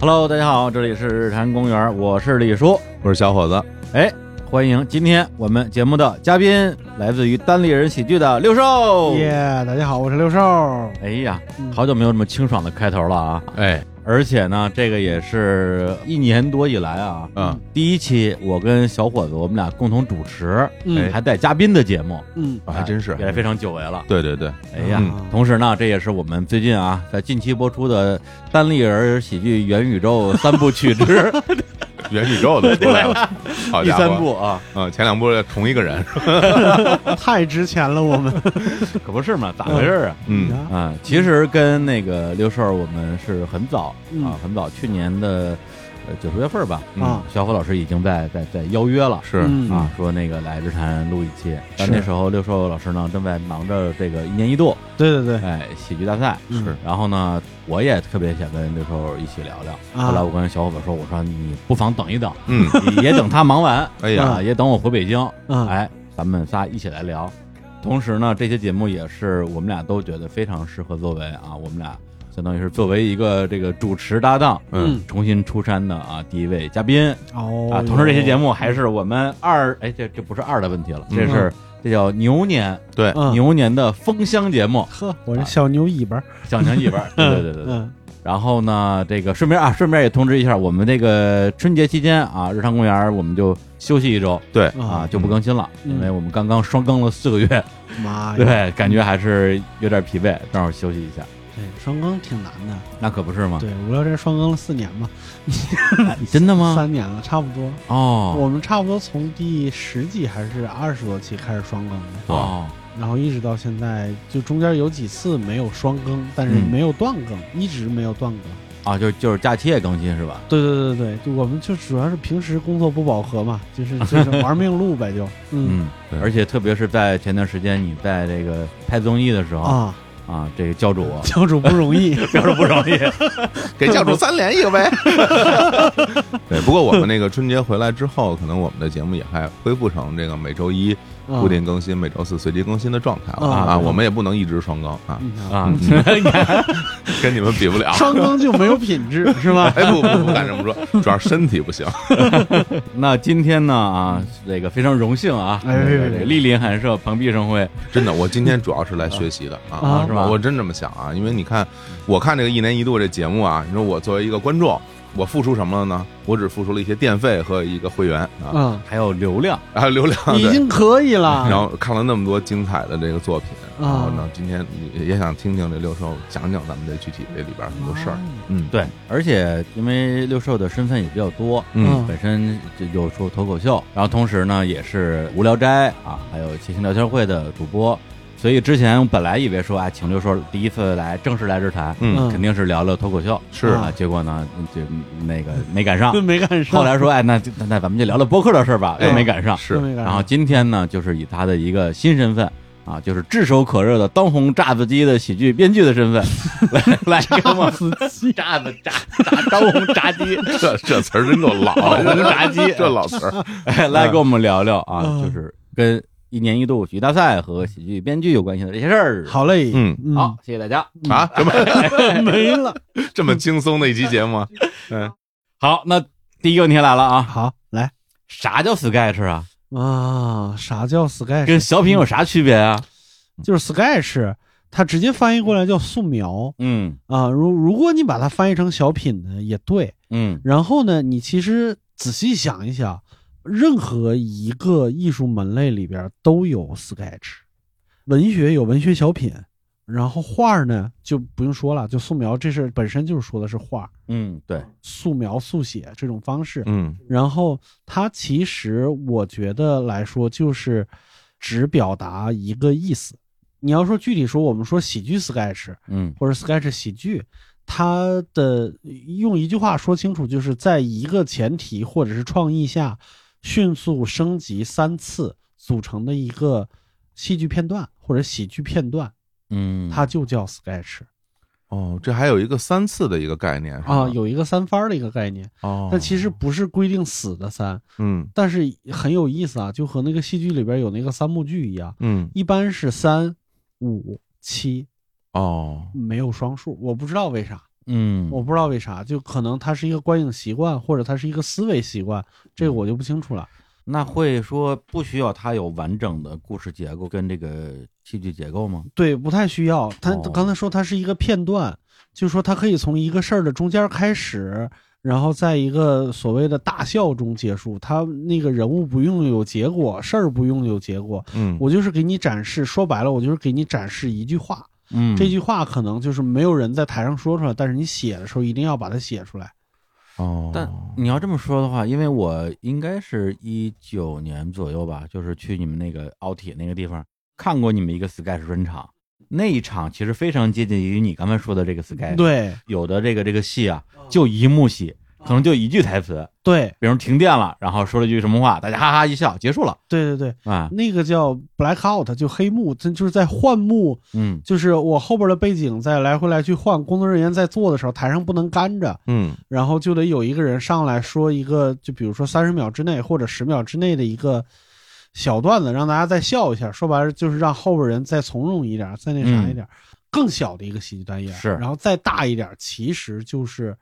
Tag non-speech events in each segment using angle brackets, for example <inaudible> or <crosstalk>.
Hello，大家好，这里是日坛公园，我是李叔。我是小伙子，哎，欢迎今天我们节目的嘉宾，来自于单立人喜剧的六兽。耶大家好，我是六兽。哎呀，嗯好久没有这么清爽的开头了啊！哎，而且呢，这个也是一年多以来啊，嗯，第一期我跟小伙子我们俩共同主持，嗯还带嘉宾的节目，嗯，哦哎还真是，哎也非常久违了。对对对，哎呀，嗯同时呢，这也是我们最近啊，在近期播出的单立人喜剧元宇宙三部曲之元宇宙的出来了， <laughs> 好第家伙，三部啊，嗯，前两部同一个人，太值钱了， <laughs> 我们。可不是嘛，咋回事儿啊？嗯啊，其实跟那个刘寿，我们是很早、嗯啊，很早，去年的呃九十月份儿吧，嗯，啊，小虎老师已经在在在邀约了。是，嗯啊，说那个来日坛录一期，但是那时候六寿老师呢正在忙着这个一年一度对对对，哎喜剧大赛，嗯是然后呢我也特别想跟六寿一起聊聊，啊后来我跟小伙子说，我说你不妨等一等，嗯，也也等他忙 <laughs> 完，哎呀，啊，也等我回北京，嗯哎，咱们仨一起来聊。同时呢，这些节目也是我们俩都觉得非常适合作为啊，我们俩相当于是作为一个这个主持搭档，嗯，重新出山的啊第一位嘉宾哦啊。同时，这些节目还是我们二哎，这这不是二的问题了，嗯这是这叫牛年对，嗯，牛年的封箱节目，呵，我这小牛尾巴。小年一本儿，对对对对对。嗯然后呢，这个顺便啊，顺便也通知一下，我们这个春节期间啊，日常公园我们就休息一周，对，啊，，就不更新了，嗯因为我们刚刚双更了四个月，妈呀，对，感觉还是有点疲惫，正好休息一下。对，双更挺难的。那可不是吗？对，我要这双更了四年嘛，哎 <laughs> 真的吗？三年了，差不多。哦我们差不多从第十季还是二十多期开始双更的，哦，然后一直到现在，就中间有几次没有双更，但是嗯没有断更，一直没有断更。啊，就就是假期也更新是吧？对对对对，就我们就主要是平时工作不饱和嘛，就是 <laughs> 就是玩命录呗，就嗯嗯对，而且特别是在前段时间你在这个拍综艺的时候啊，啊，这个教主教主不 <laughs> 容易，表示不容易，给教主三连一个呗。 <laughs> 对，不过我们那个春节回来之后，可能我们的节目也还恢复成这个每周一 <laughs> 啊固定更新，每周四随机更新的状态了啊啊。对我们也不能一直双更啊，嗯啊，你看跟你们比不 <laughs> 了。双更就没有品质 <laughs> 是吧？哎，不不不敢这么说，主要是身体不行。 <laughs> 那今天呢啊，这个非常荣幸啊，哎别别别这个莅临寒舍，蓬荜生辉，真的，我今天主要是来学习的啊啊，是吧我真这么想啊，因为你看，我看这个一年一度这节目啊，你说我作为一个观众，我付出什么了呢？我只付出了一些电费和一个会员啊，嗯，还有流量，然后流量嗯已对。经可以了。 <laughs> 然后看了那么多精彩的这个作品，然后啊呢，今天也也想听听这六兽讲讲咱们这具体这里边很多事啊儿。嗯，对，而且因为六兽的身份也比较多，嗯本身就有说脱口秀，然后同时呢也是无聊斋啊，还有谐星聊天会的主播，所以之前我本来以为说啊，请六兽第一次来正式来日坛，嗯，嗯肯定是聊聊脱口秀，是嗯啊，结果呢就嗯那个没赶上真，没赶上，后来说哎那就那那咱们就聊聊播客的事儿吧，哎又没赶上，是真没赶上。然后今天呢就是以他的一个新身份。啊，就是炙手可热的当红炸子鸡的喜剧编剧的身份，来来 <laughs> 给我们炸子鸡， <laughs> 炸的炸炸当红炸鸡，这这词儿真够老，红炸鸡 <laughs> 这老词儿。哎， <laughs> 来跟我们聊聊啊，嗯就是跟一年一度喜剧大赛和喜剧编剧有关系的这些事儿。好嘞，嗯嗯好，，谢谢大家。啊，这么 <laughs> 没了。这么轻松的一期节目啊，嗯，好，那第一个问题来了啊，好，来啥叫 sketch <laughs> 啊？啊，啥叫 sketch？跟小品有啥区别啊？就是 sketch，它直接翻译过来叫素描嗯啊。如如果你把它翻译成小品呢，也对。嗯然后呢，你其实仔细想一想，任何一个艺术门类里边都有 sketch，文学有文学小品，然后画儿呢就不用说了，就素描，这是本身就是说的是画儿，嗯，对，素描、速写这种方式。嗯然后它其实我觉得来说就是只表达一个意思。你要说具体说，我们说喜剧 sketch，嗯或者 sketch 喜剧，它的用一句话说清楚，就是在一个前提或者是创意下，迅速升级三次组成的一个戏剧片段或者喜剧片段，嗯，它就叫 sketch 哦，这还有一个三次的一个概念是吧啊，有一个三番儿的一个概念，哦，但其实不是规定死的三，嗯但是很有意思啊，就和那个戏剧里边有那个三幕剧一样，嗯一般是三五七哦，没有双数，我不知道为啥。嗯，我不知道为啥，就可能它是一个观影习惯，或者它是一个思维习惯，这个我就不清楚了。那会说不需要它有完整的故事结构跟这个戏剧结构吗？对，不太需要。他哦刚才说它是一个片段，就说它可以从一个事儿的中间开始，然后在一个所谓的大笑中结束。他那个人物不用有结果，事儿不用有结果，嗯，我就是给你展示。说白了，我就是给你展示一句话。嗯，这句话可能就是没有人在台上说出来，但是你写的时候一定要把它写出来。哦，但你要这么说的话，因为我应该是一九年左右吧，就是去你们那个奥体那个地方看过你们一个 sketch 专场，那一场其实非常接近于你刚才说的这个 sketch。，对有的这个这个戏啊，就一幕戏，可能就一句台词，对比如停电了，然后说了一句什么话，大家哈哈一笑，结束了对对对，啊。那个叫 blackout，就黑幕，这就是在换幕，嗯就是我后边的背景在来回来去换，工作人员在做的时候，台上不能干着，嗯然后就得有一个人上来说一个，就比如说三十秒之内或者十秒之内的一个小段子，让大家再笑一下。说白了就是让后边人再从容一点，再那啥一点，更小的一个喜剧单元嗯是然后再大一点，其实就是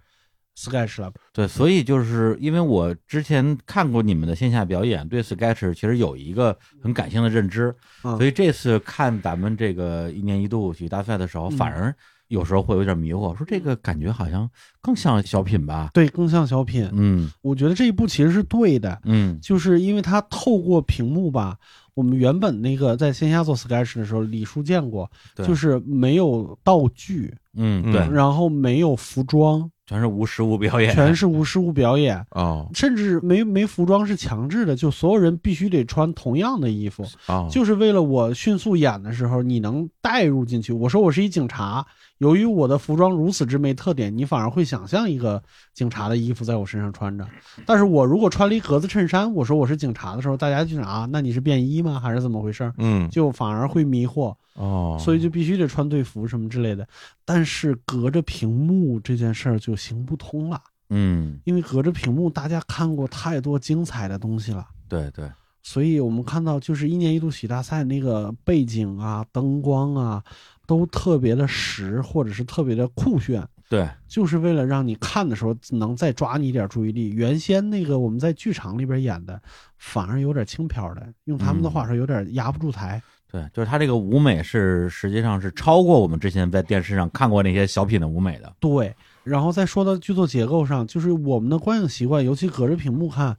sketch 了。对，所以就是因为我之前看过你们的线下表演，对 Sketch 其实有一个很感性的认知，嗯所以这次看咱们这个一年一度喜剧大赛的时候，嗯反而有时候会有点迷惑，说这个感觉好像更像小品吧？对，更像小品。嗯我觉得这一步其实是对的，嗯就是因为它透过屏幕吧，我们原本那个在线下做 sketch 的时候，李叔见过，对就是没有道具，嗯，嗯对，然后没有服装，全是无实物表演，全是无实物表演，哦甚至没没服装是强制的，就所有人必须得穿同样的衣服，哦，就是为了我迅速演的时候你能带入进去。我说我是一警察，由于我的服装如此之没特点，你反而会想象一个警察的衣服在我身上穿着。但是我如果穿了一格子衬衫，我说我是警察的时候，大家就想啊，那你是便衣吗？还是怎么回事儿？嗯就反而会迷惑，嗯哦，所以就必须得穿队服什么之类的。但是隔着屏幕这件事儿就行不通了。嗯，因为隔着屏幕，大家看过太多精彩的东西了，对对，所以我们看到就是一年一度喜剧大赛那个背景啊、灯光啊，都特别的实，或者是特别的酷炫，对，就是为了让你看的时候能再抓你一点注意力。原先那个我们在剧场里边演的，反而有点轻飘的，用他们的话说，有点压不住台。对，就是它这个舞美是实际上是超过我们之前在电视上看过那些小品的舞美的。对，然后再说到剧作结构上，就是我们的观影习惯，尤其隔着屏幕看，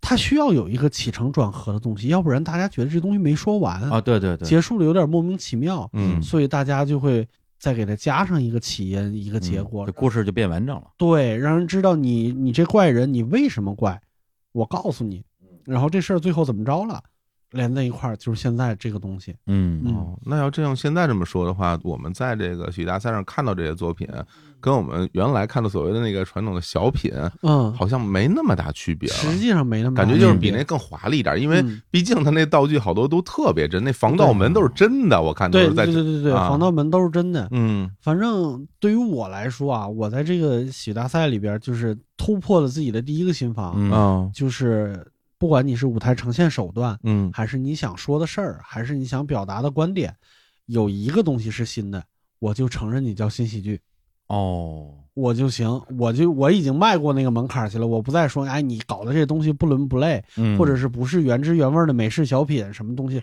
它需要有一个起承转合的东西，要不然大家觉得这东西没说完啊，，对对对，结束了有点莫名其妙，嗯所以大家就会再给它加上一个起因，一个结嗯果，嗯这故事就变完整了。对，让人知道你你这怪人，你为什么怪，我告诉你，嗯然后这事儿最后怎么着了，连在一块儿就是现在这个东西，嗯嗯哦，那要这样现在这么说的话，我们在这个喜剧大赛上看到这些作品，跟我们原来看的所谓的那个传统的小品，嗯，好像没那么大区别了。实际上没那么大感觉就是比区别那更华丽一点，因为嗯毕竟他那道具好多都特别真，那防盗门都是真的，我看都对是在对对对对，啊防盗门都是真的，嗯反正对于我来说啊，我在这个喜剧大赛里边就是突破了自己的第一个心防，嗯哦就是不管你是舞台呈现手段，嗯还是你想说的事儿，还是你想表达的观点，有一个东西是新的，我就承认你叫新喜剧，哦，我就行，我就我已经迈过那个门槛儿去了，我不再说哎你搞的这东西不伦不类，嗯或者是不是原汁原味儿的美式小品什么东西，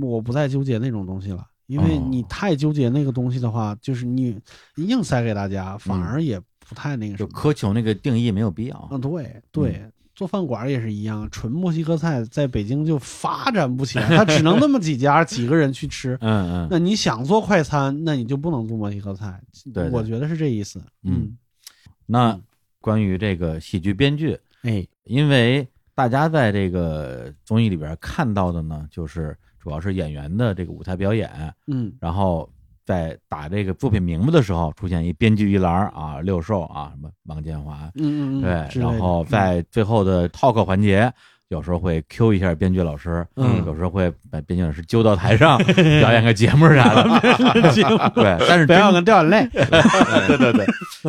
我不再纠结那种东西了，因为哦你太纠结那个东西的话，就是你硬塞给大家，反而也不太那个什嗯就么。苛求那个定义没有必要。啊，对对，嗯做饭馆儿也是一样，纯墨西哥菜在北京就发展不起来，它只能那么几家几个人去吃。嗯嗯，那你想做快餐，那你就不能做墨西哥菜。对对我觉得是这意思。嗯，那关于这个喜剧编剧，哎，因为大家在这个综艺里边看到的呢，就是主要是演员的这个舞台表演，嗯然后在打这个作品名字的时候出现一编剧一栏儿啊，六兽啊，什么王建华，嗯嗯嗯，之对，类的然后在最后的 talk 环节。有时候会 Q 一下编剧老师，嗯有时候会把编剧老师揪到台 <laughs> 上表演个节目啥的， <laughs> 对。但是不真要跟掉眼 <laughs> 泪。对对 <laughs> 对，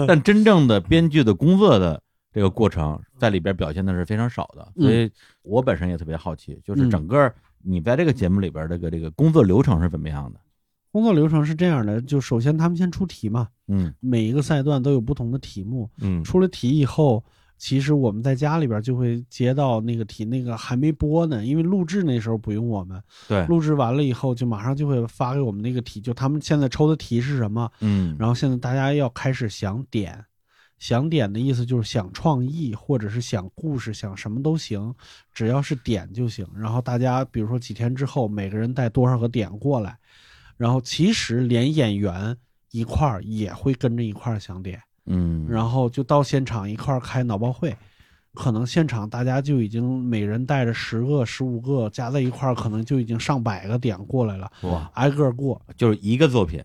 但真正的编剧的工作的这个过程，在里边表现的是非常少的，嗯所以我本身也特别好奇，就是嗯整个你在这个节目里边这个这个工作流程是怎么样的？工作流程是这样的，就首先他们先出题嘛，嗯每一个赛段都有不同的题目，嗯出了题以后。其实我们在家里边就会接到那个题，那个还没播呢，因为录制那时候不用我们，对，录制完了以后就马上就会发给我们那个题，就他们现在抽的题是什么，嗯，然后现在大家要开始想点，想点的意思就是想创意，或者是想故事，想什么都行，只要是点就行。然后大家比如说几天之后，每个人带多少个点过来，然后其实连演员一块儿也会跟着一块儿想点，嗯，然后就到现场一块儿开脑爆会。可能现场大家就已经每人带着十个、十五个加在一块儿，可能就已经上百个点过来了，哇，挨个儿过就是一个作品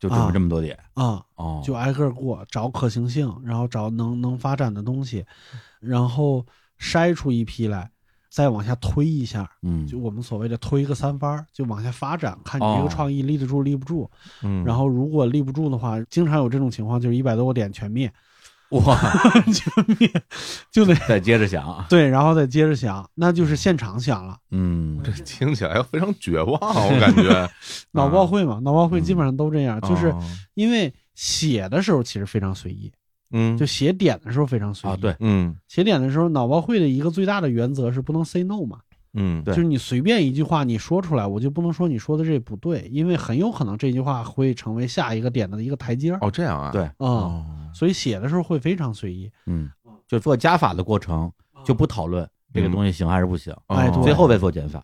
就准备啊这么多点啊、哦，就挨个儿过，找可行性，然后找能能发展的东西，嗯然后筛出一批来，再往下推一下，嗯就我们所谓的推一个三番儿，就往下发展，看你这哦个创意立得住立不住。嗯，然后如果立不住的话，经常有这种情况，就是一百多个点全灭， <laughs> 哇，全灭，就得再接着 <laughs> 想，对，然后再接着想，那就是现场想了，嗯，这听起来非常绝望，我感 <laughs> 觉脑爆会嘛，脑爆会基嗯本上都这样，就是哦因为写的时候其实非常随意，嗯就写点的时候非常随意。啊，对，嗯写点的时候，脑爆会的一个最大的原则是不能 say no 嘛，嗯对就是你随便一句话你说出来，我就不能说你说的这不对，因为很有可能这句话会成为下一个点的一个台阶儿啊、哦这样啊对嗯哦所以写的时候会非常随意，嗯，就做加法的过程哦就不讨论这个东西行还是不行，哎对最后再做减法，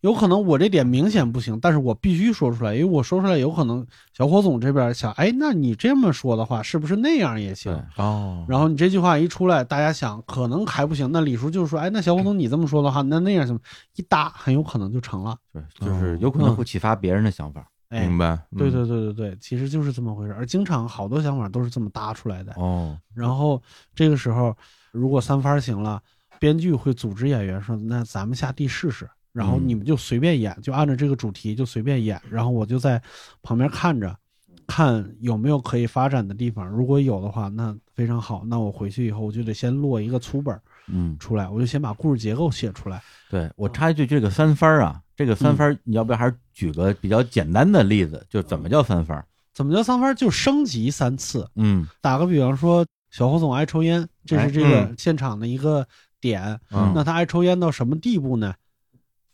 有可能我这点明显不行，但是我必须说出来，因为我说出来有可能小伙总这边想，哎，那你这么说的话，是不是那样也行对？哦然后你这句话一出来，大家想可能还不行，那李叔就说，哎，那小伙总你这么说的话，那那样行吗？一搭很有可能就成了，对，就是有可能会启发别人的想法，哎，明白对嗯对对对对，其实就是这么回事儿。而经常好多想法都是这么搭出来的。哦，然后这个时候，如果三番儿行了，编剧会组织演员说：“那咱们下地试试。”然后嗯你们就随便演，就按照这个主题就随便演。然后我就在旁边看着，看有没有可以发展的地方。如果有的话，那非常好。那我回去以后，我就得先落一个粗本儿嗯，出来，我就先把故事结构写出来。对我插一句，这个三番儿啊，这个三番儿你要不要还是举个比较简单的例子，就怎么叫三番儿？怎么叫三番儿？就升级三次。嗯打个比方说，小侯总爱抽烟，这哎是这个嗯现场的一个点。嗯那他爱抽烟到什么地步呢？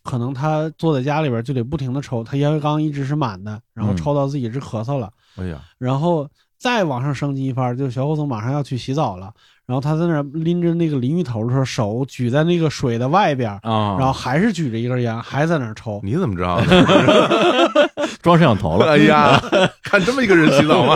可能他坐在家里边就得不停的抽，他烟灰缸一直是满的，然后嗯抽到自己直咳嗽了，哎呀然后再往上升级一番儿，就小伙总马上要去洗澡了，然后他在那儿拎着那个淋浴头的时候，手举在那个水的外边儿，啊，然后还是举着一根烟，还在那儿抽。你怎么知道的？ <laughs> 装摄像头了，哎呀，看这么一个人洗 <laughs> 澡吗？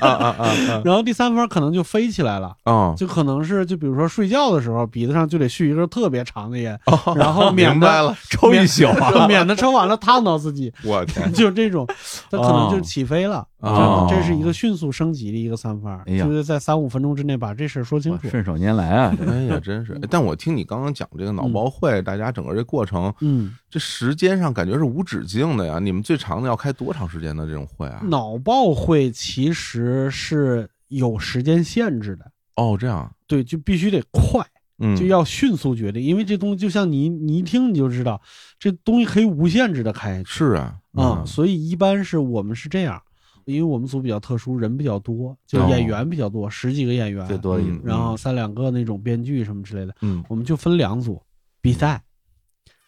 啊啊啊啊！然后第三番儿可能就飞起啊来了，哦，就可能是就比如说睡觉的时候，鼻子上就得续一根特别长的烟，哦然后免哦明得白了，抽一宿啊，就 <laughs> 免得抽完了烫到自己， <laughs> 我 <laughs> 天，就这种，它可能就起飞了。哦这这是一个迅速升级的一个三番儿，哎呀就是在三五分钟之内把这事儿说清哇楚。顺手拈来啊，哎呀，真嗯是！哎但我听你刚刚讲这个脑包会，大家整个这过程，嗯，这时间上感觉是无止境的呀。你们最长的要开多长时间的这种会啊？脑爆会其实是有时间限制的，哦，这样，对，就必须得快，嗯，就要迅速决定，因为这东西就像你你一听你就知道，这东西可以无限制的开下去。是啊，啊、嗯所以一般是我们是这样，因为我们组比较特殊，人比较多，就哦演员比较多，十几个演员，最多的一嗯个然后三两个那种编剧什么之类的，嗯，我们就分两组比赛，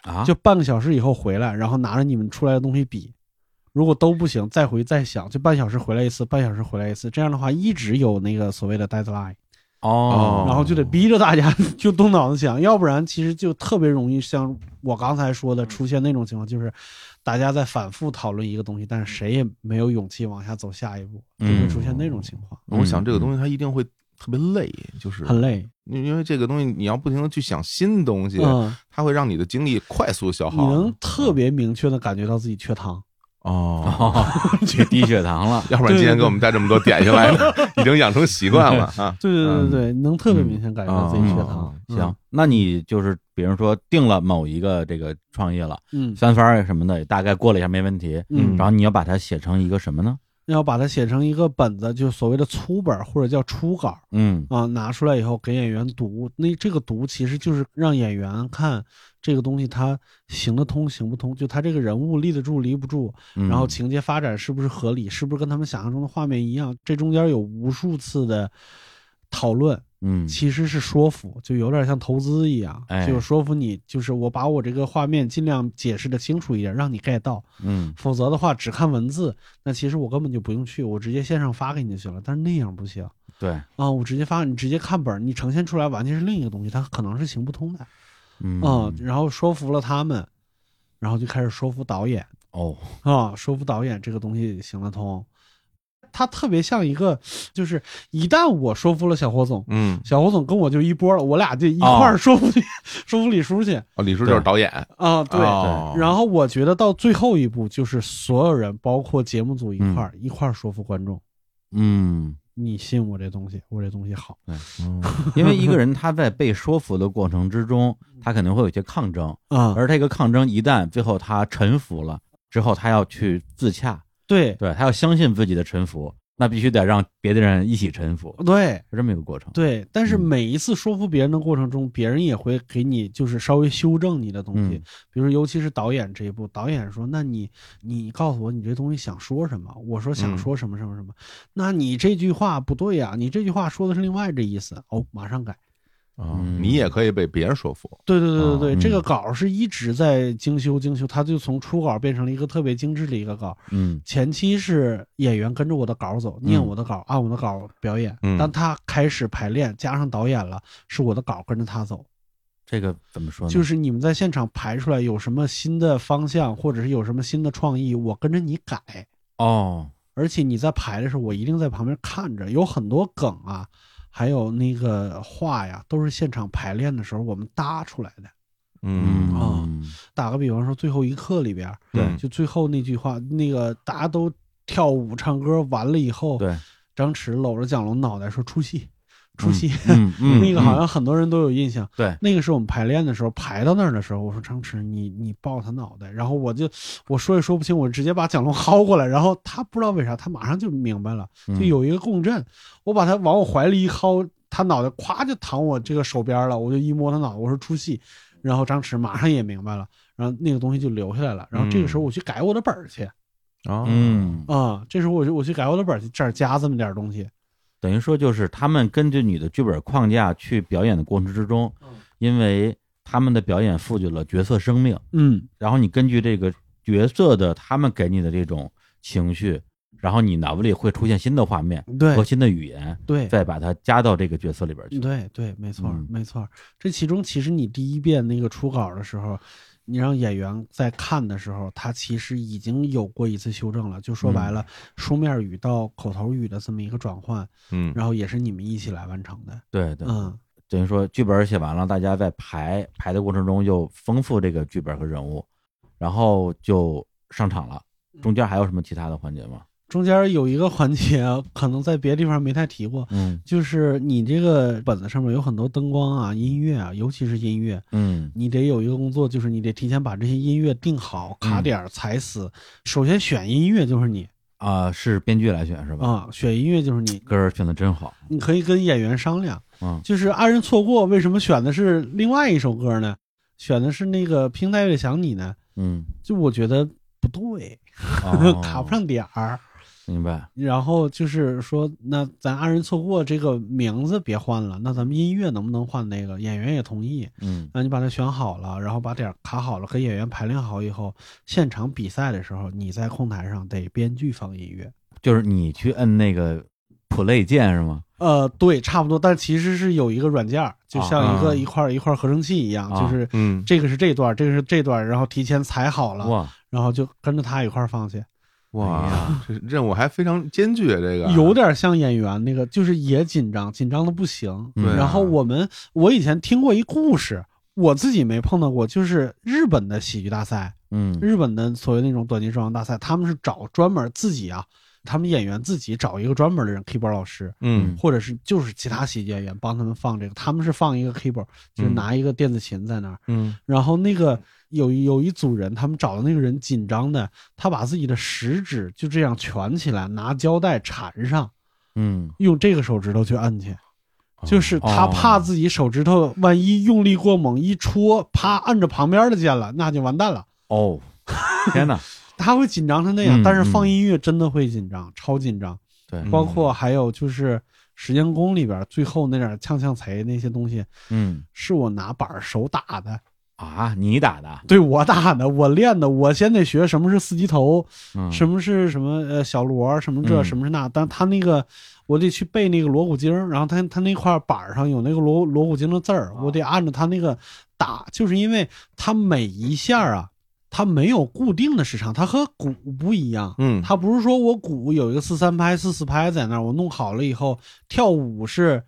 啊，就半个小时以后回来，然后拿着你们出来的东西比，如果都不行，再回再想，就半小时回来一次，半小时回来一次，这样的话一直有那个所谓的 deadline，哦，然后就得逼着大家 <laughs> 就动脑子想，要不然其实就特别容易像我刚才说的出现那种情况，就是大家在反复讨论一个东西，但是谁也没有勇气往下走下一步，就会嗯出现那种情况，我想这个东西它一定会特别累，就是嗯很累。因因为这个东西你要不停的去想新东西，嗯，它会让你的精力快速消你耗。能特别明确的感觉到自己缺糖。哦，哦，去低血糖了， <laughs> 要不然今天给我们带这么多点下来了，已经养成习惯了 <laughs> 啊。对对对嗯对，能特别明显感觉啊到自己缺糖。嗯行，，那你就是比如说定了某一个这个创业了，嗯三番儿什么的，大概过了一下没问题，嗯然后你要把它写成一个什么呢？要把它写成一个本子，就是所谓的粗本儿或者叫初稿嗯啊，拿出来以后给演员读。那这个读其实就是让演员看这个东西它行得通行不通，就他这个人物立得住立不住，嗯，然后情节发展是不是合理，是不是跟他们想象中的画面一样？这中间有无数次的讨论，嗯其实是说服，就有点像投资一样，哎就说服你，就是我把我这个画面尽量解释的清楚一点，让你 get 到。嗯否则的话，只看文字，那其实我根本就不用去，我直接线上发给你就行了。但是那样不行对，啊，我直接发，你直接看本儿，你呈现出来完全是另一个东西，它可能是行不通的嗯啊。然后说服了他们，然后就开始说服导演。哦，啊、说服导演这个东西行得通。他特别像一个，就是一旦我说服了小霍总，嗯，小霍总跟我就一波了，我俩就一块儿说服、 <laughs> 说服李叔去哦，李叔就是导演，啊，对。哦然后我觉得到最后一步，就是所有人，包括节目组一块嗯儿、一块儿说服观众，嗯，你信我这东西，我这东西好。嗯因为一个人他在被说服的过程之中，他肯定会有一些抗争，嗯啊、而这个抗争一旦最后他臣服了之后，他要去自洽，对对他要相信自己的臣服，那必须得让别的人一起臣服，对是这么一个过程。对，但是嗯每一次说服别人的过程中，别人也会给你就是稍微修正你的东西，嗯比如说尤其是导演这一步，导演说：“那你你告诉我你这东西想说什么？”我说：“想嗯说什么什么什么。那你这句话不对呀、你这句话说的是另外这意思哦，马上改。嗯你也可以被别人说服，对对对对对，哦这个嗯稿是一直在精修精修，它就从初稿变成了一个特别精致的一个稿。嗯前期是演员跟着我的稿走，念嗯我的稿，按我的稿表演。嗯当他开始排练，加上导演了，是我的稿跟着他走。这个怎么说呢？就是你们在现场排出来有什么新的方向，或者是有什么新的创意，我跟着你改。哦，而且你在排的时候，我一定在旁边看着，有很多梗啊，还有那个话呀，都是现场排练的时候我们搭出来的。嗯哦嗯打个比方说，最后一课里边，对就最后那句话，那个大家都跳舞唱歌完了以后，对，张弛搂着蒋龙脑袋说出戏，出戏。 <laughs> 嗯嗯，那个好嗯像很多人都有印象。对那个是我们排练的时候，排到那儿的时候，我说张弛，你你抱他脑袋，然后我就我说也说不清，我直接把蒋龙薅过来，然后他不知道为啥，他马上就明白了，就嗯有一个共振，我把他往我怀里一薅，他脑袋咵就躺我这个手边了，我就一摸他脑袋，我说出戏，然后张弛马上也明白了。然后那个东西就留下来了。然后这个时候我去改我的本儿去啊、啊，嗯，这时候我就我去改我的本儿去，这儿加这么点儿东西。等于说就是他们根据你的剧本框架去表演的过程之中，因为他们的表演赋予了角色生命，嗯，然后你根据这个角色的他们给你的这种情绪，然后你脑子里会出现新的画面嗯对和新的语言，对再把它加到这个角色里边去。对对，没错儿、嗯没错儿。这其中其实你第一遍那个初稿的时候，你让演员在看的时候，他其实已经有过一次修正了。就说白了，书面语到口头语的这么一个转换，嗯然后也是你们一起来完成的。对对，嗯，等于说剧本写完了，大家在排排的过程中又丰富这个剧本和人物，然后就上场了。嗯中间还有什么其他的环节 <laughs> 吗？中间有一个环节 <laughs> 啊可能在别的地方没太提过，嗯就是你这个本子上面有很多灯光啊、音乐啊，尤其是音乐，嗯你得有一个工作，就是你得提前把这些音乐定好，卡嗯点儿踩死。首先选音乐就是你啊、是编剧来选是吧？啊、选音乐就是你，歌儿选的真好，你可以跟演员商量， <laughs> 嗯就是《爱人错过》为什么选的是另外一首歌呢？选的是那个《平台越想你》呢？嗯，就我觉得不对， <laughs> 哦卡不，上点儿。明白，然后就是说，那咱《爱人错过》这个名字别换了，那咱们音乐能不能换那个？演员也同意，嗯那你把它选好了，然后把点儿卡好了，和演员排练好以后，现场比赛的时候，你在控台上得编剧放音乐。就是你去摁那个 play 键是吗？呃，对，差不多，但其实是有一个软件儿，就像一个啊一块儿一块儿合成器一样，啊就是嗯这个是这段，这个是这段，然后提前裁好了，哇，然后就跟着他一块儿放去，哎哇呀，这任务还非常艰巨，啊这啊个有点像演员那个，就是也紧张，紧张的不行。嗯对啊然后我们，我以前听过一故事，我自己没碰到过，就是日本的喜剧大赛，嗯日本的所谓那种短剧专场大赛，他们是找专门自己啊他们演员自己找一个专门的人 keyboard 老师，嗯或者是就是其他喜剧演员帮他们放这个，他们是放一个 keyboard，就是嗯拿一个电子琴在那儿，嗯然后那个有一有一组人，他们找的那个人紧张的，他把自己的食指就这样蜷起来，拿胶带缠上，嗯，用这个手指头去摁去，就是他哦怕自己手指头万一用力过猛一戳，啪摁着旁边的键了，那就完蛋了。哦，天 <laughs> 哪，他会紧张成那样，嗯但是放嗯音乐真的会紧张，超紧张。对，包括还有就是《时间宫》里边最后那点儿呛呛贼那些东西，嗯是我拿板儿手打的，啊，你打的，对我打的，我练的，我先得学什么是四级头，嗯，什么是什么呃小锣，什么这嗯什么是那，但他那个我得去背那个锣鼓经儿，然后他他那块板儿上有那个锣锣鼓经的字儿，啊我得按照他那个打，就是因为他每一下啊，他没有固定的时长，他和鼓不一样，嗯，他不是说我鼓有一个四三拍、四四拍在那儿，我弄好了以后跳舞是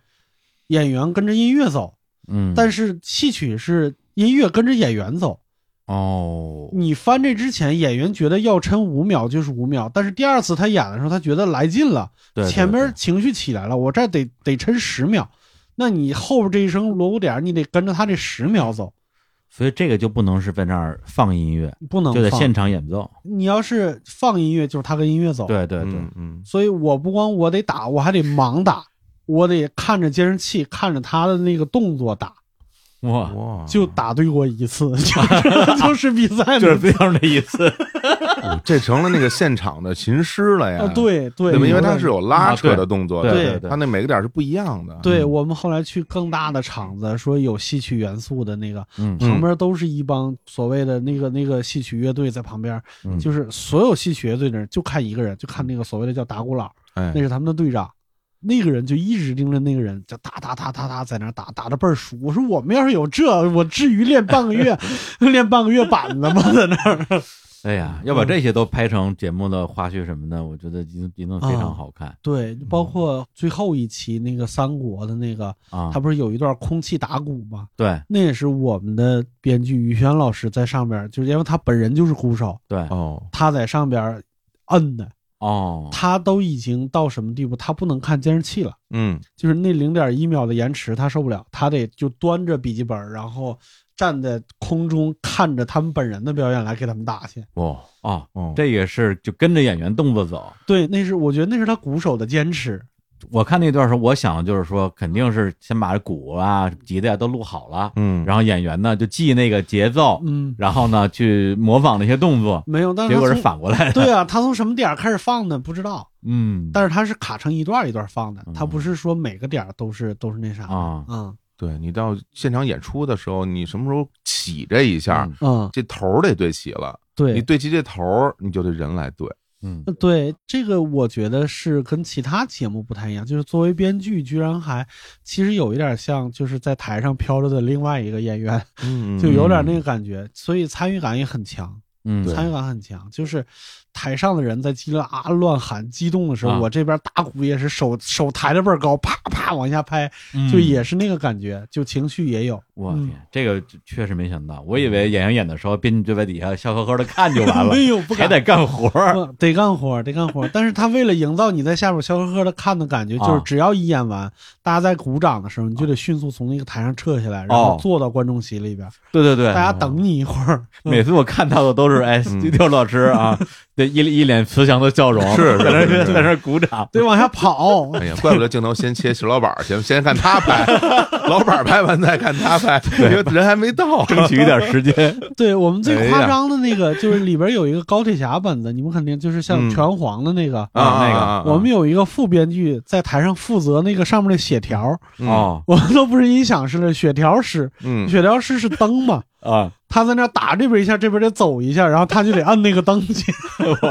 演员跟着音乐走，嗯，但是是戏曲是音乐跟着演员走。哦，你翻这之前，演员觉得要抻五秒就是五秒，但是第二次他演的时候，他觉得来劲了，对，对前面对情绪起来了，我这得得抻十秒，那你后边这一声锣鼓点儿，你得跟着他这十秒走，所以这个就不能是在那儿放音乐，不能就得放现场演奏，你要是放音乐，就是他跟音乐走。对对对，嗯嗯所以我不光我得打，我还得盲打，我得看着监视器，看着他的那个动作打，哇，哇，就打对过一次， <laughs> 就是就是比 <laughs> 赛啊就是那最后那一次， <laughs> 哦这成了那个现场的琴师了呀啊，。对对，对吧？因为有它点是有拉啊扯对的动作的，对对对它那每个点儿是不一样啊的。嗯对我们后来去更大的场子，说有戏曲元素的那个，嗯旁边都是一帮所谓的那个那个戏曲乐队在旁边，嗯就是所有戏曲乐队的人就看一个人，就看那个所谓的叫打鼓佬，哎那，是他们的队长。那个人就一直盯着那个人，就哒哒哒哒哒在那儿打，打的倍儿熟。我说我们要是有这，我至于练半 <laughs> 个月，练半个月板子吗？在那儿，哎呀，要把这些都拍成节目的花絮什么的，我觉得一定一定非啊常好看对，包括最后一期那个三国的那个，啊他。不是有一段空气打鼓吗？对那也是我们的编剧于轩老师在上边儿，就是因为他本人就是鼓手，对哦，他在上边儿摁的，哦，他都已经到什么地步，他不能看监视器了。嗯就是那零点一秒的延迟，他受不了，他得就端着笔记本，然后站在空中看着他们本人的表演来给他们打去。哦哦，哦，这也是就跟着演员动作走。对，那是我觉得那是他鼓手的坚持。我看那段时候，我想的就是说，肯定是先把鼓啊、吉他呀都录好了，嗯，然后演员呢就记那个节奏，嗯，然后呢去模仿那些动作，没有，但是结他果是从反过来的。对啊，他从什么点儿开始放的不知道，嗯，但是他是卡成一段一段放的嗯，他不是说每个点儿都是都是那啥。啊，嗯对你到现场演出的时候，你什么时候起这一下，嗯嗯，这头儿得对齐了。你对对齐这头儿，你就得人来对。嗯对，这个我觉得是跟其他节目不太一样，就是作为编剧，居然还其实有一点像就是在台上飘着的另外一个演员。嗯就有点那个感觉，所以参与感也很强，嗯，参与感很强。就是台上的人在叽里啊乱喊激动的时候，啊我这边打鼓也是手手抬的倍儿高，啪啪往下拍，嗯就也是那个感觉，就情绪也有。我嗯天，这个确实没想到，我以为演员演的时候，编剧就在底下笑呵呵的看就完了， <laughs> 没有不还敢得干活儿。不得干活儿，得干活儿。但是他为了营造你在下边笑呵呵的看的感觉，啊就是只要一演完，大家在鼓掌的时候，你就得迅速从那个台上撤下来，然后哦坐到观众席里边，对对对大，家等你一会儿。每次我看到的都是哎，嗯刘老师啊，对一一脸慈祥的笑容，是是在那儿是是在那儿鼓掌。得往下跑，哎呀，怪不得镜头先切石老板儿去，先看他拍， <laughs> 老板儿拍完再看他拍，因为人还没到。争取一点时间，对我们哎最呀夸张的那个，就是里边有一个钢铁侠本子，你们肯定就是像嗯拳皇的那个。啊啊那个啊我们有一个副编剧在台上负责那个上面的血条，啊哦我们都不是音响师了，血条师，嗯嗯血条师是灯嘛，啊，他在那打这边一下，这边得走一下，然后他就得按那个灯去。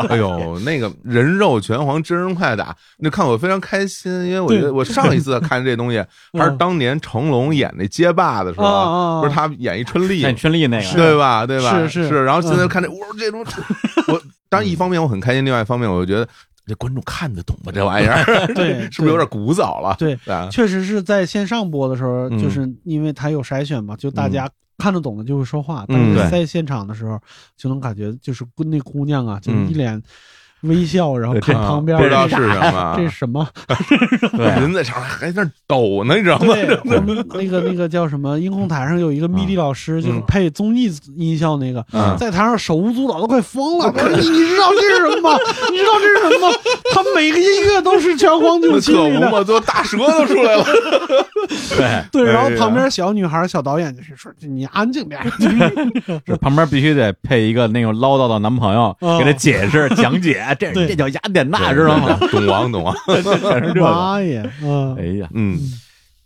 哎呦，那个人肉拳皇真人快打，那看我非常开心，因为我觉对嗯得我上一次看这东西还是当年成龙演那街霸的时候啊啊啊啊，不是他演一春丽看春丽那个，对吧？对吧？是是是。然后现在嗯看这，我说这种，我当然一方面我很开心，另外一方面我就觉得这观众看得懂吗？这玩意儿 <laughs> 对，是不是有点古早了？对啊对？确实是在线上播的时候，嗯就是因为他有筛选嘛，就大家看得懂的就会说话，但嗯对是在现场的时候就能感觉就是姑那姑娘啊，就是嗯一脸微 <laughs> 笑，然后看啊旁边不知道儿是这什么，啊 <laughs> 这是什 <laughs> 么？对，人在场还在那儿抖呢，你知道吗？对，我们那个那个叫什么？音控台上有一个迷笛老师，就是配综艺音效那个， <laughs> 嗯在台上手舞足蹈都快疯 <laughs> 了。我说你你知道这是什么吗？你知道这是什么吗？他每个音乐都是全光那九七可里不的。嘛，都大舌头出来了。对， <laughs> 对，然后哎呀旁边小女孩、小导演就是说：“你安静点儿。 <laughs> 是旁边必须得配一个那种唠叨的男朋友，哦给他解释讲解，这对这叫雅典娜，知道吗？对？懂王，懂王。全 <laughs> 是”这个。妈呀！嗯哎呀，哎嗯，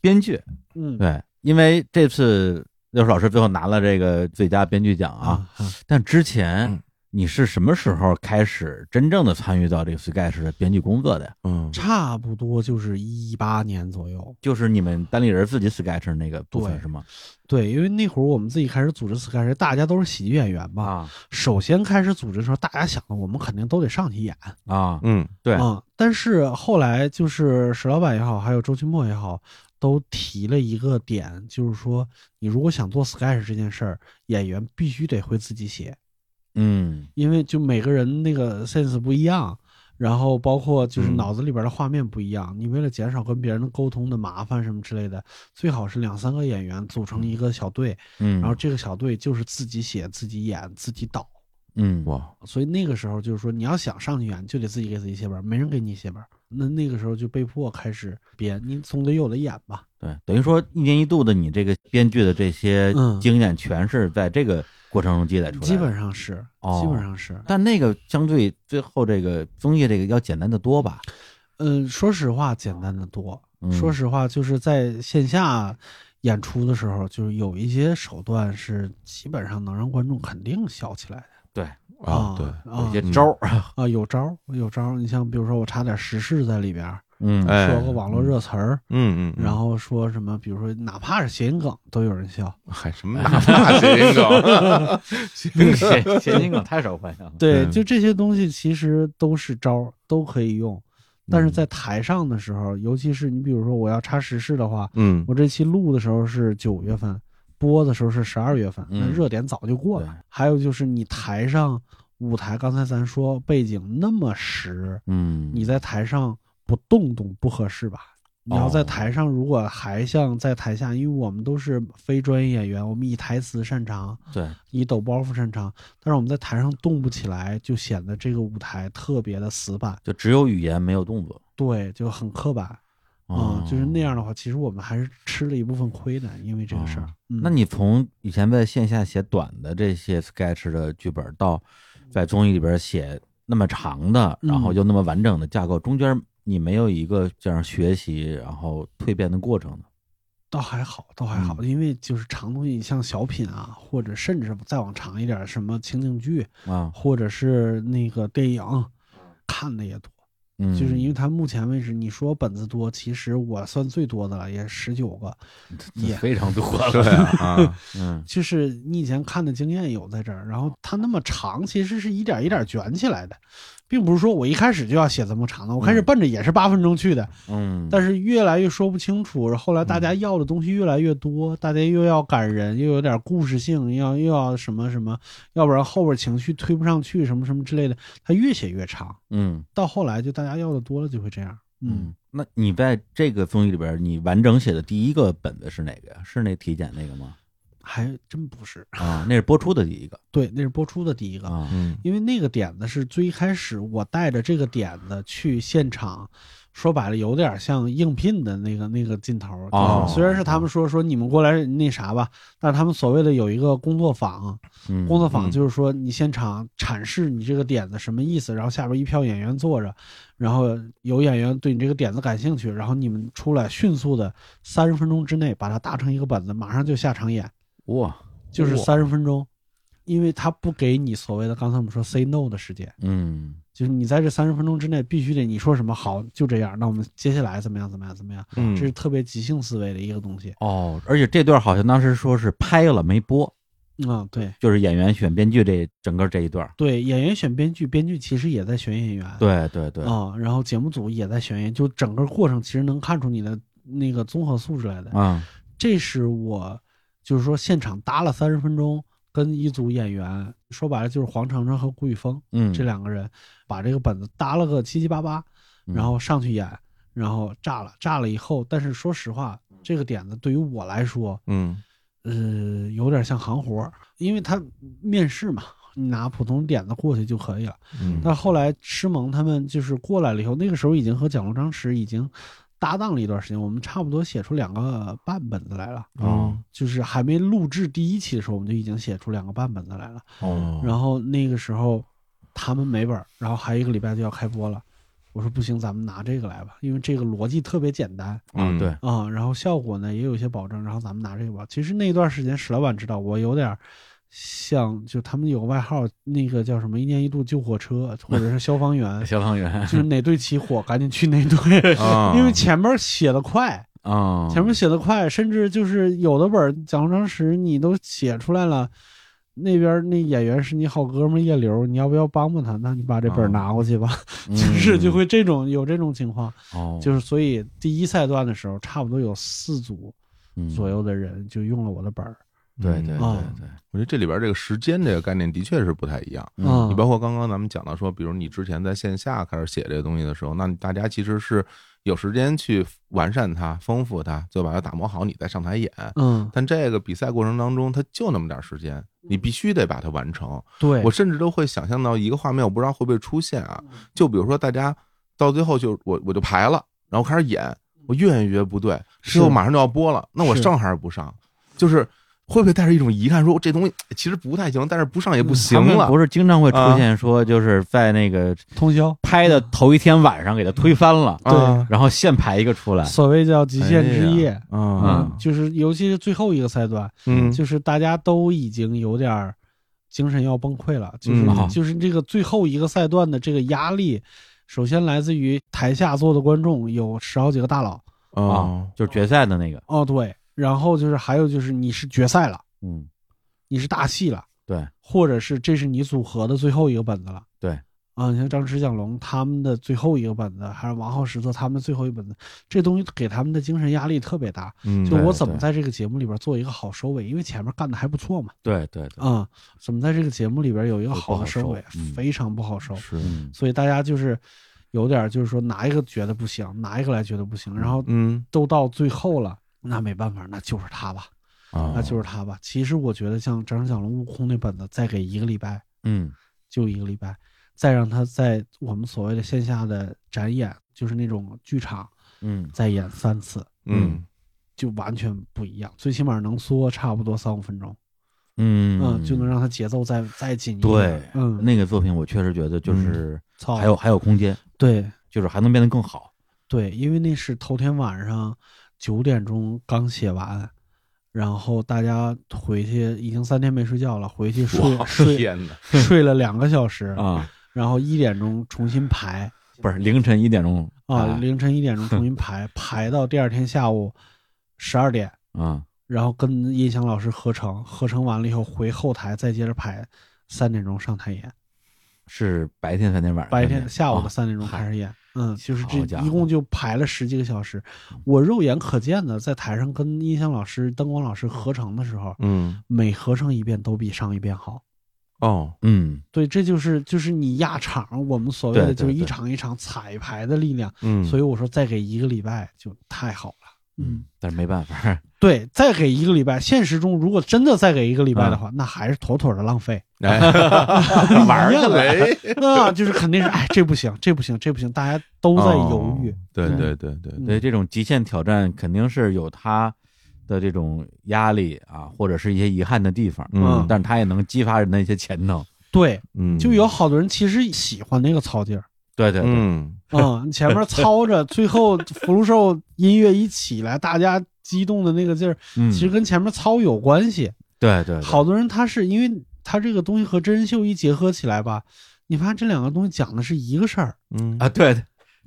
编剧嗯对，因为这次六叔老师最后拿了这个最佳编剧奖嗯啊，，但之前嗯你是什么时候开始真正的参与到这个 Sketch 的编剧工作的呀？嗯差不多就是一八年左右。就是你们单立人自己 Sketch 那个部分对是吗？对，因为那会儿我们自己开始组织 Sky 时，大家都是喜剧演员嘛，啊首先开始组织的时候，大家想的我们肯定都得上去演啊、啊，嗯对嗯但是后来就是石老板也好，还有周奇墨也好，都提了一个点，就是说你如果想做 sketch 这件事儿，演员必须得会自己写，嗯因为就每个人那个 sense 不一样。然后包括就是嗯脑子里边的画面不一样，你为了减少跟别人的沟通的麻烦什么之类的，最好是两三个演员组成一个小队，嗯，然后这个小队就是自己写、自己演、自己导。嗯哇，所以那个时候就是说，你要想上去演，就得自己给自己写本儿，没人给你写本儿。那那个时候就被迫开始编，你总得有的演吧？对，等于说一年一度的你这个编剧的这些嗯经验，全是在这个过程中积累出来的。基本上是，哦基本上是。但那个相对最后这个综艺这个要简单的多吧？嗯，说实话，简单的多。嗯说实话，就是在线下演出的时候，就是有一些手段是基本上能让观众肯定笑起来的对，啊，对，有啊些招儿，啊，有招儿有招儿。你像比如说，我插点时事在里边儿， <laughs> 嗯，哎说个网络热词儿，嗯嗯，然后说什么，比如说哪怕是谐音梗，都有人笑。还什么大发啊谐 <laughs> 音梗？ <laughs> 嗯谐谐音梗太受欢迎了。对，嗯就这些东西其实都是招儿，都可以用。但是在台上的时候，尤其是你比如说我要插时事的话，嗯我这期录的时候是九月份，播的时候是十二月份，那嗯热点早就过了。还有就是你台上舞台，刚才咱说背景那么实，嗯，你在台上不动动不合适吧？你要在台上，如果还像在台下，因为我们都是非专业演员，我们以台词擅长，对，以抖包袱擅长，但是我们在台上动不起来，就显得这个舞台特别的死板，就只有语言没有动作对，就很刻板啊、啊，就是那样的话，其实我们还是吃了一部分亏的，因为这个事儿。哦嗯那你从以前在线下写短的这些 sketch 的剧本，到在综艺里边写那么长的，嗯然后又那么完整的架构，中间你没有一个这样学习然后蜕变的过程呢？倒还好，倒还嗯好，因为就是长东西，像小品啊，或者甚至再往长一点，什么情景剧，啊，或者是那个电影，看的也多。嗯，就是 <laughs> 因为它目前为止，你说本子多，其实我算最多的了，也十九个。也非常多对了， <laughs> 啊，嗯就是你以前看的经验有在这儿，然后它那么长，其实是一点一点卷起来的，并不是说我一开始就要写这么长的，我开始奔着也是八分钟去的，嗯， <laughs> 但是越来越说不清楚，后来大家要的东西越来越多，大家又要感人，又有点故事性，要又要什么什么，要不然后边情绪推不上去，什么什么之类的，它越写越长，嗯到后来就大家要的多了就会这样，嗯。嗯，那你在这个综艺里边，你完整写的第一个本子是哪个呀？是那体检那个吗？还真不是，啊，那是播出的第一个对，那是播出的第一个，啊，嗯因为那个点子是最开始我带着这个点子去现场，说白了有点像应聘的那个那个劲头儿。哦就是虽然是他们说说你们过来那啥吧，但是他们所谓的有一个工作坊，嗯，工作坊嗯就是说你现场阐释你这个点子什么意思，然后下边一票演员坐着，然后有演员对你这个点子感兴趣，然后你们出来迅速的三十分钟之内把它搭成一个本子，马上就下场演。哇，就是哇三十分钟，因为他不给你所谓的刚才我们说 say no 的时间，嗯就是你在这三十分钟之内必须得你说什么好就这样，那我们接下来怎么样怎么样怎么样，嗯这是特别即兴思维的一个东西。哦，而且这段好像当时说是拍了没播，嗯，对就是演员选编剧这整个这一段。对，演员选编剧，编剧其实也在选演员，对对对，啊、然后节目组也在选演员，就整个过程其实能看出你的那个综合素质来的。啊，这是我就是说现场搭了三十分钟，跟一组演员，说白了就是黄程程和顾宇峰嗯，这两个人，把这个本子搭了个七七八八，嗯然后上去演，然后炸了，炸了以后，但是说实话，这个点子对于我来说，嗯呃，有点像行活儿，因为他面试嘛，拿普通点子过去就可以了。嗯但后来师蒙他们就是过来了以后，那个时候已经和蒋龙章池已经搭档了一段时间，我们差不多写出两个半本子来了。嗯哦就是还没录制第一期的时候，我们就已经写出两个半本子来了。哦，然后那个时候他们没本儿，然后还有一个礼拜就要开播了。我说不行，咱们拿这个来吧，因为这个逻辑特别简单啊嗯对，啊、然后效果呢也有一些保证，然后咱们拿这个吧。其实那段时间史老板知道我有点儿像，就他们有个外号，那个叫什么“一年一度救火车”或者是消 <laughs> 防员，消防 <laughs> 员就是哪队起火赶紧去哪队，啊， <laughs> 因为前面写的快，啊，前面写的快，甚至就是有的本儿《蒋章石》你都写出来了，那边儿那演员是你好哥们儿叶刘，你要不要帮帮他？那你把这本儿哦拿过去吧，啊嗯就是就会这种有这种情况，哦，就是所以第一赛段的时候，差不多有四组嗯左右的人就用了我的本儿，对对对啊对，我觉得这里边这个时间这个概念的确是不太一样。嗯啊你包括刚刚咱们讲到说，比如你之前在线下开始写这个东西的时候，那大家其实是有时间去完善它、丰富它，就把它打磨好，你再上台演。嗯，但这个比赛过程当中，它就那么点儿时间，你必须得把它完成。对，我甚至都会想象到一个画面，我不知道会不会出现啊。嗯就比如说大家到最后就我我就排了，然后开始演，我越演越不对，是最后马上就要播了，那我是上还是不上？就是会不会带着一种遗憾，说这东西哎其实不太行，但是不上也不行他们了。不是经常会出啊现说就是在那个通宵，拍的头一天晚上给他推翻了，对啊然后现排一个出来， <laughs> 所谓叫极限之夜，啊嗯，就是尤其是最后一个赛段，嗯就是大家都已经有点儿精神要崩溃了，就是、嗯好就是这个最后一个赛段的这个压力，首先来自于台下坐的观众有十好几个大佬，啊就是决赛的那个，哦对，然后就是还有就是你是决赛了，嗯，你是大戏了，对，或者是这是你组合的最后一个本子了，对。啊，你像张弛、蒋龙他们的最后一个本子，还有王浩、石头他们的最后一个本子，这东西给他们的精神压力特别大。嗯就对我怎么对在这个节目里边做一个好收尾，因为前面干的还不错嘛。对对对，啊、怎么在这个节目里边有一个不好好的收收尾，嗯非常不好收，是嗯所以大家就是有点就是说哪一个觉得不行，哪一个来觉得不行，然后嗯都到最后了，那没办法，那就是他吧，哦啊那就是他吧。其实我觉得像张小龙悟空那本子，再给一个礼拜，嗯就一个礼拜，再让他在我们所谓的线下的展演，就是那种剧场嗯再演三次，嗯就完全不一样，最起码能缩差不多三五分钟，嗯嗯，就能让他节奏再再紧一点。对，嗯，那个作品我确实觉得就是操，还有还有空间，对就是还能变得更好，对，因为那是头天晚上九点钟刚写完，然后大家回去已经三天没睡觉了，回去睡 <laughs> 我睡嗯天哪，睡了两个小时，啊，然后一点钟重新排不是凌晨一点钟啊，哎凌晨一点钟重新排，排到第二天下午十二点，啊，然后跟音响老师合成，合成完了以后回后台再接着排，三点钟上台演，是白天三天晚上白三天下午的啊三点钟嗨开始演，嗯，就是这好家伙嗯一共就排了十几个小时。我肉眼可见的在台上跟音响老师、灯光老师合成的时候，嗯每合成一遍都比上一遍好。哦，嗯对，这就是就是你压场，我们所谓的对就对是一对场一场彩排的力量。嗯，所以以我说再给一个礼拜就太好了。嗯，，但是没办法，对，再给一个礼拜，现实中如果真的再给一个礼拜的话，那还是妥妥的浪费。 <laughs> 哎，嗯一玩去样了，哎那就是肯定是哎，这不行，这不行，这不行，大家都在犹豫哦。对对对对，对嗯这种极限挑战，肯定是有它的这种压力啊，或者是一些遗憾的地方，嗯但是它也能激发人的一些潜能。对，嗯，就有好多人其实喜欢那个操劲儿， <laughs> 对对对，嗯嗯，前面操着，最后福禄寿音乐一起来，大家激动的那个劲儿，嗯，其实跟前面操有关系。对对对好多人他是因为他这个东西和真人秀一结合起来吧，你发现这两个东西讲的是一个事儿。嗯啊，对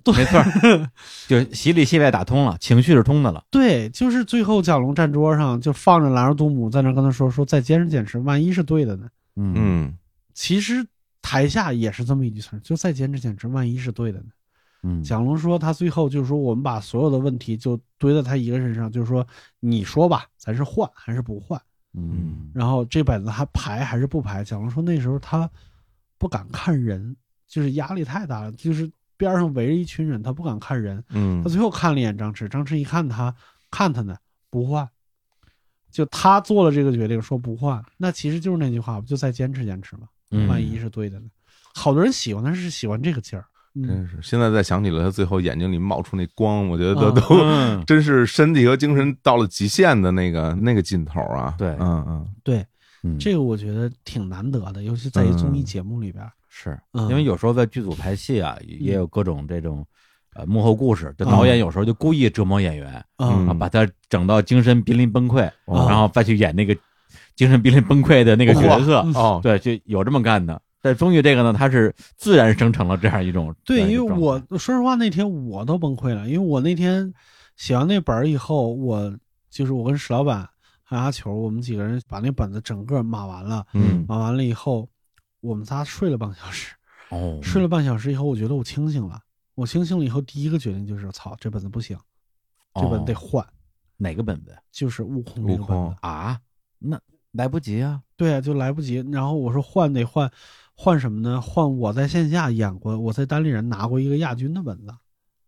对 <laughs> 对没错儿，就洗里戏外打通了，情绪是通的了。对，就是最后蒋龙站桌上就放着兰尔杜姆在那儿跟他说说再坚持坚持，万一是对的呢？嗯嗯其实台下也是这么一句词儿，就再坚持坚持，万一是对的呢？嗯，蒋龙说，他最后就是说，我们把所有的问题就堆在他一个人身上，就是说，你说吧，咱是换还是不换？嗯，然后这本子还排还是不排？蒋龙说那时候他不敢看人，就是压力太大了，就是边上围着一群人，他不敢看人。嗯他最后看了一眼张弛，张弛一看他，看他呢，不换。就他做了这个决定，说不换，那其实就是那句话，不就再坚持坚持吗？嗯万一是对的呢？好多人喜欢他是喜欢这个劲儿，嗯，真是，现在再想起来，他最后眼睛里冒出那光，我觉得都啊都嗯真是身体和精神到了极限的那个那个尽头啊！对嗯嗯，对，嗯这个我觉得挺难得的，尤其在一综艺节目里边，是嗯因为有时候在剧组排戏啊，也有各种这种呃幕后故事，就导演有时候就故意折磨演员嗯啊，把他整到精神濒临崩溃，哦然后再去演那个精神濒临崩溃的那个角色，嗯哦，对，就有这么干的。但综艺这个呢，它是自然生成了这样一种对，因为这样一个我状态说实话，那天我都崩溃了，因为我那天写完那本儿以后，我就是我跟史老板还有阿球，我们几个人把那本子整个码完了，嗯码完了以后，我们仨睡了半个小 <laughs> 时，哦，睡了半小时以后，我觉得我清醒了，我清醒了以后，第一个决定就是，操，这本子不行，这本得哦换，哪个本子就是悟空悟那个本空子，啊？那来不及啊！对啊，就来不及。然后我说换得换，换什么呢？换我在线下演过，我在单立人拿过一个亚军的本子。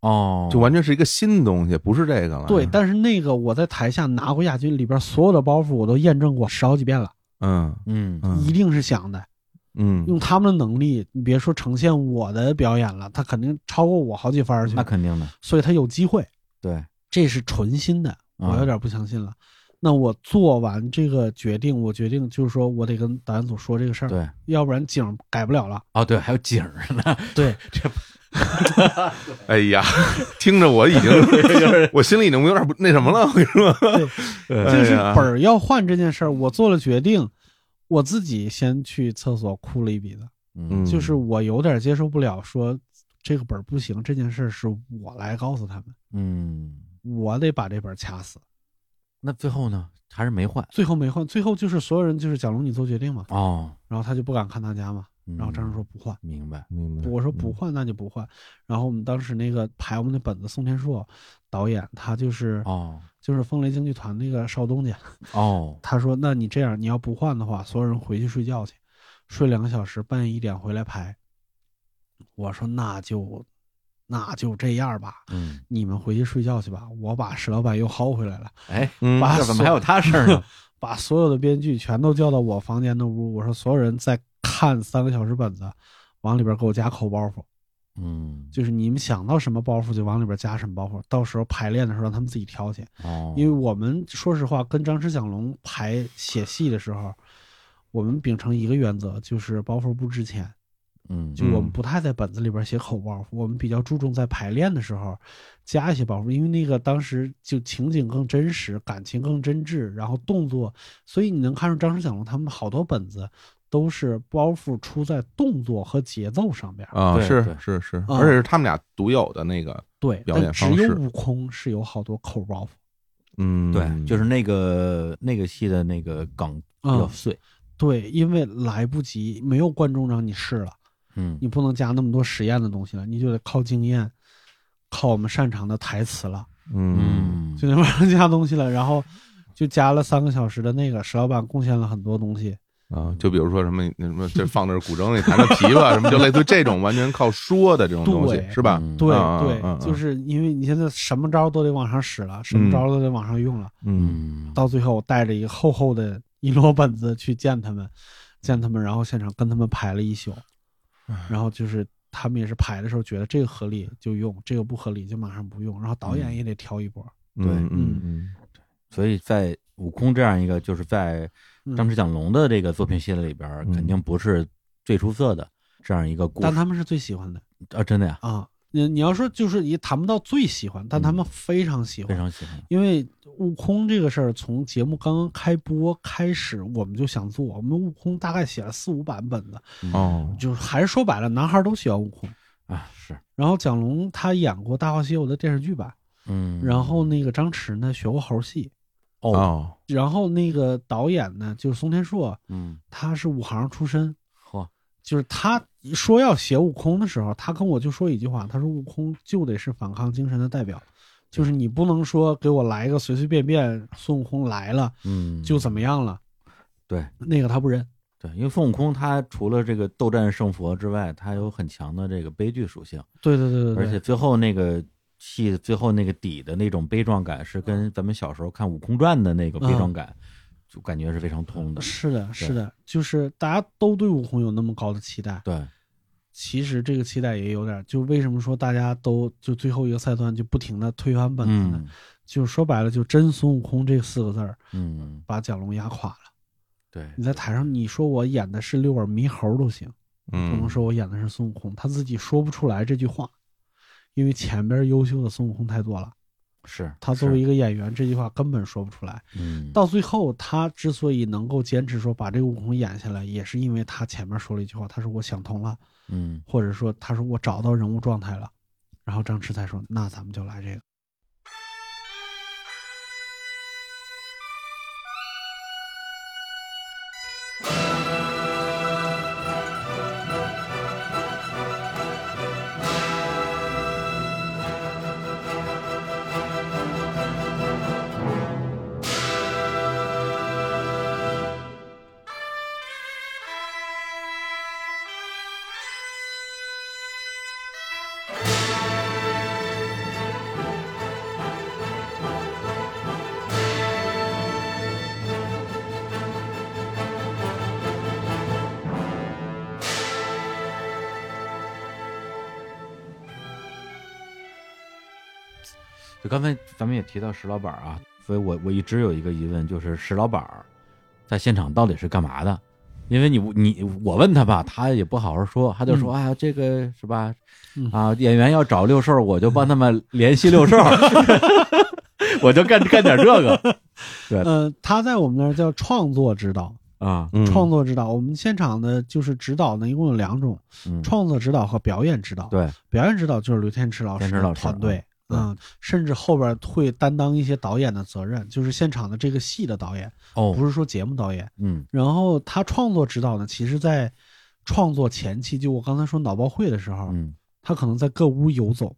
哦，就完全是一个新东西，不是这哎个了。对，但是那个我在台下拿过亚军，里边所有的包袱我都验证过十好几遍了，嗯嗯一嗯定是想的。嗯用他们的能力，你别说呈现我的表演了，他肯定超过我好几番儿去那，肯定的，所以他有机会。对，这是纯新的，我啊有点不相信了。那我做完这个决定，我决定就是说我得跟导演组说这个事儿，对，要不然景儿改不了了。哦，对，还有景儿呢， <laughs> 对，哎呀， <laughs> 听着我已经，我心里已经有点不那什么了，我跟你说，哎哎就是啊本儿要换这件事儿，我做了决定，我自己先去厕所哭了一鼻子。嗯就是我有点接受不了，说这个本儿不行这件事儿是我来告诉他们，嗯，我得把这本儿掐死。那最后呢，还是没换最后没换，最后就是所有人就是蒋龙你做决定嘛，哦。然后他就不敢看大家嘛，嗯然后张志说不换，明白，明白我说不换那就不换。然后我们当时那个排我们的本子，宋天硕导演他就是哦就是风雷京剧团那个少东家，哦，他说那你这样你要不换的话，所有人回去睡觉去，睡两个小时，半夜一点回来排。我说那就那就这样吧， <laughs> 嗯，你们回去睡觉去吧，我把石老板又薅回来了，哎，嗯把这怎么还有他事儿呢？把所有的编剧全都叫到我房间的屋，我说所有人再看三个小时本子，往里边给我加扣包袱，嗯，就是你们想到什么包袱就往里边加什么包袱，到时候排练的时候让他们自己挑去，哦，因为我们说实话跟张弛、蒋龙排写戏的时候，我们秉承一个原则，就是包袱不值钱。嗯，就我们不太在本子里边写口包袱，我们比较注重在排练的时候加一些包袱，因为那个当时就情景更真实，感情更真挚，然后动作，所以你能看出张弛、蒋龙他们好多本子都是包袱出在动作和节奏上边。啊，对是对是是，嗯而且是他们俩独有的那个，对，表演但只方式有悟空是有好多口包袱。嗯，对，就是那个那个戏的那个梗比较嗯碎，对，因为来不及，没有观众让你试了，嗯你不能加那么多实验的东西了，你就得靠经验，靠我们擅长的台词了。嗯嗯，就那玩意儿加东西了，然后就加了三个小时的那个，石老板贡献了很多东西。啊，就比如说什么那什么，这放那儿古筝，你弹个琵琶，什么就类似于这种完全靠说的这种东西，对是吧？嗯对啊对，啊啊就是因为你现在什么招都得往上使了，什么招都得往上用了，嗯嗯，到最后我带着一个厚厚的一摞本子去见他们，嗯见他们，然后现场跟他们排了一宿，嗯然后就是。他们也是排的时候觉得这个合理就用，这个不合理就马上不用，然后导嗯演也得挑一波。对对嗯嗯所以在悟空这样一个就是在嗯张弛蒋龙的这个作品系列里边儿，嗯肯定不是最出色的这样一个故但事他们是最喜欢的啊，真的呀，啊，你你要说就是也谈不到最喜欢，但他们非常喜欢嗯非，常喜欢，因为悟空这个事儿，从节目刚刚开播开始，我们就想做。我们悟空大概写了四五版本子，嗯哦，就是还是说白了，男孩都喜欢悟空。啊，是，然后蒋龙他演过《大话西游》的电视剧版，嗯，然后那个张弛呢学过猴戏，哦，嗯哦，然后那个导演呢就是宋天硕，嗯，他是武行出身，嚯，就是他说要写悟空的时候，他跟我就说一句话，他说悟空就得是反抗精神的代表，就是你不能说给我来一个随随便便孙悟空来了。嗯，就怎么样了。对那个他不认。对，因为孙悟空他除了这个斗战胜佛之外，他有很强的这个悲剧属性，对对对对对，而且最后那个戏最后那个底的那种悲壮感，是跟咱们小时候看《悟空传》的那个悲壮感，就感觉是非常通的。嗯是的，是的，就是大家都对悟空有那么高的期待，对，其实这个期待也有点，就为什么说大家都就最后一个赛段就不停的推翻本子呢？嗯就说白了，就真孙悟空这四个字儿嗯，把蒋龙压垮了。对，你在台上，你说我演的是六耳猕猴都行，不能嗯，说我演的是孙悟空，他自己说不出来这句话，因为前边优秀的孙悟空太多了，是他作为一个个演员，这句话根本说不出来。嗯到最后，他之所以能够坚持说把这个悟空演下来，也是因为他前面说了一句话，他说我想通了，嗯或者说他说我找到人物状态了，然后张弛才说那咱们就来这个。就刚才咱们也提到石老板啊，所以我我一直有一个疑问，就是石老板儿在现场到底是干嘛的？因为你你我问他吧，他也不好好说，他就说、啊这个是吧嗯？啊，演员要找六兽，我就帮他们联系六兽， <laughs> 我就干干点这个呃，他在我们那儿叫创作指导，啊，嗯创作指导。我们现场的就是指导呢，一共有两种，嗯，创作指导和表演指导。对，表演指导就是刘天池老师天池老的师团队，嗯嗯，甚至后边会担当一些导演的责任，就是现场的这个戏的导演，哦，不是说节目导演。嗯然后他创作指导呢，其实在创作前期，就我刚才说脑报会的时候，嗯他可能在各屋游走，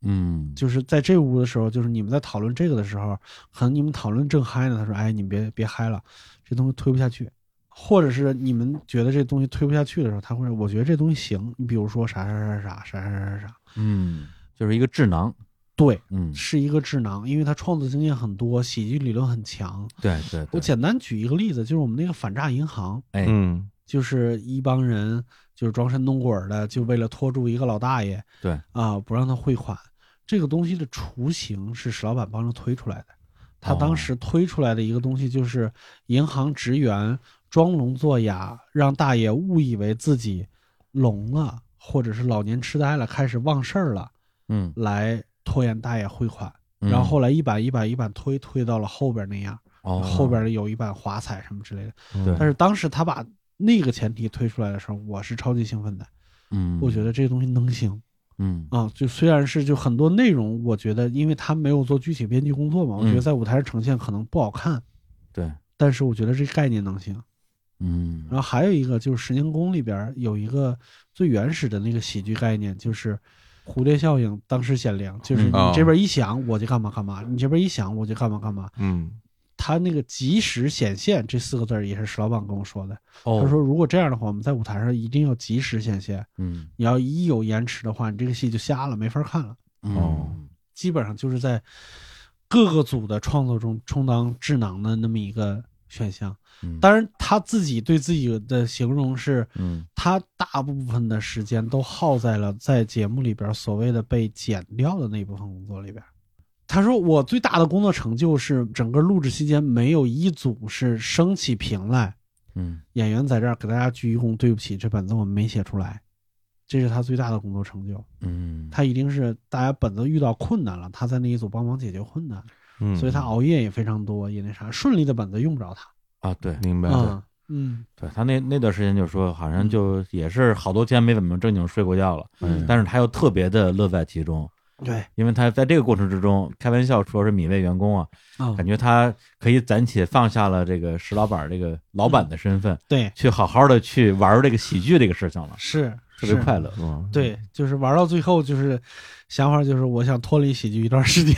嗯，就是在这屋的时候，就是你们在讨论这个的时候，可能你们讨论正嗨呢，他说：“哎，你们别别嗨了，这东西推不下去。”或者是你们觉得这东西推不下去的时候，他会说：“我觉得这东西行。”你比如说啥啥啥啥啥啥啥啥啥，嗯，就是一个智囊，对，嗯，是一个智囊，因为他创作经验很多，喜剧理论很强。对对我对，简单举一个例子，就是我们那个反诈银行，哎，嗯就是一帮人就是装神弄鬼的，就为了拖住一个老大爷，对啊，不让他汇款。这个东西的雏形是石老板帮着推出来的。他哦当时推出来的一个东西就是银行职员装聋作哑，让大爷误以为自己聋了，或者是老年痴呆了，开始忘事儿了，嗯，来拖延大爷汇款。嗯然后后来一版一版一版推推到了后边那样，哦后边有一版华彩什么之类的。对但是当时他把那个前提推出来的时候，我是超级兴奋的，嗯，我觉得这个东西能行嗯啊！就虽然是就很多内容，我觉得因为他没有做具体编剧工作嘛，我觉嗯得在舞台上呈现可能不好看，对但是我觉得这概念能行。嗯然后还有一个就是《十年宫》里边有一个最原始的那个喜剧概念，就是蝴蝶效应当时显灵，就是嗯你哦这边一想我就干嘛干嘛，你这边一想我就干嘛干嘛。嗯他那个及时显现这四个字儿也是石老板跟我说的，哦他说如果这样的话，我们在舞台上一定要及时显现，嗯你要一有延迟的话，你这个戏就瞎了，没法看了。哦基本上就是在各个组的创作中充当智囊的那么一个选项。嗯当然，他自己对自己的形容是，嗯他大部分的时间都耗在了在节目里边所谓的被剪掉的那部分工作里边。他说：“我最大的工作成就是整个录制期间没有一组是升起屏来，嗯演员在这儿给大家鞠一躬，对不起，这本子我们没写出来。”这是他最大的工作成就。嗯，他一定是大家本子遇到困难了，他在那一组帮忙解决困难，嗯，所以他熬夜也非常多，也那啥，顺利的本子用不着他。啊，对明白了，嗯嗯，对，他那那段时间就说，好像就也是好多天没怎么正经睡过觉了，嗯但是他又特别的乐在其中，对嗯因为他在这个过程之中开玩笑说是米未员工啊，啊感觉他可以暂且放下了这个石老板这个老板的身份，对去好好的去玩这个喜剧这个事情了。是特别是快乐。嗯，对，就是玩到最后，就是想法就是我想脱离喜剧一段时 <laughs> 间，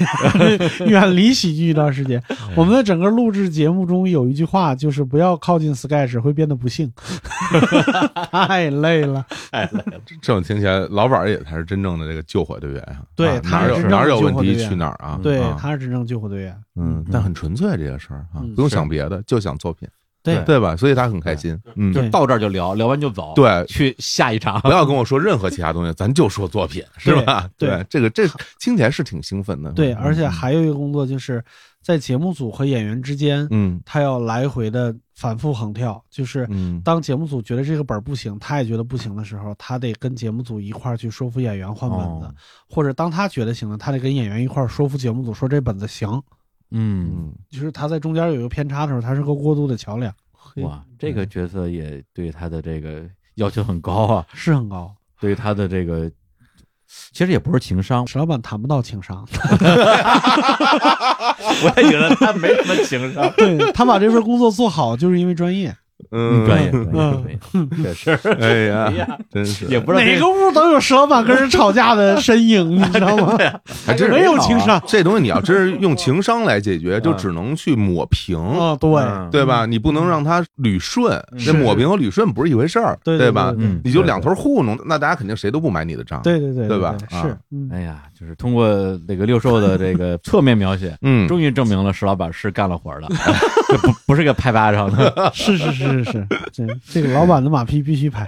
远离喜剧一段时间。嗯 <laughs> 我们的整个录制节目中有一句话，就是不要靠近 Sketch 会变得不 <laughs> 幸，太累了。这种听起来，老板儿也才是真正的这个救火队员啊。对啊他哪是有真正哪的有救问火题队员去哪儿啊？对，啊他是真正救火队员。嗯，但很纯粹这个事儿啊嗯，不用想别的，就想作品，对对吧？所以他很开心。嗯，对到这儿就聊，聊完就走，，对，去下一 <laughs> 场。不要跟我说任何其他东西，咱就说作品，是吧？对对，这个这听起来是挺兴奋的。对，嗯而且还有一个工作就是在节目组和演员之间，嗯他要来回的反复横跳，就是嗯，当节目组觉得这个本儿不行，他也觉得不行的时候，他得跟节目组一块儿去说服演员换本子，哦或者当他觉得行了，他得跟演员一块儿说服节目组说这本子行。嗯，嗯，就是他在中间有一个偏差的时候，他是个过渡的桥梁，哇，这个角色也对他的这个要求很高啊，是很高。对他的这个其实也不是情商，史老板谈不到情商， <laughs> 我也觉得他没什么情商。对他把这份工作做好，就是因为专业。<laughs> 嗯，专业，嗯专业，确实， <laughs> 哎哎呀，呀，真是也不知道哪个屋都有史老板跟人吵架的身影，你知道吗？还真是没有情商这东西你要真是用情商来解决，就嗯只能去抹平。啊，对，嗯对吧？你不能让它捋顺，是这抹平和捋顺不是一回事儿，嗯对对吧？对嗯，你就两头糊弄，那大家肯定谁都不买你的账。，对对对对吧啊是，嗯， <laughs> 哎呀，就是通过那个六兽的这个侧面描写，嗯，终于证明了石老板是干了活儿的， <laughs> 这不不是个拍巴掌的。 <laughs> 是是是是是，这这个老板的马屁必须拍。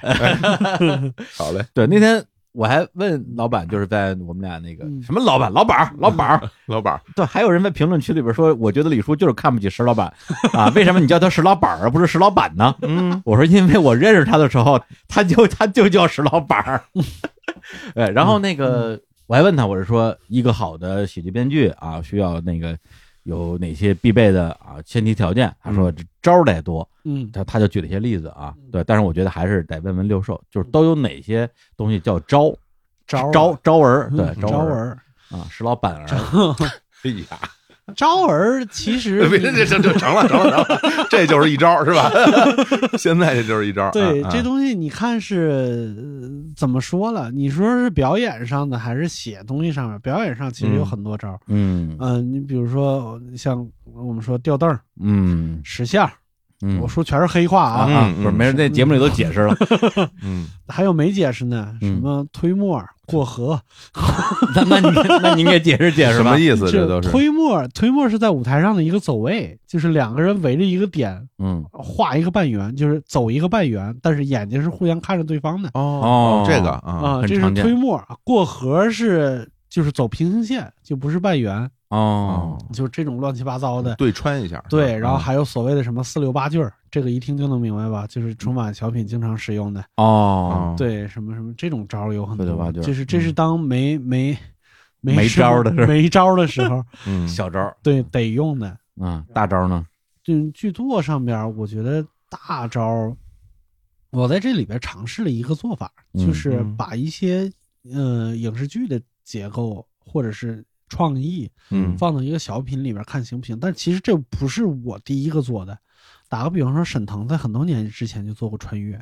好嘞，对，那天我还问老板，就是在我们俩那个嗯什么老板，老板儿，老板儿，老 <laughs> 板儿，对，还有人在评论区里边说，我觉得李叔就是看不起石老板啊，为什么你叫他石老板儿而不是石老板呢？嗯，我说因为我认识他的时候，他就他就叫石老板儿。 <laughs> 哎，然后那个我还问他，我是说一个好的喜剧编剧啊，需要那个有哪些必备的啊前提条件？他说这招儿得多，嗯，他他就举了一些例子啊，对，但是我觉得还是得问问六兽，就是都有哪些东西叫招招招招儿，对嗯招招儿儿，啊，石老板儿，哎呀，招儿其实 <laughs> 别这这这这成了成了成了，这就是一招是吧？ <laughs> 现在这就是一招，对啊这啊东西你看是呃怎么说了？你说是表演上的还是写东西上面？表演上其实有嗯很多招儿，嗯嗯，你比如说像我们说吊凳儿、嗯石像儿，嗯，我说全是黑话啊啊，啊，嗯不是嗯没人那节目里都解释了，嗯，还有没解释呢？什嗯么推沫儿、过河，那那你那你应该解释解释什吧么，意思？这这都是推沫儿，推沫儿是在舞台上的一个走位，就是两个人围着一个点嗯画一个半圆，就是走一个半圆，但是眼睛是互相看着对方的哦这个啊，啊，很这是常见推沫儿。过河是就是走平行线，就不是半圆，哦。就是这种乱七八糟的。对穿一下，对，然后嗯啊还有所谓的什么四六八句儿，这个一听就能明白吧？嗯就是春晚小品经常使用的。哦，对，什么什么这种招儿有很多，四六八句儿嗯就是这是当没没没没招儿的时候没招儿的时候，嗯，小招儿对得用的。啊，大招呢？这剧作上边儿，我觉得大招儿，我在这里边儿尝试了一个做法，嗯就是嗯把一些呃影视剧的结构或者是创意嗯放到一个小品里边儿看行不行？但其实这不是我第一个做的。打个比方说，沈腾在很多年之前就做过穿越，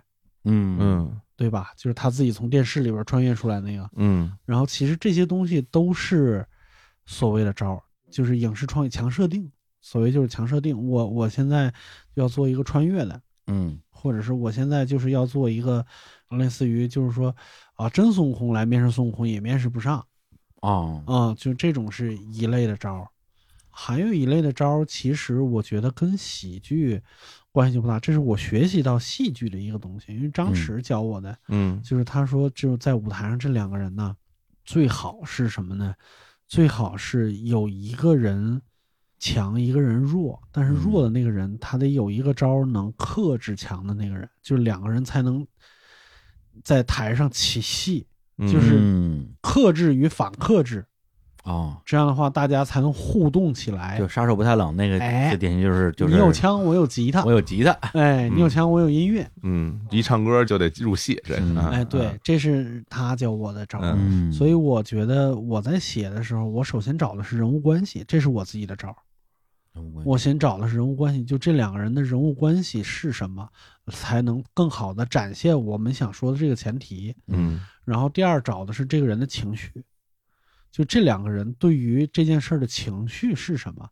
嗯嗯对吧？就是他自己从电视里边儿穿越出来那个。嗯然后其实这些东西都是所谓的招儿，就是影视创意强设定，所谓就是强设定。我我现在要做一个穿越的，嗯或者是我现在就是要做一个类似于就是说啊，真孙悟空来面试孙悟空也面试不上哦啊、就这种是一类的招儿。还有一类的招儿，其实我觉得跟喜剧关系就不大，这是我学习到戏剧的一个东西，因为张嗯弛教我的。嗯就是他说，只有在舞台上这两个人呢，最好是什么呢？最好是有一个人强，一个人弱，但是嗯弱的那个人他得有一个招儿能克制强的那个人，就是两个人才能在台上起戏，嗯就是嗯克制与反克制。哦，这样的话，大家才能互动起来哎就。杀手不太冷那个，哎这典型就是就是你有枪，啊我有吉他我，有吉他，哎，你有嗯枪，我有音乐，嗯，一唱歌就得入戏，这嗯啊哎，啊对，这是他教我的招儿。嗯嗯，所以我觉得我在写的时候，我首先找的是人物关系，这是我自己的招儿。人物关系我先找的是人物关系，就这两个人的人物关系是什么，才能更好的展现我们想说的这个前提。嗯然后第二找的是这个人的情绪，就这两个人对于这件事儿的情绪是什么。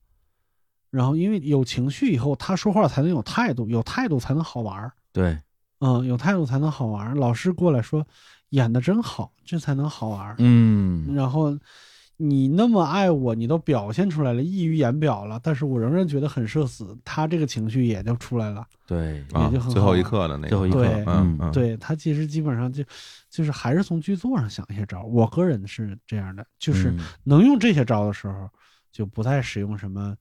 然后因为有情绪以后，他说话才能有态度，有态度才能好玩儿，对，嗯，有态度才能好玩儿。老师过来说，演的真好，这才能好玩儿。嗯，然后你那么爱我，你都表现出来了，溢于言表了，但是我仍然觉得很社死，他这个情绪也就出来了。对，啊也就很，最后好一刻的那个，最后一刻对，嗯嗯嗯，对他其实基本上就就是还是从剧作上想一些招儿。我个人是这样的，就是嗯能用这些招的时候。就不太使用 <laughs> 什么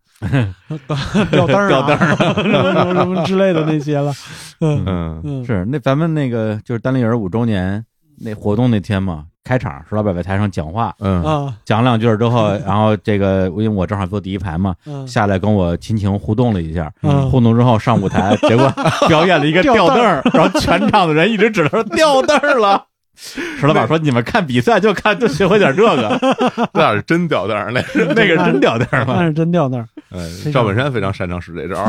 吊灯儿、吊啊灯、什么什么之类的那些 <laughs> 了，嗯嗯嗯，是那咱们那个就是单立人五周年那活动那天嘛，开场石老板在台上讲话，嗯啊，讲两句儿之后，然后这个因为我正好坐第一排嘛，嗯下来跟我亲情互动了一下，嗯互动之后上舞 <laughs> 台，结果表演了一个吊吊凳凳儿，然后全场的人一直指着 <laughs> 说吊凳儿了。石老板说：“你们看比赛就看，就学会点这个， <laughs> 那是真吊带儿，那是， <laughs> 那个真吊凳儿啊那 <laughs> 了。是真吊灯儿，哎常赵本山非常擅长使这 <laughs> 招儿，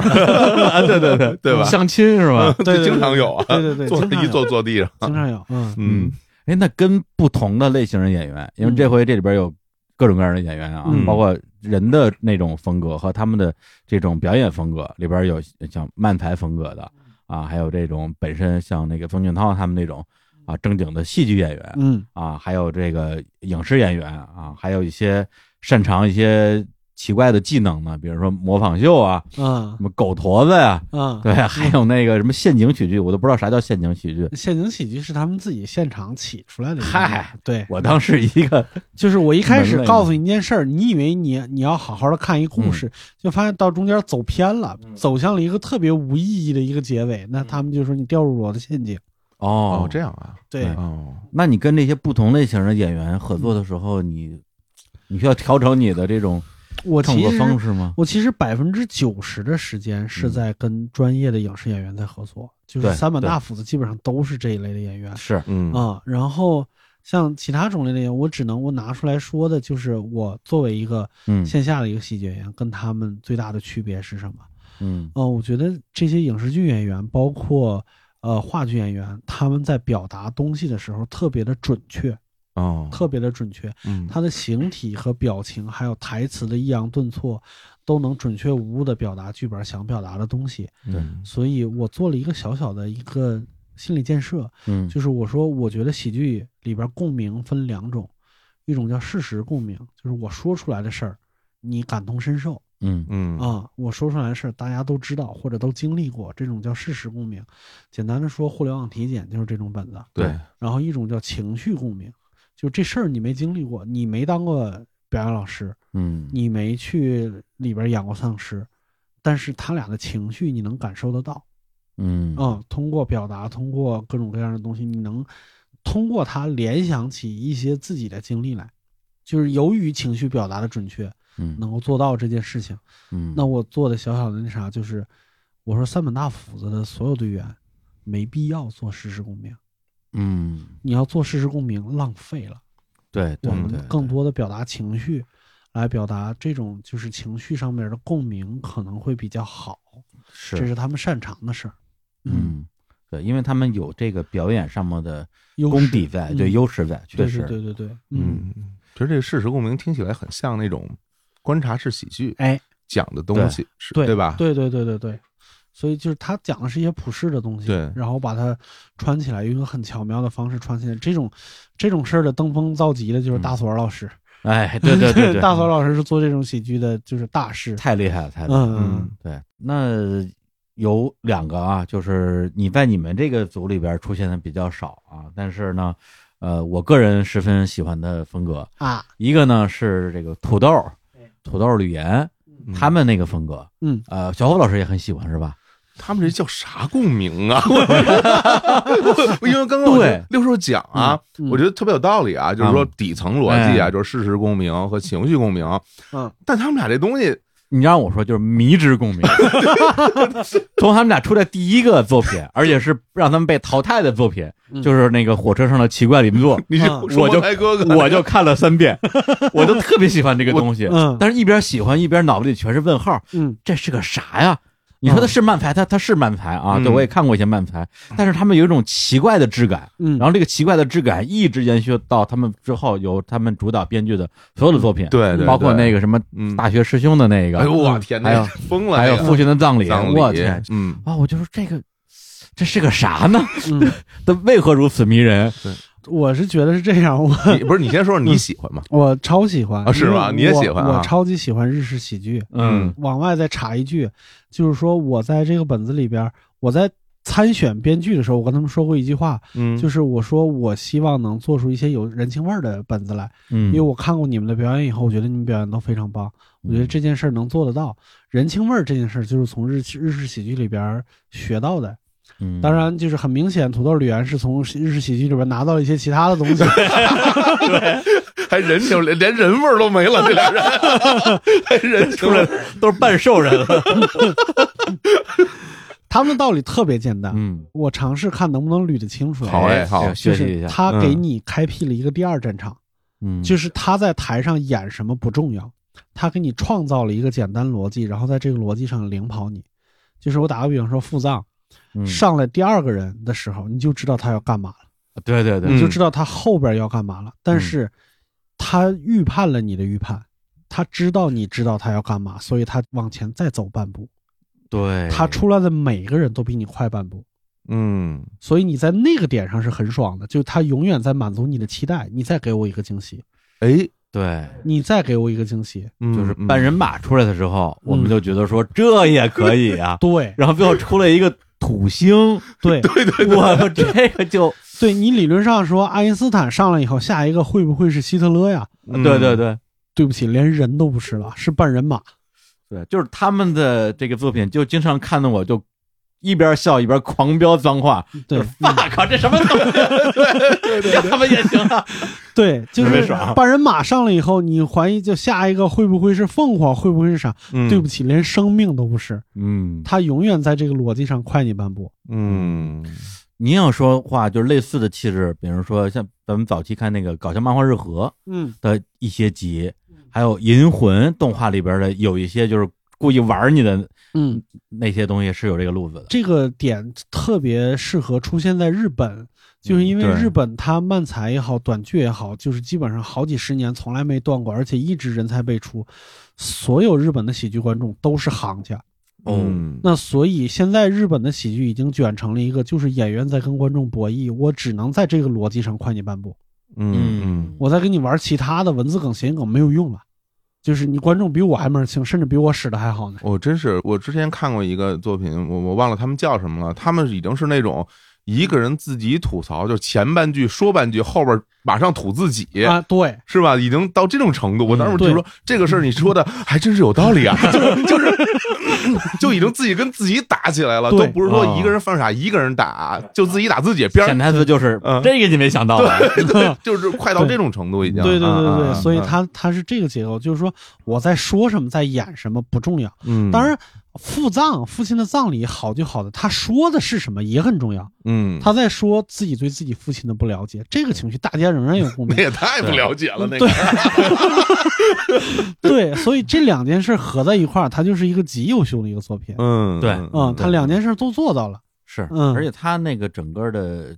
啊对对对对吧相亲是吧？嗯对对经常有啊，对对对坐经常有一坐坐地上，经常有，嗯嗯，哎，那跟不同的类型的演员，因为嗯这回这里边有各种各样的演员啊，嗯包括人的那种风格和他们的这种表演风格，里边有像慢才风格的嗯啊，还有这种本身像那个冯俊涛他们那种啊正经的戏剧演员嗯啊，还有这个影视演员啊，还有一些擅长一些奇怪的技能呢，比如说模仿秀啊，嗯什么狗驼子呀、嗯，对，还有那个什么陷阱喜剧，我都不知道啥叫陷阱喜剧。陷阱喜剧是他们自己现场起出来的。嗨，对，我当时一个就是我一开始门类嗯告诉你一件事儿，你以为你你要好好的看一故事，就发现到中间走偏了，走向了一个特别无意义的一个结尾。嗯那他们就说你掉入了我的陷阱。哦哦，这样啊，对，对哦，那你跟这些不同类型的演员合作的时候，你你需要调整你的这种我创其作实方式吗？我其实百分之九十的时间是嗯在跟专业的影视演员在合作，就是对三板对大斧子基本上都是这一类的演员。是，嗯啊、然后像其他种类的演员，我只能我拿出来说的就是我作为一个嗯线下的一个喜剧演员，跟他们最大的区别是什么？嗯哦、我觉得这些影视剧演员，包括呃话剧演员，他们在表达东西的时候特别的准确，哦，特别的准确，嗯他的形体和表情，还有台词的抑扬顿挫，都能准确无误的表达剧本想表达的东西。嗯所以我做了一个小小的一个心理建设，嗯，就是我说，我觉得喜剧里边共鸣分两种，一种叫事实共鸣，就是我说出来的事儿，你感同身受嗯嗯啊，我说出来的事儿大家都知道或者都经历过，这种叫事实共鸣。简单的说，互联网体检就是这种本子。对，然后一种叫情绪共鸣，就这事儿你没经历过，你没当过表演老师，嗯你没去里边演过丧尸，但是他俩的情绪你能感受得到。嗯嗯，通过表达，通过各种各样的东西，你能通过它联想起一些自己的经历来。就是由于情绪表达的准确，嗯能够做到这件事情。嗯，那我做的小小的那啥，就是我说三本大斧子的所有队员没必要做事实共鸣，嗯你要做事实共鸣浪费了。对对我嗯对们，更多的表达情绪，来表达这种就是情绪上面的共鸣可能会比较好，这是是他们擅长的事儿。，嗯。对，因为他们有这个表演上面的优功势底在，嗯对优势在，确对实对，对对对，嗯嗯，其实这个事实共鸣听起来很像那种观察式喜剧哎，讲的东西，是对对吧？对对对对对，所以就是他讲的是一些普世的东西，对然后把它穿起来，用一个很巧妙的方式穿起来。这种这种事儿的登峰造极的嗯就是大锁老师，哎，对对 <laughs> 对对，大锁老师是做这种喜剧的，就是大师。太厉害了，太厉害了。嗯对，那有两个啊，就是你在你们这个组里边出现的比较少啊，但是呢，呃，我个人十分喜欢的风格，啊，一个呢是这个土豆，土豆吕岩嗯他们那个风格，嗯，呃，小虎老师也很喜欢是吧？他们这叫啥共鸣 <laughs> 啊？ <laughs> 我我因为刚刚我对听六叔讲啊，嗯我觉得特别有道理啊，就是说嗯底层逻辑啊，哎就是事实共鸣和情绪共鸣。嗯，但他们俩这东西你让我说就是迷之 <laughs> 共鸣。从他们俩出来第一个作品，而且是让他们被淘汰的作品，嗯就是那个火车上的奇怪邻座，你啊就说我就茅台哥哥，我就看了三遍，我就特别喜欢这个东西。嗯但是，一边喜欢一边脑子里全是问号，嗯这是个啥呀？你说它是漫才，它它是漫才啊，嗯对我也看过一些漫才，但是他们有一种奇怪的质感，嗯，然后这个奇怪的质感一直延续到他们之后由他们主导编剧的所有的作品， <laughs> 对对，包括那个，个什么嗯，大学师兄的那个，哎呦我天还有哪，疯了，还有这个父亲的葬礼，葬我礼天，嗯，啊！我就说这个这是个啥呢？ <laughs> 嗯它为何如此迷人？我是觉得是这样，我你不是你先说说嗯你喜欢吗？我超喜欢啊是吗因为你也我喜欢啊我超级喜欢日式喜剧。嗯往外再插一句，就是说我在这个本子里边，我在参选编剧的时候，我跟他们说过一句话，嗯，就是我说我希望能做出一些有人情味儿的本子来，嗯，因为我看过你们的表演以后，我觉得你们表演都非常棒，我嗯觉得这件事儿能做得到。人情味儿这件事儿就是从日日式喜剧里边学到的，嗯当然就是很明显，土豆李元是从日式喜剧里边拿到了一些其他的东西，还人就连连人味儿都没了，这 <laughs> 俩人还人出来都是半兽人了。他们的道理特别简单。嗯，我尝试看能不能捋得清楚。好哎好这个就学习一是下。他给嗯你开辟了一个第二战场，嗯，就是他在台上演什么不重要，他给你创造了一个简单逻辑，然后在这个逻辑上领跑你。就是我打个比方说，腹藏嗯上来第二个人的时候，你就知道他要干嘛了，对对对，嗯你就知道他后边要干嘛了。但是，他预判了你的预判，他知道你知道他要干嘛，所以他往前再走半步。对，他出来的每个人都比你快半步，嗯所以你在那个点上是很爽的，就他永远在满足你的期待，你再给我一个惊喜，哎，对，你再给我一个惊喜，嗯就是半人马出来的时候，我们嗯就觉得说这也可以 <laughs> 啊， <laughs> 对然后最后出来一个土星，对对对对，我们这个就对，你理论上说爱因斯坦上来以后，下一个会不会是希特勒呀？嗯对对对对不起，连人都不是了，是半人马。对，就是他们的这个作品，就经常看得我就一边笑一边狂飙脏话，对嗯就是 fuck 这什么 <laughs> 东西，让他们也行啊， <laughs> 对，就特是别爽半人马上来以后，你怀疑就下一个会不会是凤凰，会不会是啥？嗯对不起，连生命都不是，嗯，他永远在这个逻辑上快你半步。嗯你要说话就是类似的气质，比如说像咱们早期看那个搞笑漫画日和嗯，的一些集，还有《银魂》动画里边的有一些就是故意玩你的嗯，那些东西是有这个路子的。这个点特别适合出现在日本，就是因为嗯对日本它漫才也好，短剧也好，就是基本上好几十年从来没断过，而且一直人才辈出。所有日本的喜剧观众都是行家，嗯那所以现在日本的喜剧已经卷成了一个，就是演员在跟观众博弈，我只能在这个逻辑上快你半步，嗯我再跟你玩其他的文字梗、谐音梗没有用了，就是你观众比我还门儿清，甚至比我使的还好呢。我真是，我之前看过一个作品，我我忘了他们叫什么了。他们已经是那种一个人自己吐槽，就前半句说半句，后边马上吐自己，啊，对，是吧？已经到这种程度。我当时嗯就对说、这个事儿，你说的 <laughs> 还真是有道理啊，就是就是就已经自己跟自己打起来了，对啊都不是说哦一个人犯傻，一个人打，就自己打自己边潜儿。台词就是、嗯这个你没想到啊吧？ <laughs> <laughs> 对，就是快到这种程度已经。对对啊对啊对，啊所以啊他他是这个结构，就是说我在说什么，在演什么不重要。嗯，当然，父葬父亲的葬礼好就好的，他说的是什么也很重要。嗯，他在说自己对自己父亲的不了解，这个情绪大家仍然有共那鸣。也太不了解了，那个对 <laughs> 对，所以这两件事合在一块儿，它就是一个极优秀的一个作品。嗯对嗯，他两件事都做到了。 <laughs> 是，嗯而且他那个整个的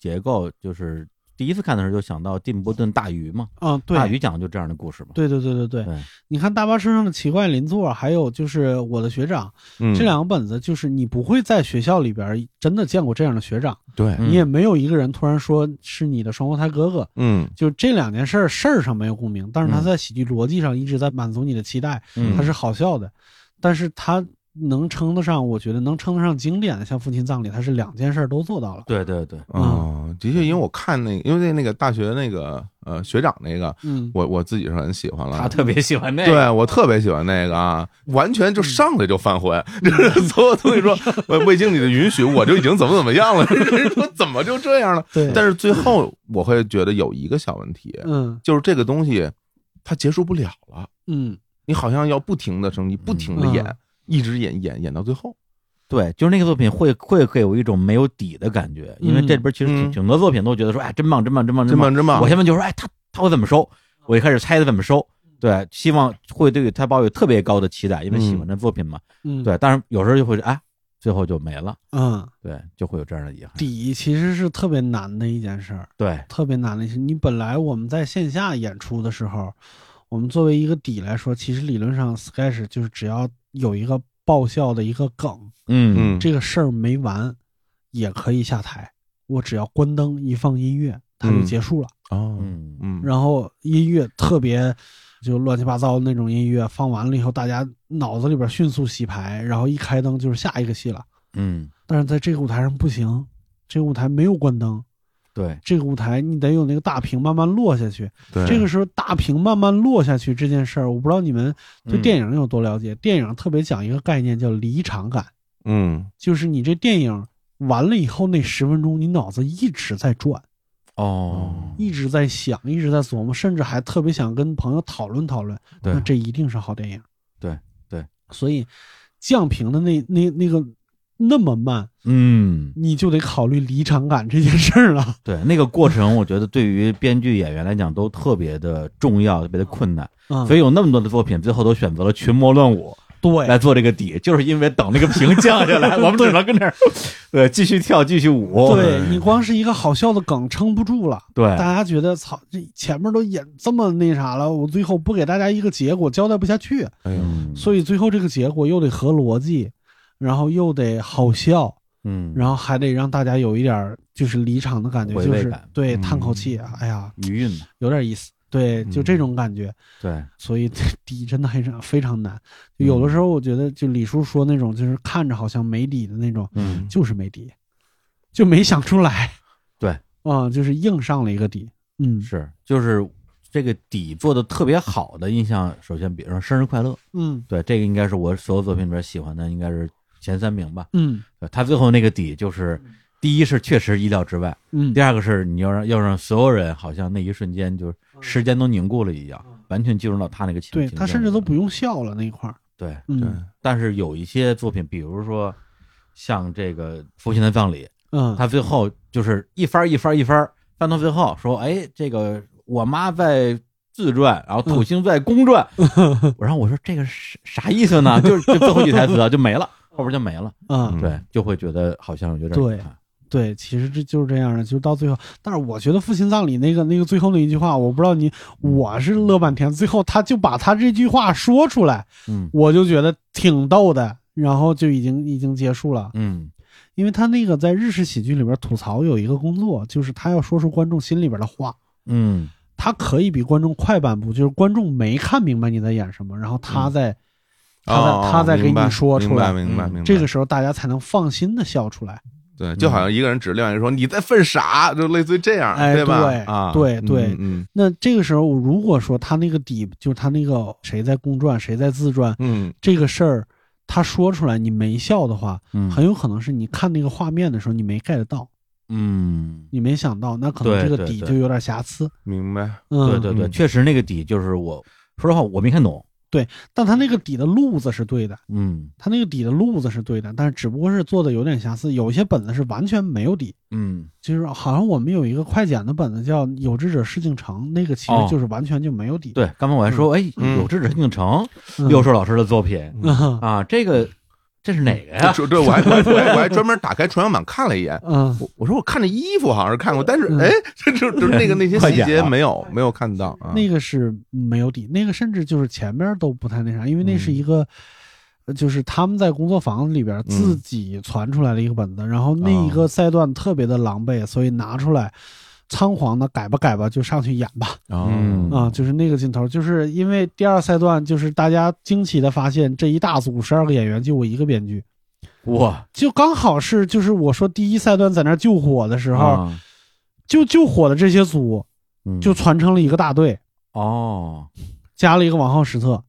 结构，就是第一次看的时候就想到蒂姆·波顿《大鱼》嘛，嗯，对，大鱼讲的就这样的故事嘛。对对对对对，嗯对你看《大巴车上的奇怪邻座》，还有就是我的学长，嗯这两个本子就是你不会在学校里边真的见过这样的学长，对，嗯你也没有一个人突然说是你的双胞胎哥哥。嗯就这两件事儿事儿上没有共鸣，但是他嗯在喜剧逻辑上一直在满足你的期待，嗯他是好笑的，但是他能称得上，我觉得能称得上经典的，像《父亲葬礼》，他是两件事儿都做到了。对对对，嗯哦，的确，因为我看那个，因为那那个大学那个呃学长那个，嗯，我我自己是很喜欢他了。特别喜欢那个。对我特别喜欢那个啊，完全就上来就犯浑， <laughs> 就是所有东西说呃未经你的允许，我就已经怎么怎么样了， <laughs> 人说怎么就这样了？对，但是最后我会觉得有一个小问题，嗯就是这个东西它结束不了了。嗯你好像要不停的升级，不停的演，嗯一直演演演到最后。对，就是那个作品会会给我一种没有底的感觉，因为这里边其实挺嗯挺多作品都觉得说，哎，真棒，真棒，真嗯棒，真棒。棒真棒！我现在就说，哎，他他会怎么收？我一开始猜他怎么收，对，希望会对他抱有特别高的期待，因为喜欢这作品嘛。嗯，对，但是有时候就会啊，最后就没了，嗯，对，就会有这样的遗憾。底其实是特别难的一件事儿，对，特别难的一件事。你本来我们在线下演出的时候，我们作为一个底来说，其实理论上 sketch 就是只要有一个爆笑的一个梗，嗯嗯，这个事儿没完，也可以下台。我只要关灯一放音乐，它就嗯结束了。哦，嗯嗯，然后音乐特别就乱七八糟的那种音乐，放完了以后，大家脑子里边迅速洗牌，然后一开灯就是下一个戏了。嗯，但是在这个舞台上不行，这个舞台没有关灯，对，这个舞台你得有那个大屏慢慢落下去。对，这个时候大屏慢慢落下去这件事儿，我不知道你们对嗯电影有多了解。电影特别讲一个概念叫离场感，嗯就是你这电影完了以后那十分钟，你脑子一直在转。哦，一直在想，一直在琢磨，甚至还特别想跟朋友讨论讨论。对那这一定是好电影。对对，所以降频的那那那个那么慢，嗯，你就得考虑离场感这件事儿了。对，那个过程，我觉得对于编剧、演员来讲都特别的重要，特别的困难。啊、 <laughs> 所以以有那么多的作品，最后都选择了群魔乱舞来对做这个底，就是因为等那个屏降下来，我们只能跟这儿，对，继续跳，继续舞。对，你光是一个好笑的梗撑不住了。对大家觉得操，这前面都演这么那啥了，我最后不给大家一个结果，交代不下去，哎呦，嗯所以最后这个结果又得合逻辑，然后又得好笑，嗯，然后还得让大家有一点儿就是离场的感觉，回味就是感对嗯叹口气，哎呀，余韵嘛，有点意思，对，嗯就这种感觉。对，所以底真的非常非常难，就有的时候我觉得，就李叔说那种，就是看着好像没底的那种，嗯，就是没底，就没想出来。对 <laughs> 啊、就是硬上了一个底。嗯是，就是这个底做的特别好的印象，首先比如说《生日快乐》，嗯对，这个应该是我所有作品里边喜欢的，应该是前三名吧。嗯对他最后那个底就是，第一是确实意料之外。嗯第，二个是你要让要让所有人好像那一瞬间就是时间都凝固了一样，完全进入到他那个情对情他甚至境都里不用笑了那一块儿。对。对，嗯但是有一些作品，比如说像这个《父亲的葬礼》，嗯，他最后就是一番儿一番儿一番儿翻到最后说：“哎，这个我妈在。”自传，然后土星在公 <laughs> 转，我然后我说这个是啥意思呢？就是就最后几台词啊，就没 <laughs> 了，后边就没了，啊、嗯对，就会觉得好像有点对遗憾对，其实这就是这样的，就是到最后，但是我觉得父亲葬礼那个那个最后那一句话，我不知道你，我是乐半天，最后他就把他这句话说出来，嗯我就觉得挺逗的，然后就已经已经结束了，嗯因为他那个在日式喜剧里边吐槽有一个工作，就是他要说出观众心里边的话，嗯，他可以比观众快半步，就是观众没看明白你在演什么，然后他在、他在、嗯哦他在给明白你说出明白来，明白嗯明白，这个时候大家才能放心的笑出来。对，就好像一个人指另外一个人说你在犯傻，就类似于这样，哎吧对？啊，对对嗯那这个时候，如果说他那个底，就是他那个谁在公转，谁在自转嗯这个事儿，他说出来你没笑的话，嗯很有可能是你看那个画面的时候你没 get 到，嗯，你没想到，那可能这对个对底对就有点瑕疵。嗯，明白。嗯，对对对，嗯确实那个底就是我说实话我没看懂，但他那个底的路子是对的，嗯他那个底的路子是对的，但是只不过是做的有点瑕疵，有些本子是完全没有底。嗯，就是好像我们有一个快剪的本子叫《有志者事竟成》，那个其哦实就是完全就没有底。对，刚才我还说，哎，嗯有志者竟成，嗯又是老师的作品嗯啊，这个这是哪个哎呀？这这我还我还我还我还专门打开纯阳版看了一眼，嗯我我说我看这衣服好像是看过，但是嗯哎， <laughs> 这就就是那个那些快细点节啊没有没有看到啊。那个是没有底，那个甚至就是前边都不太那啥，因为那是嗯一个，呃就是他们在工作坊里边自己传出来的一个本子，然后那一哦个赛段特别的狼狈，所以拿出来。仓皇的改吧改吧，就上去演吧嗯啊！就是那个镜头，就是因为第二赛段，就是大家惊奇的发现，这一大组十二个演员就我一个编剧，哇，就刚好是就是我说第一赛段在那儿救火的时候，啊就救火的这些组嗯就传成了一个大队，哦，加了一个往后史册，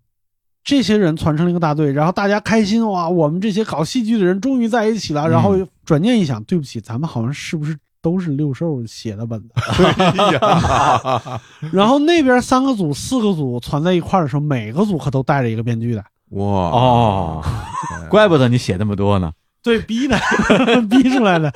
这些人传成了一个大队，然后大家开心嗯哇，我们这些搞戏剧的人终于在一起了。然后转念一想，对不起，咱们好像是不是都是六兽写的本子。 <laughs> <laughs> 哎呀，然后那边三个组、四个组攒在一块儿的时候，每个组可都带着一个编剧的，哇哦，<laughs> 哎怪不得你写那么多呢。对，逼的，逼出来的。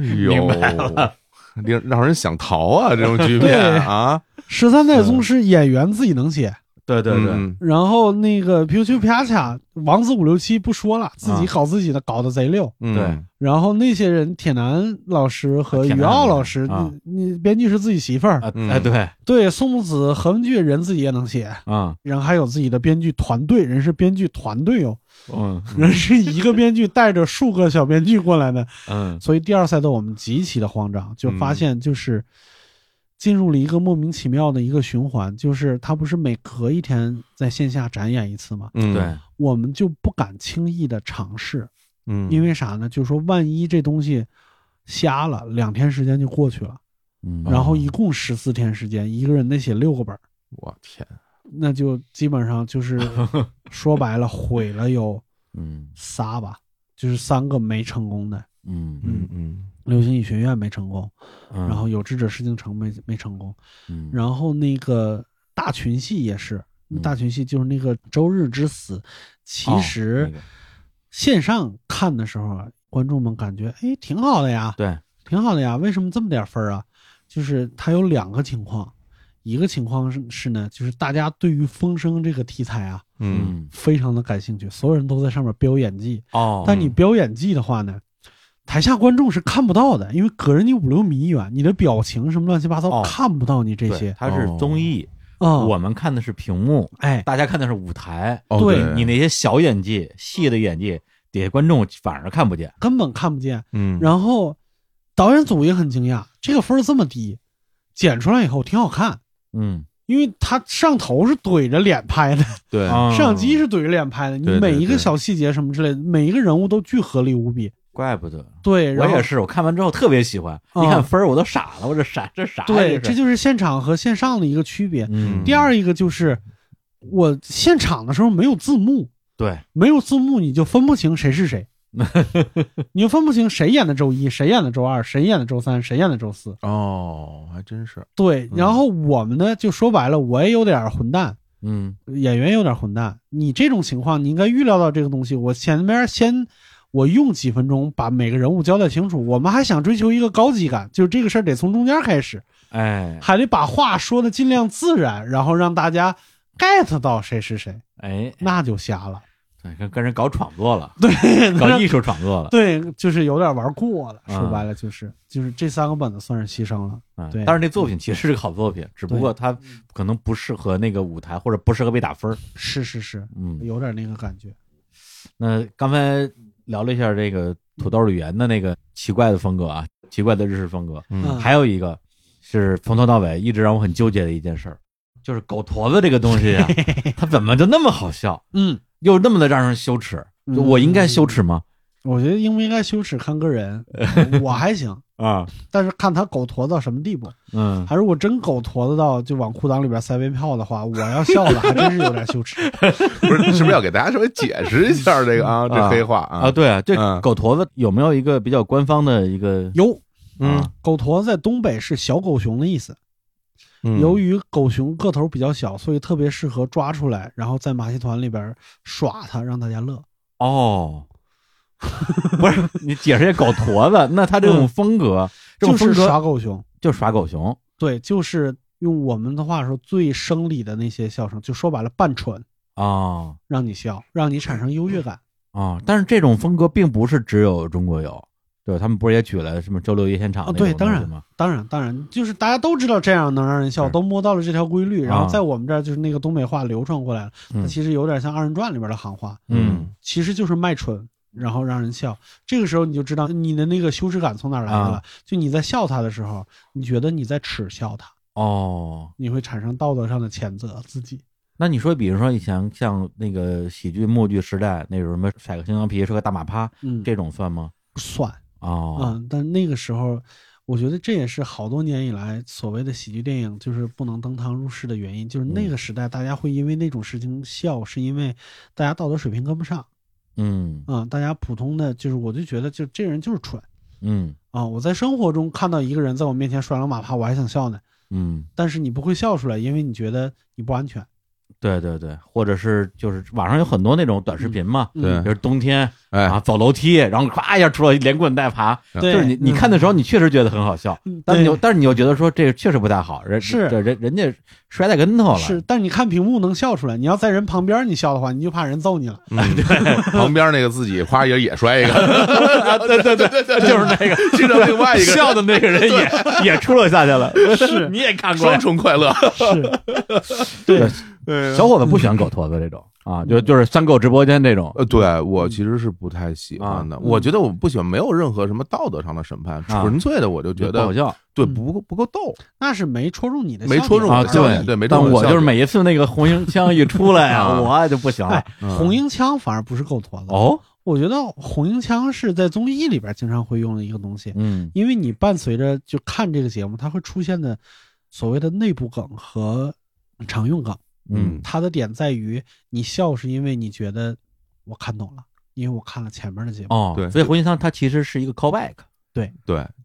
哎呦明白，令让人想逃啊！这种局面对啊，十三代宗师演员自己能写，对对对，嗯然后那个 p u q 啪恰王子五六七不说了，自己搞自己的，搞得贼溜。嗯对然后那些人，铁男老师和铁于男傲老师，啊你你编剧是自己媳妇儿，啊嗯哎对对，宋木子、何文俊人自己也能写，啊人还有自己的编剧团队，人是编剧团队哦，嗯人是一个编剧带着数个小编剧过来的，嗯所以第二赛段我们极其的慌张，就发现就是进入了一个莫名其妙的一个循环，就是他不是每隔一天在线下展演一次吗？嗯对，我们就不敢轻易的尝试，嗯，因为啥呢？就是说万一这东西瞎了，两天时间就过去了，嗯然后一共十四天时间，一个人得写六个本儿，我天，那就基本上就是 <laughs> 说白了毁了有嗯仨吧，就是三个没成功的，嗯嗯嗯嗯，流行语学院没成功。嗯，然后有志者事竟成没没成功，嗯然后那个大群戏也是，嗯大群戏就是那个周日之死，其哦实嗯那个线上看的时候啊，观众们感觉哎挺好的呀，对挺好的呀，为什么这么点分儿啊？就是它有两个情况，一个情况是是呢，就是大家对于风声这个题材啊嗯，非常的感兴趣，所有人都在上面飙演技，哦，但你飙演技的话呢，台下观众是看不到的，因为隔着你五六米远，你的表情什么乱七八糟、哦看不到你这对些它是综艺，啊。我们看的是屏幕，哎，大家看的是舞台，哦对你那些小演技、细的演技，底下观众反而看不见。根本看不见。嗯，然后导演组也很惊讶，这个分儿这么低，剪出来以后挺好看，嗯，因为他上头是怼着脸拍的，对，啊摄像机是怼着脸拍的，你对对每一个对小细节什么之类的，每一个人物都巨合理无比。怪不得对，我然后也是，我看完之后特别喜欢，啊一看分儿我都傻了，我这傻这傻呀，对，这这是就是现场和线上的一个区别。嗯，第二一个就是我现场的时候没有字幕，对，没有字幕你就分不清谁是 <laughs> 谁，你就分不清谁演的周一，谁演的周二，谁演的周三，谁演的周四。哦，还真是，对，然后我们呢，就说白了，我也有点混蛋，嗯演员有点混蛋。你这种情况，你应该预料到这个东西。我前面先，我用几分钟把每个人物交代清楚。我们还想追求一个高级感，就是这个事儿得从中间开始，哎还得把话说的尽量自然，然后让大家 get 到谁是谁，哎，那就瞎了。对跟跟人搞创作了，对，搞 <laughs> 艺术创作了。对，就是有点玩过了。嗯说白了，就是就是这三个本子算是牺牲了。嗯对嗯但是那作品其实是个好作品，只不过它可能不适合那个舞台，或者不适合被打分儿。是是是，嗯，有点那个感觉。那刚才聊了一下这个土豆语言的那个奇怪的风格啊，奇怪的日式风格，嗯还有一个是从头到尾一直让我很纠结的一件事儿，就是狗驼子这个东西啊，它怎么就那么好笑，嗯，又那么的让人羞耻？嗯就我应该羞耻吗？我觉得应不应该羞耻看个人，我还行，啊，但是看他狗驼到什么地步。嗯，他如果真狗驼子到就往裤裆里边塞鞭炮的话，我要笑的还真是有点羞耻。不是，是不是要给大家稍微解释一下 <laughs> 这个啊？这黑话啊，啊，对啊，这嗯狗驼子有没有一个比较官方的一个？有嗯啊狗驼在东北是小狗熊的意思，嗯由于狗熊个头比较小，所以特别适合抓出来，然后在马戏团里边耍它，让大家乐。哦， <laughs> 不是，你解释这狗驼子，那他这种风格，这就种风是耍格狗熊，就耍狗熊，对，就是用我们的话说，最生理的那些笑声，就说白了扮蠢，啊让你笑，让你产生优越感。啊！但是这种风格并不是只有中国有，对吧他们不是也举了什么周六夜现场啊那对种东当然西吗？当然，当然，就是大家都知道这样能让人笑，是都摸到了这条规律，然后啊在我们这儿就是那个东北话流传过来了。它嗯其实有点像二人转里边的行话，嗯其实就是卖蠢，然后让人笑。这个时候你就知道你的那个羞耻感从哪儿来的了。啊就你在笑他的时候，你觉得你在耻笑他，哦，你会产生道德上的谴责自己。那你说，比如说以前像那个喜剧默剧时代那种什么甩个青羊皮是个大马趴嗯，这种算吗？不算。哦，啊，但那个时候，我觉得这也是好多年以来所谓的喜剧电影就是不能登堂入室的原因，就是那嗯个时代大家会因为那种事情笑，是因为大家道德水平跟不上嗯啊，大家普通的就是我就觉得就这人就是蠢，嗯啊！我在生活中看到一个人在我面前甩两马趴，我还想笑呢，嗯，但是你不会笑出来，因为你觉得你不安全。对对对，或者是就是网上有很多那种短视频嘛，嗯对就是冬天啊哎，走楼梯，然后咵一下出来连滚带爬，对，就是你你看的时候，你确实觉得很好笑，嗯，但是对你又但是你又觉得说这个确实不太好，人是这人人家摔大跟头了，是，但是你看屏幕能笑出来，你要在人旁边你笑的话，你就怕人揍你 <laughs> 了。嗯旁边那个自己夸也也摔一个，啊， <laughs> 对对对对对，就是那 <laughs> 个。去找另外一个笑的那个人 <laughs> 也也出落下去了，是 <laughs> 你也看过双呀。重快乐。是，对小伙子不喜欢狗坨子这种啊，就就是三狗直播间这种，呃，对我其实是不太喜欢的。啊我觉得我不喜欢，没有任何什么道德上的审判，啊纯粹的我就觉不好得笑对嗯不够不够逗。那是没戳中你的笑没点，戳中啊，我的笑对点对没但中我我的笑就是点每一次那个红缨枪一出来啊， <laughs> 啊我就不行了哎。红缨缨枪反而不是够坨子。嗯哦，我觉得红缨枪是在综艺里边经常会用的一个东西，嗯因为你伴随着就看这个节目，它会出现的所谓的内部梗和常用梗。嗯它的点在于你笑是因为你觉得我看懂了，因为我看了前面的节目。哦，对所以红缨枪它其实是一个 callback，对，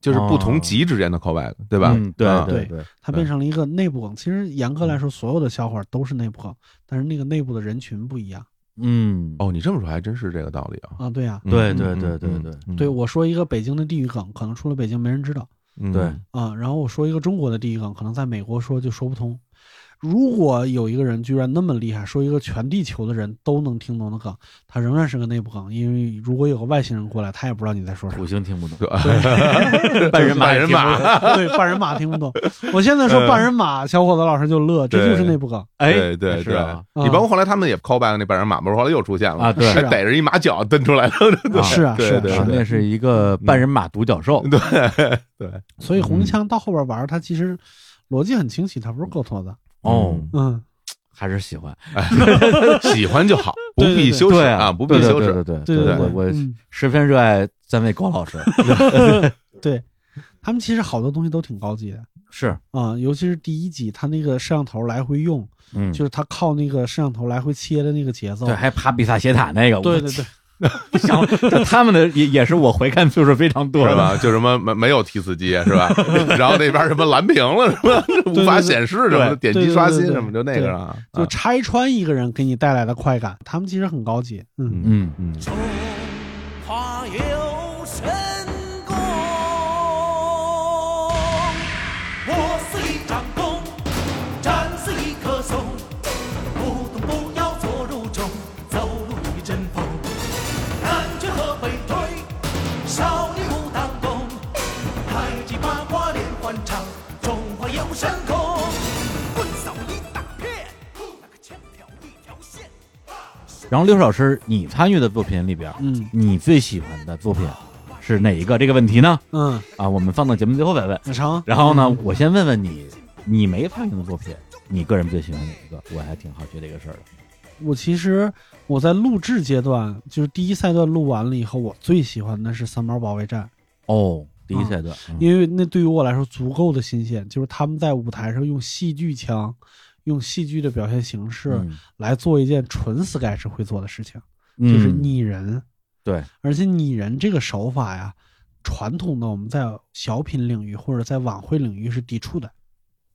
就是不同级之间的 callback，对吧？哦嗯对啊对对对，嗯它对变成了一个内部梗。其实严格来说，所有的笑话都是内部梗，但是那个内部的人群不一样嗯，哦，你这么说还真是这个道理啊。啊。对呀、嗯对嗯对嗯对对嗯对嗯对我说一个北京的地域梗，可能除了北京没人知道嗯对啊。然后我说一个中国的地域梗，可能在美国说就说不通。如果有一个人居然那么厉害，说一个全地球的人都能听懂的梗，他仍然是个内部梗，因为如果有个外星人过来，他也不知道你在说啥土。星听不懂，对半人马 <laughs> 半人马也听不懂， <laughs> 对，半人马听不懂。我现在说半人马，小伙子老师就乐，这就是内部梗。哎，对对是对啊，你包括后来他们也 callback 那半人马，不是后来又出现了啊对还嗯是啊逮着一马脚蹬出来了， <laughs> 啊是啊，对是啊，对嗯是啊啊。那是一个半人马独角兽，对对，所以红缨枪到后边玩儿，它其实逻辑很清晰，它不是够脱的。哦，嗯嗯，还是喜欢， <laughs> 喜欢就好，不对对必对羞耻对啊，不必对羞对耻。对对对对，对，我我嗯十分热爱三位高老师， <laughs> <laughs> 对，他们其实好多东西都挺高级的是，啊，尤其是第一集，他那个摄像头来回用，嗯，就是他靠那个摄像头来回切的那个节奏对，。还爬比萨斜塔那个，对我对对，不想了，就他们的也也是我回看次数非常多是的，吧？就什么没没有提词机是吧？然后那边什么蓝屏了什么，无法显示什么的，对点对击对刷对新对什么，就那对个啊，就啊拆穿一个人给你带来的快感，他们其实很高级。嗯，嗯。嗯，中华有神功，我是一张弓，战是一棵松，不动不摇坐如钟，走路一阵风，南拳和北腿，少林武当功，太极八卦连环掌，中华有神功，棍扫一大片，那个千条一条线。然后刘老师，你参与的作品里边，嗯你最喜欢的作品是哪一个？这个问题呢？嗯，啊，我们放到节目最后再问。那成，然后呢，嗯我先问问你，你没参与的作品，你个人最喜欢哪一个？我还挺好奇这个事儿的。我其实我在录制阶段，就是第一赛段录完了以后，我最喜欢的是三毛保卫战，哦，第一赛啊段，嗯因为那对于我来说足够的新鲜，就是他们在舞台上用戏剧腔，用戏剧的表现形式嗯来做一件纯 sketch 会做的事情，嗯就是拟人，对，而且拟人这个手法呀，传统的我们在小品领域或者在晚会领域是抵触的，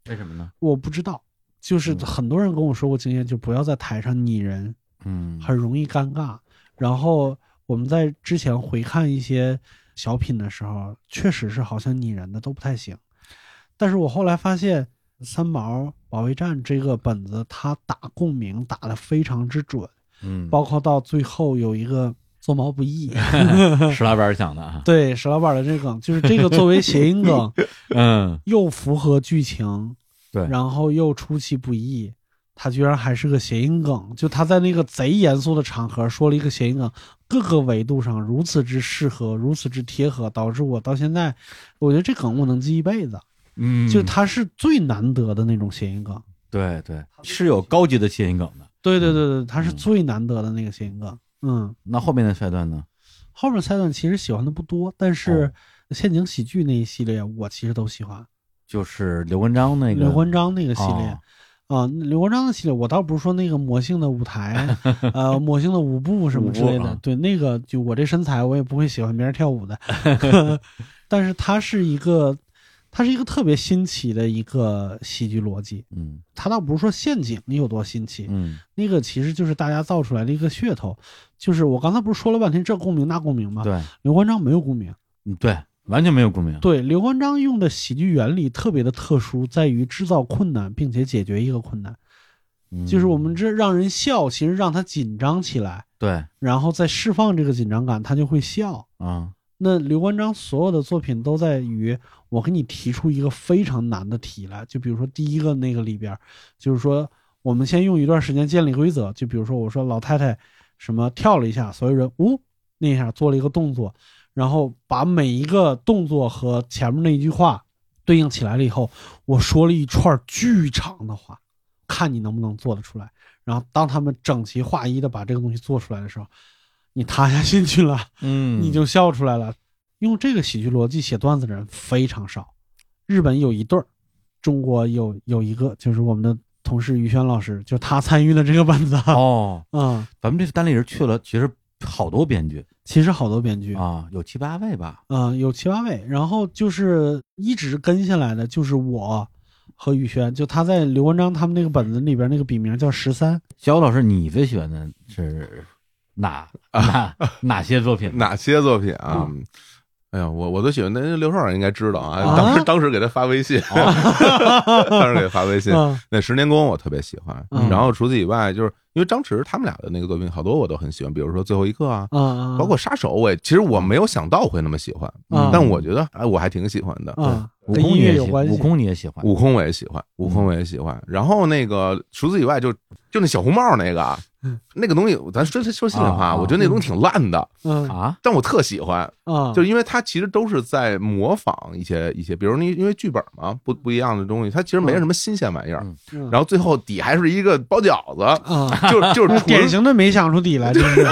为什么呢？我不知道。就是嗯很多人跟我说过经验，就不要在台上拟人， <laughs> <laughs> 嗯，很容易尴尬。然后我们在之前回看一些小品的时候，确实是好像拟人的都不太行。但是我后来发现，三毛保卫战这个本子，他打共鸣打得非常之准，嗯，包括到最后有一个做毛不易， <laughs> 石老板想的啊，对石老板的这个梗，就是这个作为谐音梗，嗯，又符合剧情，对然后又出其不意，他居然还是个谐音梗，就他在那个贼严肃的场合说了一个谐音梗，各个维度上如此之适合，如此之贴合，导致我到现在，我觉得这梗我能记一辈子，嗯，就他是最难得的那种谐音梗。对对，是有高级的谐音梗的。对对对对，他是最难得的那个谐音梗。嗯，那后面的赛段呢？后面赛段其实喜欢的不多，但哦是陷阱喜剧那一系列我其实都喜欢，就是刘文章那个刘关张那个系列。哦啊，刘国章的系列，我倒不是说那个魔性的舞台，呃，魔性的 <laughs> 舞步什么之类舞步的啊，对，那个就我这身材，我也不会喜欢别人跳舞 <laughs> 的。但是它是一个，它是一个特别新奇的一个喜剧逻辑。嗯它倒不是说陷阱你有多新奇，嗯那个其实就是大家造出来的一个噱头。就是我刚才不是说了半天这共鸣那共鸣吗？对刘关张没有共鸣。嗯对，完全没有共鸣。对，刘关张用的喜剧原理特别的特殊，在于制造困难并且解决一个困难。嗯就是我们这让人笑，其实让他紧张起来，嗯对然后再释放这个紧张感，他就会笑。啊那刘关张所有的作品都在于我给你提出一个非常难的题来，就比如说第一个那个里边儿，就是说我们先用一段时间建立规则，就比如说我说老太太什么跳了一下，所有人呜、那一下做了一个动作，然后把每一个动作和前面那一句话对应起来了以后，我说了一串巨长的话，看你能不能做得出来。然后当他们整齐划一的把这个东西做出来的时候，你塌下心去了，嗯你就笑出来了。用这个喜剧逻辑写段子的人非常少，日本有一对儿，中国有有一个，就是我们的同事于轩老师，就他参与的这个班子啊、哦，嗯，咱们这次单立人去了，其实好多编剧其实好多编剧啊，有七八位吧。嗯，有七八位，然后就是一直跟下来的就是我和宇轩，就他在刘文章他们那个本子里边那个笔名叫十三，小武老师，你最喜欢的是 <laughs> 哪哪哪些作品？哪些作品啊？哎呀，我我最喜欢的刘少爷应该知道啊，啊当时当时给他发微信， <laughs> 当时给他发微信。嗯那十年功我特别喜欢，嗯然后除此以外，就是因为张弛他们俩的那个作品好多我都很喜欢，比如说最后一刻啊，啊啊，包括杀手，我也其实我没有想到我会那么喜欢，嗯但我觉得哎我还挺喜欢的。啊，悟跟空音你也乐喜有关悟系，空你也喜欢？悟空我也喜欢，悟空我也喜欢。然后那个除此以外就，就那小红帽那个啊嗯，那个东西，咱说说心里啊话，啊我觉得那东西挺烂的，嗯啊，但我特喜欢，啊，就因为它其实都是在模仿一些一些，比如你因为剧本嘛，不不一样的东西，它其实没什么新鲜玩意儿嗯。嗯然后最后底还是一个包饺子， <laughs> 啊，就就是纯典型的没想出底来，真是，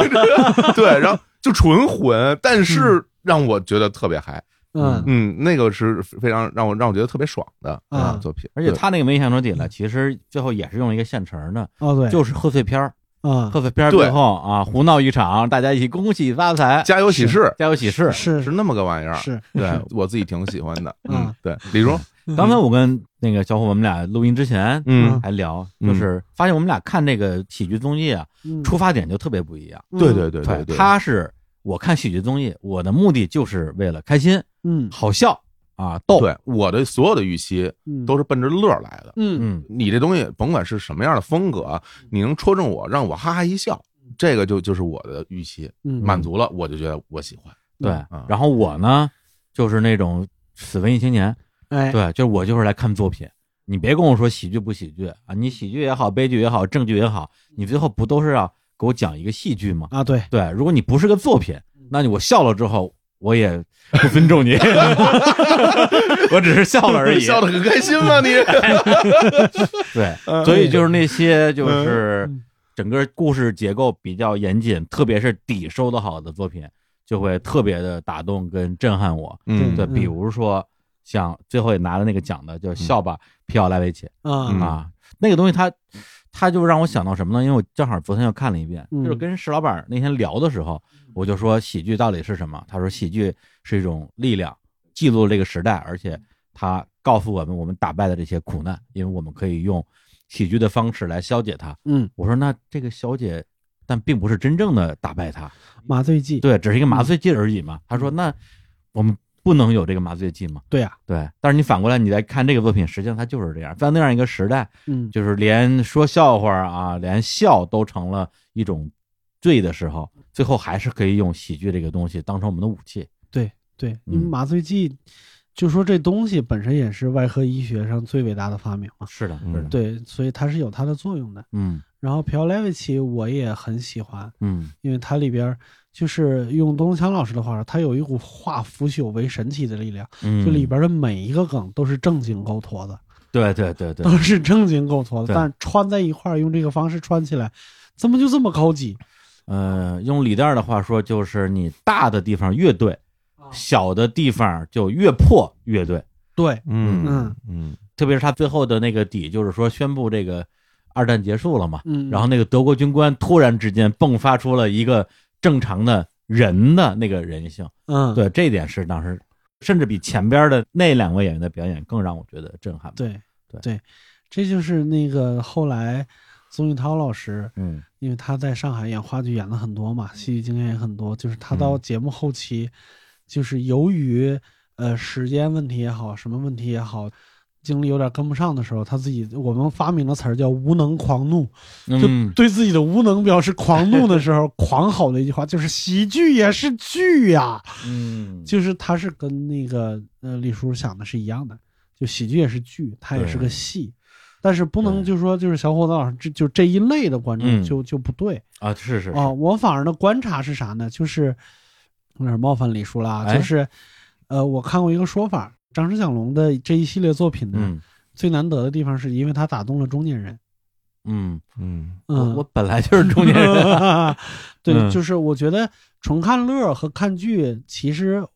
对，然后就纯混，但是让我觉得特别嗨，嗯 <laughs> 嗯，那个是非常让我让我觉得特别爽的啊作品，而且对他那个没想出底来，其实最后也是用了一个现成的，哦对，就是贺岁片儿。啊贺岁片儿对最后啊，胡闹一场，大家一起恭喜发财，家有喜事加油喜事。是是那么个玩意儿，是对我自己挺喜欢的，嗯嗯，对，比如刚才我跟那个小伙，我们俩录音之前嗯嗯，还聊，嗯就是发现我们俩看这个喜剧综艺啊，嗯出发点就特别不一样。对对对对对，他是我看喜剧综艺，我的目的就是为了开心、嗯好笑啊，逗。对我的所有的预期嗯都是奔着乐儿来的。嗯嗯，你这东西甭管是什么样的风格啊，你能戳中我，让我哈哈一笑，这个就就是我的预期嗯满足了，我就觉得我喜欢。对嗯。然后我呢，就是那种死文艺青年，哎对，就是我就是来看作品。你别跟我说喜剧不喜剧啊，你喜剧也好，悲剧也好，正剧也好，你最后不都是要给我讲一个戏剧吗？啊对对，如果你不是个作品，那你我笑了之后，我也不尊重你， <laughs> 我只是笑了而已。 <laughs> 笑得很开心啊吗？你对，嗯所以就是那些就是整个故事结构比较严谨，特别是底收的好的作品，就会特别的打动跟震撼我。嗯，对，嗯比如说像最后也拿了那个奖的，叫《笑吧，皮奥莱维奇》嗯啊啊，那个东西它。它就让我想到什么呢？因为我正好昨天又看了一遍，嗯就是跟石老板那天聊的时候，我就说喜剧到底是什么？他说喜剧是一种力量，记录了这个时代，而且它告诉我们我们打败的这些苦难，因为我们可以用喜剧的方式来消解它。嗯我说那这个消解，但并不是真正的打败它，麻醉剂对，只是一个麻醉剂而已嘛。他说那我们不能有这个麻醉剂嘛？对啊呀对，但是你反过来你再看这个作品，实际上它就是这样，在那样一个时代，嗯就是连说笑话啊，连笑都成了一种罪的时候，最后还是可以用喜剧这个东西当成我们的武器。对，因为麻醉剂，就说这东西本身也是外科医学上最伟大的发明嘛。是的，嗯是的，，对，所以它是有它的作用的。嗯然后朴莱维奇我也很喜欢，嗯因为它里边儿就是用东强老师的话说，它有一股化腐朽为神奇的力量，嗯，就里边的每一个梗都是正经构坨子，对对对对都，是正经构坨子，对但穿在一块儿用这个方式穿起来，怎么就这么高级？呃，用李诞的话说，就是你大的地方越对，小的地方就越破越对。对，嗯嗯嗯特别是他最后的那个底，就是说宣布这个二战结束了嘛，嗯，然后那个德国军官突然之间迸发出了一个正常的人的那个人性，嗯，对，这一点是当时甚至比前边的那两位演员的表演更让我觉得震撼。，对对对，这就是那个后来宋玉涛老师，嗯，因为他在上海演话剧演了很多嘛，戏剧经验也很多，就是他到嗯节目后期，就是由于呃时间问题也好，什么问题也好。精力有点跟不上的时候，他自己我们发明了词儿叫“无能狂怒”，就嗯，对自己的无能表示狂怒的时候，狂吼的一句话就是“喜剧也是剧呀、嗯，就是他是跟那个呃李叔想的是一样的，就喜剧也是剧，它也是个对戏，但是不能对就说就是小伙子老师这就这一类的观众嗯就、就不对啊，是是是啊、我反而的观察是啥呢？就是有点冒犯李叔了啊，哎就是呃，我看过一个说法，张弛享龙的这一系列作品呢，嗯最难得的地方是因为他打动了中年人。嗯，嗯，我嗯，我本来就是中年人， <laughs> 对，嗯就是我觉得纯看乐和看剧其实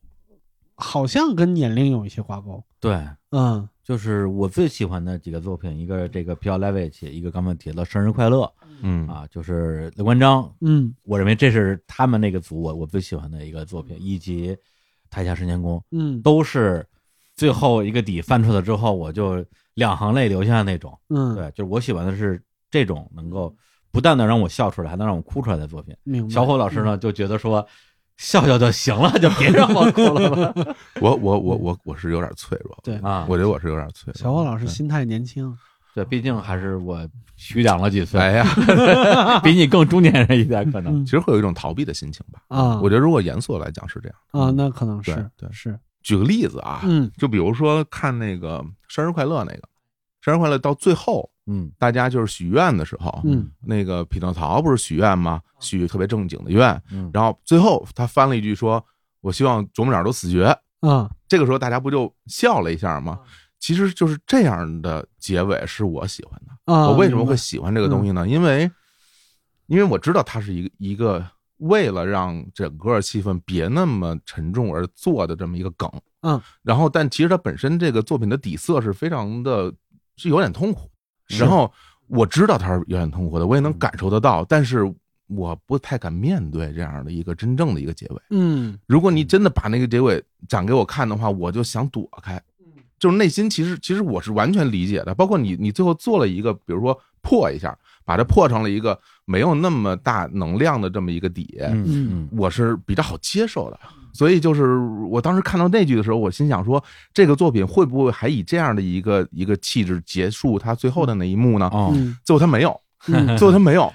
好像跟年龄有一些挂钩。对。嗯就是我最喜欢的几个作品，一个这个《飘 Levich》，一个刚才提到《生日快乐》嗯啊，就是刘关张，嗯我认为这是他们那个组我我最喜欢的一个作品，以及《台下十年功》，嗯都是最后一个底翻出来之后，我就两行泪流下那种。嗯，对，就是我喜欢的是这种能够不但能让我笑出来，还能让我哭出来的作品。明白。嗯小伙老师呢就觉得说，笑笑就行了，就别让我哭了 <laughs> 吧。我我我我我是有点脆弱，对啊，我觉得我是有点脆弱。小伙老师对心态年轻，对，毕竟还是我虚长了几岁。哎呀，比你更中年人一点，可能。嗯其实会有一种逃避的心情吧。啊我觉得如果严肃来讲是这样。啊，那可能是对对是举个例子啊，嗯就比如说看那个《生日快乐》那个，《生日快乐》到最后嗯大家就是许愿的时候，嗯那个匹诺曹不是许愿吗？许特别正经的愿，嗯，然后最后他翻了一句说：“我希望啄木鸟都死绝。啊”这个时候大家不就笑了一下吗？嗯其实就是这样的结尾是我喜欢的。啊，我为什么会明白嗯喜欢这个东西呢？因为，因为我知道它是一个一个为了让整个气氛别那么沉重而做的这么一个梗。嗯，然后但其实它本身这个作品的底色是非常的，是有点痛苦。然后我知道它是有点痛苦的，我也嗯能感受得到，但是我不太敢面对这样的一个真正的一个结尾。嗯如果你真的把那个结尾讲给我看的话，我就想躲开，嗯就是内心其实其实我是完全理解的。包括你，你最后做了一个，比如说破一下，把它破成了一个没有那么大能量的这么一个底，嗯嗯我是比较好接受的。所以就是我当时看到那句的时候，我心想说，这个作品会不会还以这样的一个一个气质结束它最后的那一幕呢？哦，嗯最后他没有， <laughs> 嗯最后他没有，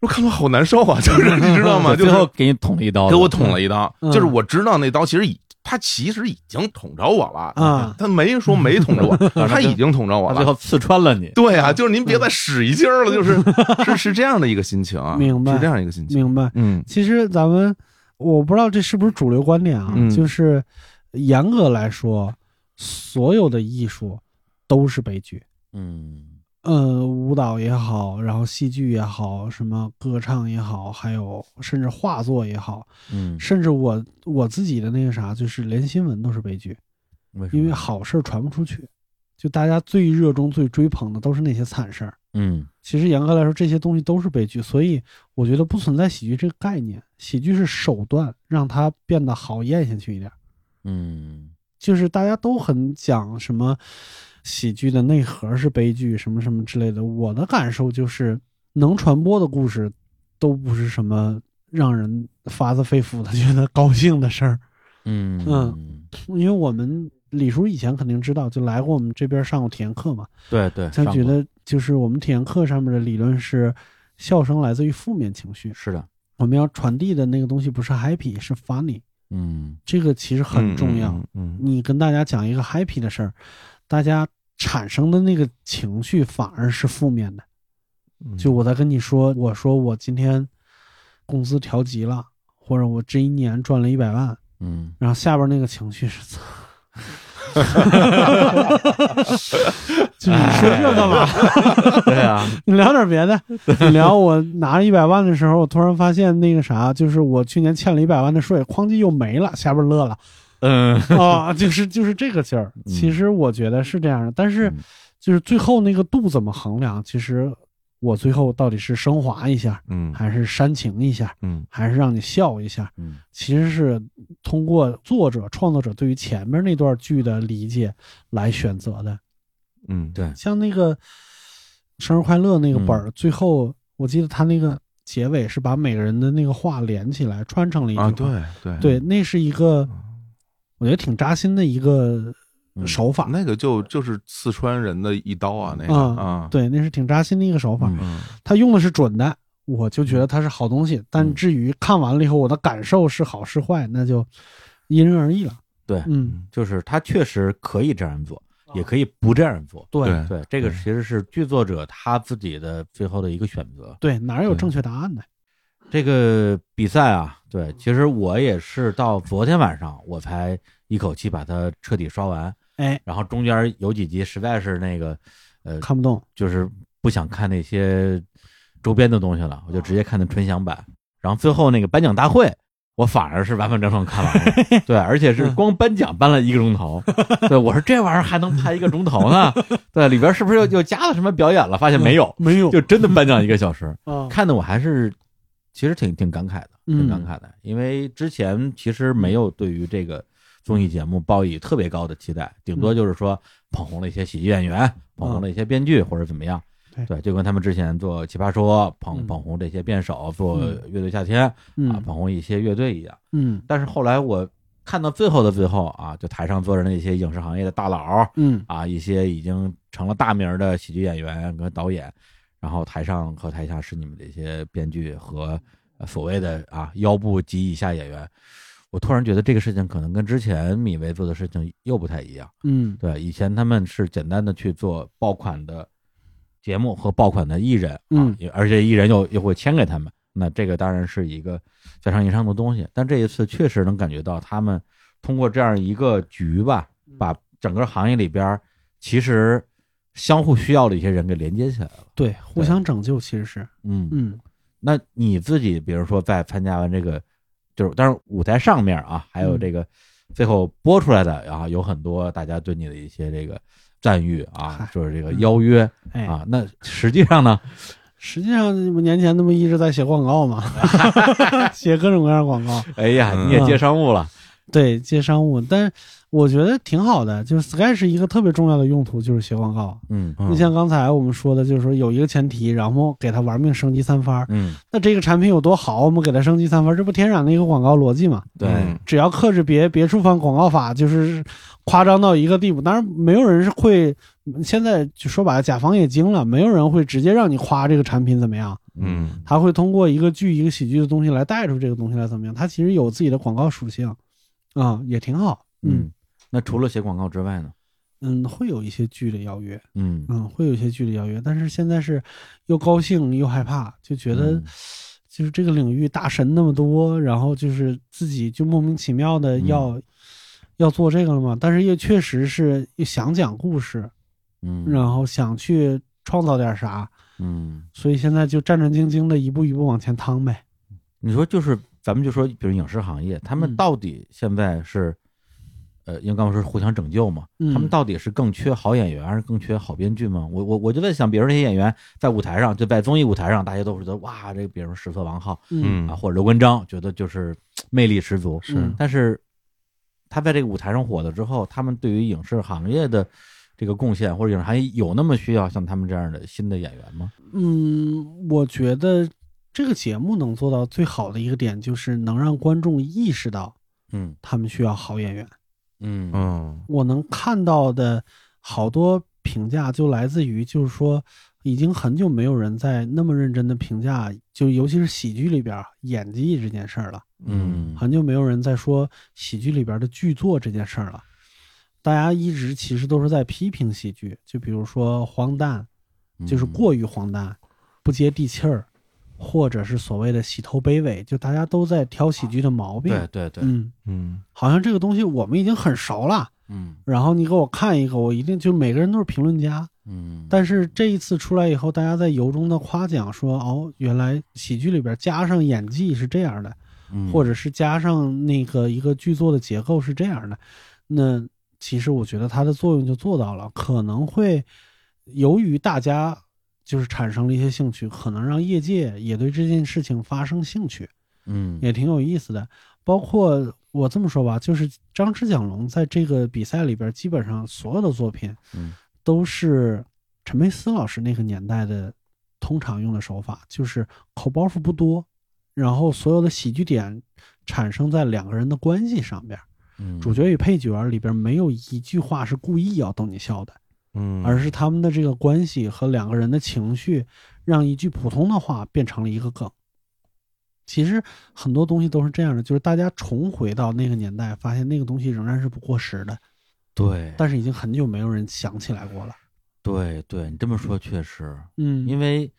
我看到好难受啊，就是你知道吗？<laughs> 就最是后给你捅了一刀，给我捅了一刀，哦嗯就是我知道那刀其实已他其实已经捅着我了啊他没说没捅 <laughs> 着我，他已经捅着他啊我最了。后刺穿了你。对嗯啊，就是您别再使一劲儿了，就是 <laughs> 是是这样的一个心情啊，明白是这样一个心情，明白。嗯其实咱们我不知道这是不是主流观点啊，嗯就是严格来说，所有的艺术都是悲剧。嗯呃，舞蹈也好，然后戏剧也好，什么歌唱也好，还有甚至画作也好，嗯，甚至我我自己的那个啥，就是连新闻都是悲剧，为什么因为好事儿传不出去，就大家最热衷、最追捧的都是那些惨事儿。嗯其实严格来说，这些东西都是悲剧，所以我觉得不存在喜剧这个概念。喜剧是手段，让它变得好咽下去一点。嗯就是大家都很讲什么喜剧的内核是悲剧，什么什么之类的。我的感受就是，能传播的故事都不是什么让人发自肺腑的觉得高兴的事儿。嗯嗯，因为我们李叔以前肯定知道，就来过我们这边上过体验课嘛，对对，他上觉过得就是我们体验课上面的理论是，笑声来自于负面情绪，是的，我们要传递的那个东西不是 happy，是 funny，嗯这个其实很重要。嗯嗯嗯你跟大家讲一个 happy 的事儿，大家产生的那个情绪反而是负面的。嗯就我在跟你说，我说我今天工资调级了，或者我这一年赚了一百万， <laughs> 嗯然后下边那个情绪是， <laughs> 就是你说这干嘛？对啊，你聊点别的，你聊我拿了一百万的时候，我突然发现那个啥，就是我去年欠了一百万的税，哐叽又没了，下边乐了。 <laughs> 嗯， <laughs> 啊，就是就是这个劲儿。嗯其实我觉得是这样的，但是嗯就是最后那个度怎么衡量？其实我最后到底是升华一下，嗯还是煽情一下，嗯还是让你笑一下？嗯其实是通过作者、创作者对于前面那段剧的理解来选择的。嗯，对，像那个《生日快乐》那个本儿，最后我记得他那个结尾是把每个人的那个话连起来串成了一句话啊，对嗯对对，那是一个我觉得挺扎心的一个嗯手法。那个就就是四川人的一刀啊，那个嗯啊，对，那是挺扎心的一个手法。嗯嗯他用的是准的，我就觉得它是好东西。但至于看完了以后我的感受是好是坏，那就因人而异了。对嗯，就是他确实可以这样做，也可以不这样做。对对对，这个其实是剧作者他自己的最后的一个选择。对，哪有对正确答案呢？这个比赛啊，对，其实我也是到昨天晚上我才一口气把它彻底刷完，哎，然后中间有几集实在是那个，呃，看不懂。就是不想看那些周边的东西了，我就直接看的纯享版。然后最后那个颁奖大会，我反而是完完整整看完了，对，而且是光颁奖颁了一个钟头。对，我说这玩意儿还能拍一个钟头呢？对，里边是不是又又加了什么表演了？发现没有，没有就真的颁奖一个小时，啊，看的我还是其实挺挺感慨的，嗯挺感慨的，因为之前其实没有对于这个综艺节目抱以特别高的期待，顶嗯多就是说捧红了一些喜剧演员，捧红了一些编剧或者怎么样。对对，就跟他们之前做《奇葩说》捧嗯捧红这些辩手，做嗯《乐队夏天》啊，嗯捧红一些乐队一样。嗯但是后来我看到最后的最后啊，就台上坐着那些影视行业的大佬，嗯啊，一些已经成了大名儿的喜剧演员跟导演，然后台上和台下是你们这些编剧和呃所谓的啊腰部及以下演员。我突然觉得这个事情可能跟之前米薇做的事情又不太一样。嗯对，以前他们是简单的去做爆款的节目和爆款的艺人，啊嗯，也而且艺人又又会签给他们，那这个当然是一个非常硬伤的东西。但这一次确实能感觉到他们通过这样一个局吧，把整个行业里边儿其实相互需要的一些人给连接起来了。对，互相拯救其实是，嗯嗯那你自己，比如说在参加完这个，就是当然舞台上面啊，还嗯有这个最后播出来的啊，有很多大家对你的一些这个赞誉啊嗨，就是这个邀约哎，啊。那实际上 <laughs> 呢，实际上我年前那不一直在写广告 <laughs> 嘛， <laughs> 写各种各样的广告，哎呀，嗯你也接商务 <laughs> 了，对，接商务，但是我觉得挺好的。就是 Sky 是一个特别重要的用途，就是写广告。嗯嗯你像刚才我们说的，就是说有一个前提，然后给它玩命升级三番儿。嗯，那这个产品有多好，我们给它升级三番儿，这不天然的一个广告逻辑嘛？对，嗯只要克制别别触犯广告法，就是夸张到一个地步。当然，没有人是会，现在就说白了，甲方也精了，没有人会直接让你夸这个产品怎么样，嗯他会通过一个剧、一个喜剧的东西来带出这个东西来怎么样。他其实有自己的广告属性，啊、也挺好。嗯嗯。那除了写广告之外呢，嗯，会有一些剧的邀约，嗯，嗯，会有一些剧的邀约，但是现在是又高兴又害怕，就觉得嗯就是这个领域大神那么多，然后就是自己就莫名其妙的要、嗯要做这个了嘛，但是又确实是又想讲故事，嗯，然后想去创造点啥，嗯，所以现在就战战兢兢的一步一步往前趟呗。你说就是咱们就说，比如影视行业，他们嗯到底现在是，呃，因为刚才说是互相拯救嘛，嗯他们到底是更缺好演员，还是更缺好编剧吗？我我我就在想，比如说这些演员在舞台上，就在综艺舞台上，大家都是觉得哇，这个比如说石色王浩嗯啊，或者刘关张，觉得就是嘖魅力十足，是嗯但是他在这个舞台上火了之后，他们对于影视行业的这个贡献，或者影视行业有那么需要像他们这样的新的演员吗？嗯，我觉得这个节目能做到最好的一个点，就是能让观众意识到嗯他们需要好演员。嗯嗯我能看到的好多评价就来自于，就是说，已经很久没有人在那么认真的评价，就尤其是喜剧里边儿演技这件事儿了，嗯很久没有人在说喜剧里边儿的剧作这件事儿了。大家一直其实都是在批评喜剧，就比如说荒诞，嗯就是过于荒诞，不接地气儿，或者是所谓的洗头卑微，就大家都在挑喜剧的毛病。对对对，嗯，嗯好像这个东西我们已经很熟了。嗯然后你给我看一个，我一定就每个人都是评论家。嗯，但是这一次出来以后，大家在由衷的夸奖说，哦，原来喜剧里边加上演技是这样的，嗯或者是加上那个一个剧作的结构是这样的，那其实我觉得它的作用就做到了，可能会由于大家就是产生了一些兴趣，可能让业界也对这件事情发生兴趣，嗯也挺有意思的。包括我这么说吧，就是张弛蒋龙在这个比赛里边，基本上所有的作品嗯都是陈佩斯老师那个年代的通常用的手法，就是口包袱不多，然后所有的喜剧点产生在两个人的关系上边，嗯主角与配角里边没有一句话是故意要逗你笑的，嗯，而是他们的这个关系和两个人的情绪，让一句普通的话变成了一个梗。其实很多东西都是这样的，就是大家重回到那个年代，发现那个东西仍然是不过时的，对但是已经很久没有人想起来过了。对对，你这么说确实，嗯，因为为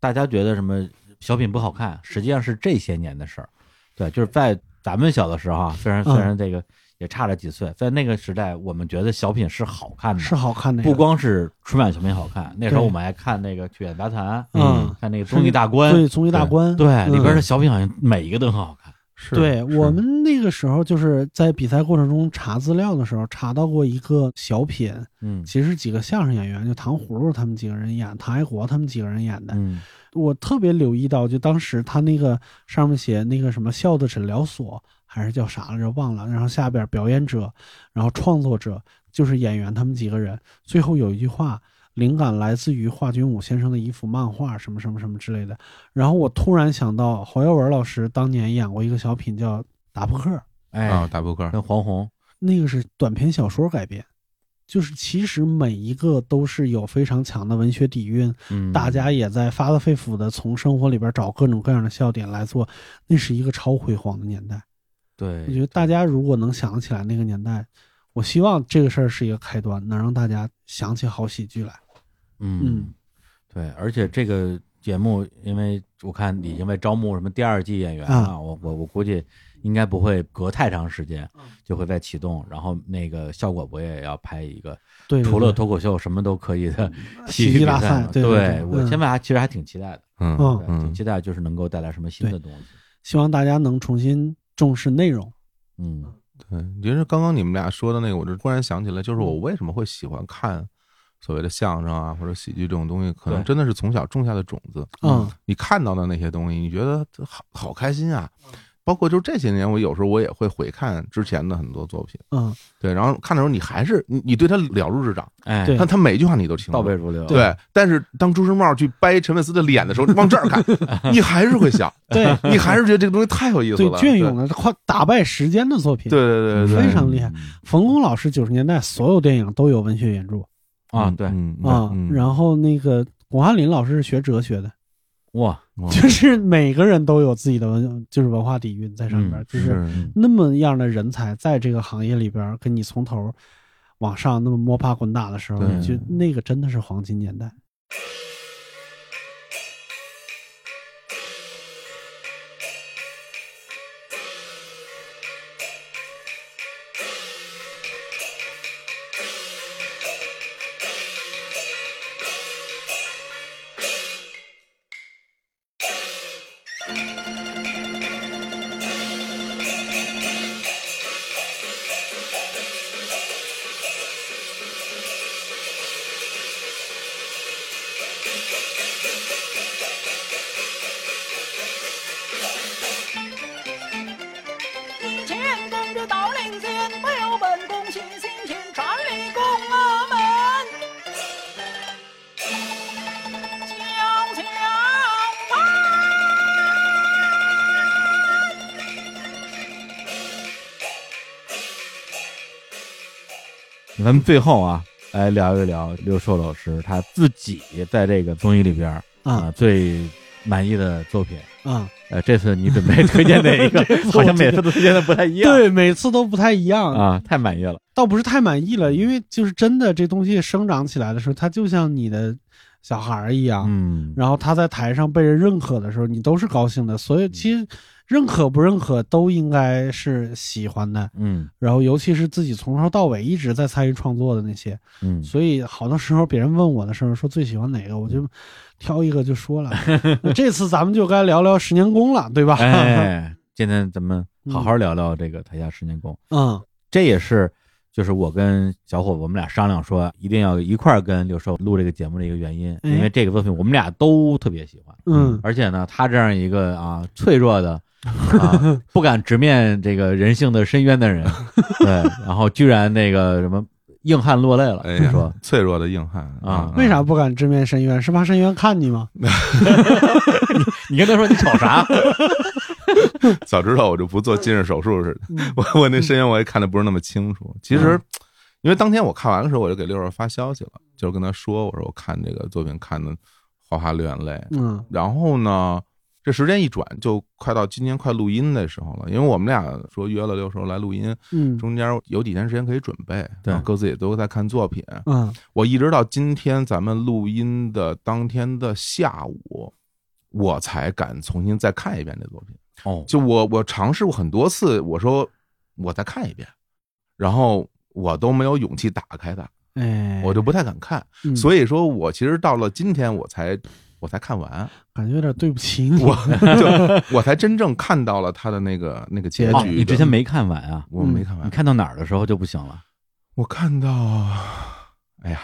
大家觉得什么小品不好看，实际上是这些年的事儿。对，就是在咱们小的时候啊，虽然虽嗯然这个也差了几岁，在那个时代，我们觉得小品是好看的，是好看的呀，不光是春晚小品好看，那时候对我们还看那个《去演杂谈》，嗯看那个《综艺大观》对综艺大观，对，嗯里边的小品好像每一个都很好看。是对是我们那个时候就是在比赛过程中查资料的时候，查到过一个小品，嗯其实几个相声演员，就糖葫芦他们几个人演，唐爱国他们几个人演的。嗯我特别留意到，就当时他那个上面写那个什么笑的诊疗所还是叫啥来着，忘了。然后下边表演者，然后创作者就是演员他们几个人，最后有一句话。灵感来自于华君武先生的一幅漫画，什么什么什么之类的。然后我突然想到，侯耀文老师当年演过一个小品叫《打扑克》，哎，啊，打扑克，跟黄宏，那个是短篇小说改编，就是其实每一个都是有非常强的文学底蕴，嗯，大家也在发自肺腑的从生活里边找各种各样的笑点来做。那是一个超辉煌的年代，对，我觉得大家如果能想起来那个年代，我希望这个事儿是一个开端，能让大家想起好喜剧来。嗯嗯，对，而且这个节目，因为我看已经在招募什么第二季演员啊了，我我我估计应该不会隔太长时间就会再启动，然后那个效果博也要拍一个对，除了对脱口秀什么都可以的 <laughs> 喜剧剧比大赛赛嘛，对对对我嗯现在还其实还挺期待的，嗯嗯对挺期待就是能够带来什么新的东西，希望大家能重新重视内容。嗯对，其实刚刚你们俩说的那个，我就突然想起来，嗯就是我为什么会喜欢看所谓的相声啊或者喜剧这种东西，可能对真的是从小种下的种子。嗯，你看到的那些东西，你觉得这好好开心啊！嗯包括就这些年，我有时候我也会回看之前的很多作品， <laughs> 嗯，对，然后看的时候你还是你你对他了如指掌，哎，对但他每一句话你都听倒懂背如流，对，但是当朱时茂去掰陈佩斯的脸的时候，往这儿看，你还是会笑，对你还是觉得这个东西太有意思对， <laughs> 了，隽永的快打败时间的作品，对，对对对对，非常厉害嗯冯巩老师九十年代所有电影都有文学原著啊，对，嗯啊，嗯然后那个巩汉林老师是学哲学的，哇，哇就是每个人都有自己的文，就是文化底蕴在上边，嗯就是嗯那么样的人才在这个行业里边，跟你从头往上那么摸爬滚打的时候，对你就那个真的是黄金年代。前公主到灵前，不由本宫喜心情，传令宫阿门。悄悄盼，咱们最后啊，来聊一聊刘硕老师他自己在这个综艺里边儿啊最满意的作品。啊，呃，这次你准备推荐哪一个？好像每次都推荐的不太一样。 <laughs> 对，每次都不太一样，啊，太满意了。倒不是太满意了，因为就是真的这东西生长起来的时候，它就像你的小孩儿一样，嗯，然后他在台上被人认可的时候，你都是高兴的。所嗯以其实认可不认可都应该是喜欢的。嗯然后尤其是自己从头到尾一直在参与创作的那些，嗯， <laughs> 所以好多时候别人问我的时候说最喜欢哪个，我嗯就 <laughs> 挑一个就说了。那这次咱们就该聊聊十年功了，对吧？哎，今天咱们好好聊聊这个台下十年功，嗯这也是就是我跟小伙我们俩商量说一定要一块儿跟刘寿录这个节目的一个原因，哎因为这个作品我们俩都特别喜欢，嗯而且呢，他这样一个啊脆弱的。啊， <laughs> 不敢直面这个人性的深渊的人， <laughs> 对，然后居然那个什么硬汉落泪了，哎呀说脆弱的硬汉啊为啥不敢直面深渊？是怕深渊看你吗？你跟他说你瞅 <laughs> 啥？早知道我就不做近视手术似的。嗯我我那深渊我也看的不是那么清楚。其实，因为当天我看完的时候，我就给六儿发消息了，就是跟他说，我说我看这个作品看的哗哗流眼泪。嗯然后呢，这时间一转，就快到今年快录音的时候了，因为我们俩说约了六叔来录音，嗯中间有几天时间可以准备，对然后各自也都在看作品。嗯我一直到今天咱们录音的当天的下午，我才敢重新再看一遍这作品。哦，就我我尝试过很多次，我说我再看一遍，然后我都没有勇气打开它，哎，我就不太敢看。嗯所以说我其实到了今天，我才我才 <laughs> 看完，感觉有点对不起你。我就我才真正看到了他的那个那个结哦，局。你之前没看完啊？我没嗯看完，你看到哪儿的时候就不行了？我看到，哎呀，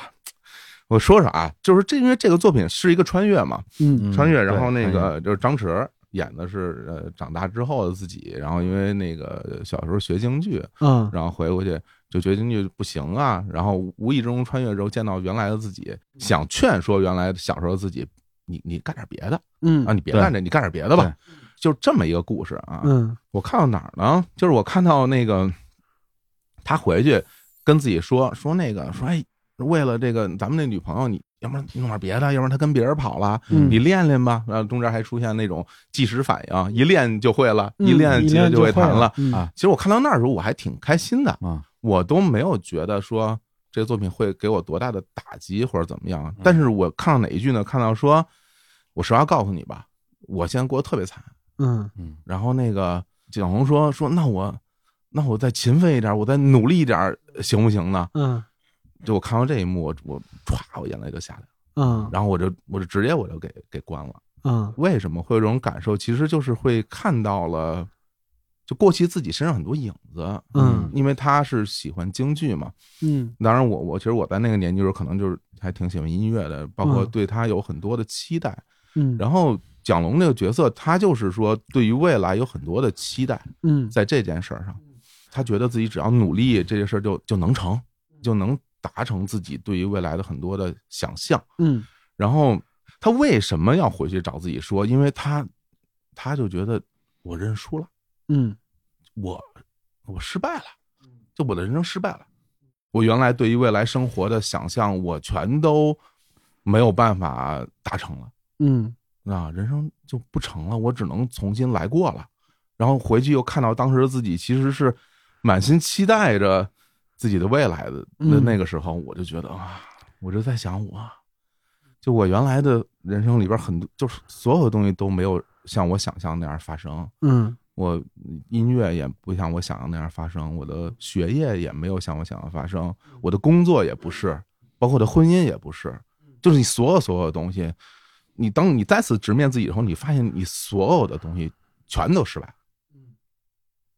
我说说啊，就是这因为这个作品是一个穿越嘛，嗯穿越，然对后那穿越个就是张弛演的是呃长大之后的自己，然后因为那个小时候学京剧，嗯然后回过去就觉得京剧不行啊，然后无意中穿越之后见到原来的自己，想劝说原来小时候的自己，你你干点别的嗯啊，你别干这，你干点别的吧，就这么一个故事啊。嗯我看到哪儿呢？就是我看到那个他回去跟自己说说那个说哎，为了这个咱们那女朋友，你要不然弄点别的，要不然她跟别人跑了，嗯你练练吧。然后中间还出现那种即时反应，一练就会了，嗯一嗯练练其实就会弹了。嗯啊其实我看到那儿的时候，我还挺开心的，啊，我都没有觉得说这个作品会给我多大的打击或者怎么样。但是我看到哪一句呢？看到说，我实话告诉你吧，我现在过得特别惨。嗯嗯然后那个景洪说说那我那我再勤奋一点，我再努力一点，行不行呢？嗯就我看到这一幕，我我歘，我眼泪就下来了，嗯然后我就我就直接我就给给关了。嗯为什么会有这种感受？其实就是会看到了，就过去自己身上很多影子。嗯因为他是喜欢京剧嘛，嗯当然我我其实我在那个年纪的时候，可能就是还挺喜欢音乐的，包括嗯对他有很多的期待。嗯，然后蒋龙这个角色，他就是说对于未来有很多的期待，嗯在这件事儿上，他觉得自己只要努力，这件事儿就就能成，就能达成自己对于未来的很多的想象。嗯然后他为什么要回去找自己说？因为他他就觉得我认输了，嗯我我失败了，就我的人生失败了。我原来对于未来生活的想象，我全都没有办法达成了。嗯啊，人生就不成了，我只能重新来过了。然后回去又看到当时的自己，其实是满心期待着自己的未来的。那嗯那个时候，我就觉得啊，我就在想我，就我原来的人生里边很多，就是所有的东西都没有像我想象那样发生。嗯我音乐也不像我想象那样发生，我的学业也没有像我想象发生，我的工作也不是，包括我的婚姻也不是，就是你所有所有的东西，你当你再次直面自己以后，你发现你所有的东西全都失败，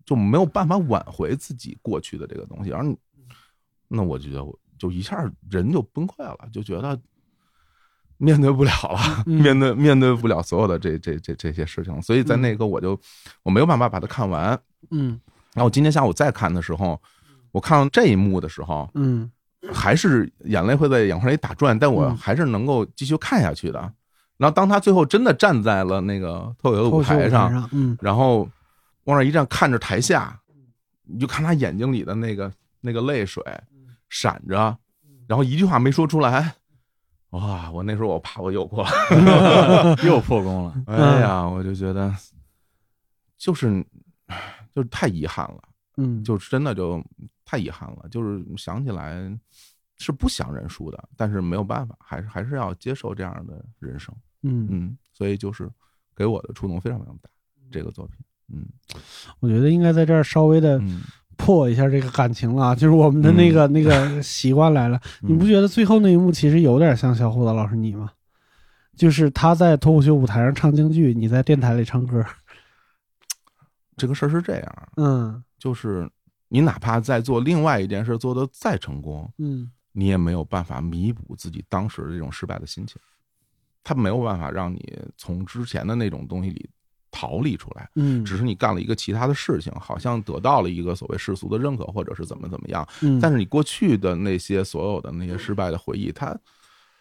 就没有办法挽回自己过去的这个东西，而你，那我就觉得我就一下人就崩溃了，就觉得面对不了了，嗯 <laughs> 面对面对不了所有的这这这这些事情，所以在那个我就我没有办法把它看完。嗯然后我今天下午再看的时候，我看到这一幕的时候，嗯还是眼泪会在眼眶里打转，但我嗯还是能够继续看下去的。然后当他最后真的站在了那个脱口秀的舞台上，上，嗯然后往那儿一站，看着台下，你就看他眼睛里的那个那个泪水闪着，然后一句话没说出来。哎哇！我那时候我怕我有过，又破功了。哎呀，我就觉得就是就是太遗憾了。嗯就真的就太遗憾了，就是想起来是不想认输的，但是没有办法，还是还是要接受这样的人生，嗯，嗯，所以就是给我的触动非常非常大，这个作品，嗯我觉得应该在这儿稍微的嗯，破一下这个感情了啊，就是我们的那个、那个习惯来了。你不觉得最后那一幕其实有点像小伙子老师你吗？就是他在脱口秀舞台上唱京剧，你在电台里唱歌。这个事儿是这样，嗯就是你哪怕在做另外一件事做得再成功，嗯你也没有办法弥补自己当时的这种失败的心情，他没有办法让你从之前的那种东西里逃离出来。嗯，只是你干了一个其他的事情，好像得到了一个所谓世俗的认可，或者是怎么怎么样。嗯但是你过去的那些所有的那些失败的回忆，它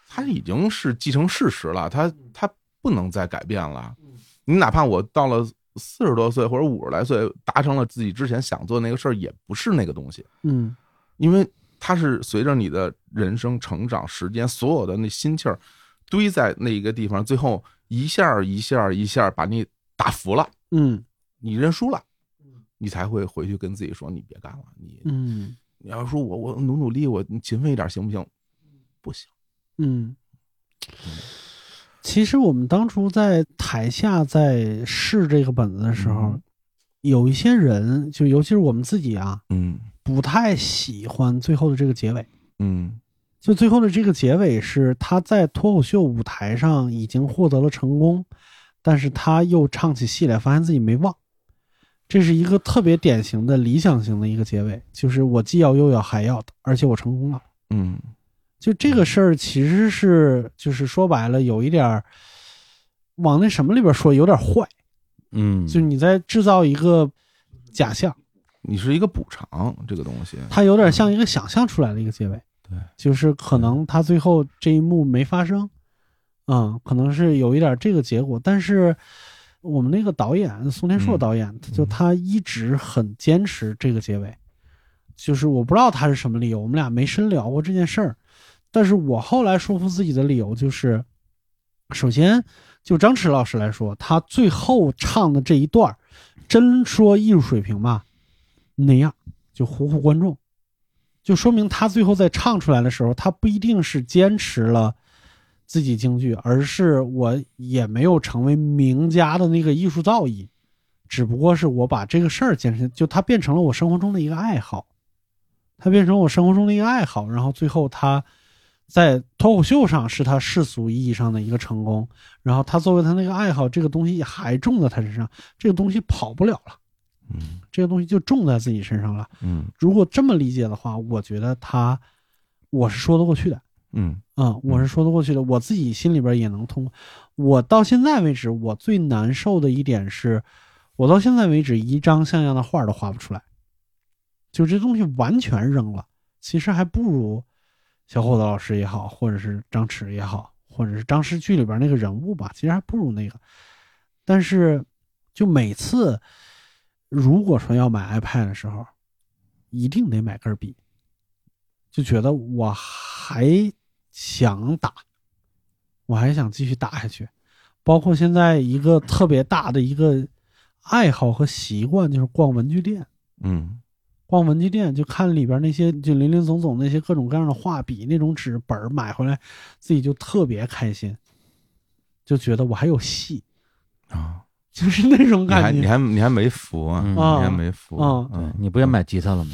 它已经是既成事实了，它它不能再改变了。你哪怕我到了四十多岁或者五十来岁，达成了自己之前想做的那个事儿，也不是那个东西，嗯因为它是随着你的人生成长时间，所有的那心气儿堆在那一个地方，最后一下儿一下儿一下儿把你打服了。嗯你认输了，你才会回去跟自己说你别干了。你嗯你要说我我努努力，我勤奋一点行不行？不行。嗯。其实我们当初在台下在试这个本子的时候，有一些人，就尤其是我们自己啊，嗯不太喜欢最后的这个结尾。嗯就最后的这个结尾是他在脱口秀舞台上已经获得了成功，但是他又唱起戏来，发现自己没忘。这是一个特别典型的理想型的一个结尾，就是我既要又要还要的，而且我成功了。嗯就这个事儿其实是就是说白了，有一点儿往那什么里边说，有点坏，嗯，就你在制造一个假象。你是一个补偿这个东西。它有点像一个想象出来的一个结尾，嗯对，就是可能他最后这一幕没发生，嗯，可能是有一点这个结果，但是我们那个导演宋天硕嗯导演，就他一直很坚持这个结尾，就是我不知道他是什么理由，我们俩没深聊过这件事儿，但是我后来说服自己的理由就是，首先就张弛老师来说，他最后唱的这一段儿，真说艺术水平吧，那样就唬唬观众，就说明他最后在唱出来的时候，他不一定是坚持了自己京剧，而是我也没有成为名家的那个艺术造诣，只不过是我把这个事儿坚持，就它变成了我生活中的一个爱好，它变成我生活中的一个爱好，然后最后他。在脱口秀上是他世俗意义上的一个成功，然后他作为他那个爱好，这个东西还种在他身上，这个东西跑不了了，嗯这个东西就种在自己身上了。嗯如果这么理解的话，我觉得他我是说得过去的，嗯嗯，我是说得过去的，我自己心里边也能通。我到现在为止，我最难受的一点是，我到现在为止一张像样的画都画不出来，就这东西完全扔了。其实还不如小伙子老师也好，或者是张弛也好，或者是张弛剧里边那个人物吧，其实还不如那个。但是，就每次如果说要买 iPad 的时候，一定得买根笔，就觉得我还想打，我还想继续打下去。包括现在一个特别大的一个爱好和习惯，就是逛文具店。嗯逛文具店就看里边那些就零零总总那些各种各样的画笔、那种纸本儿买回来，自己就特别开心，就觉得我还有戏，啊， <laughs> 就是那种你还感你觉。还你还没服啊？嗯你还没服啊对嗯你不也买吉他了吗？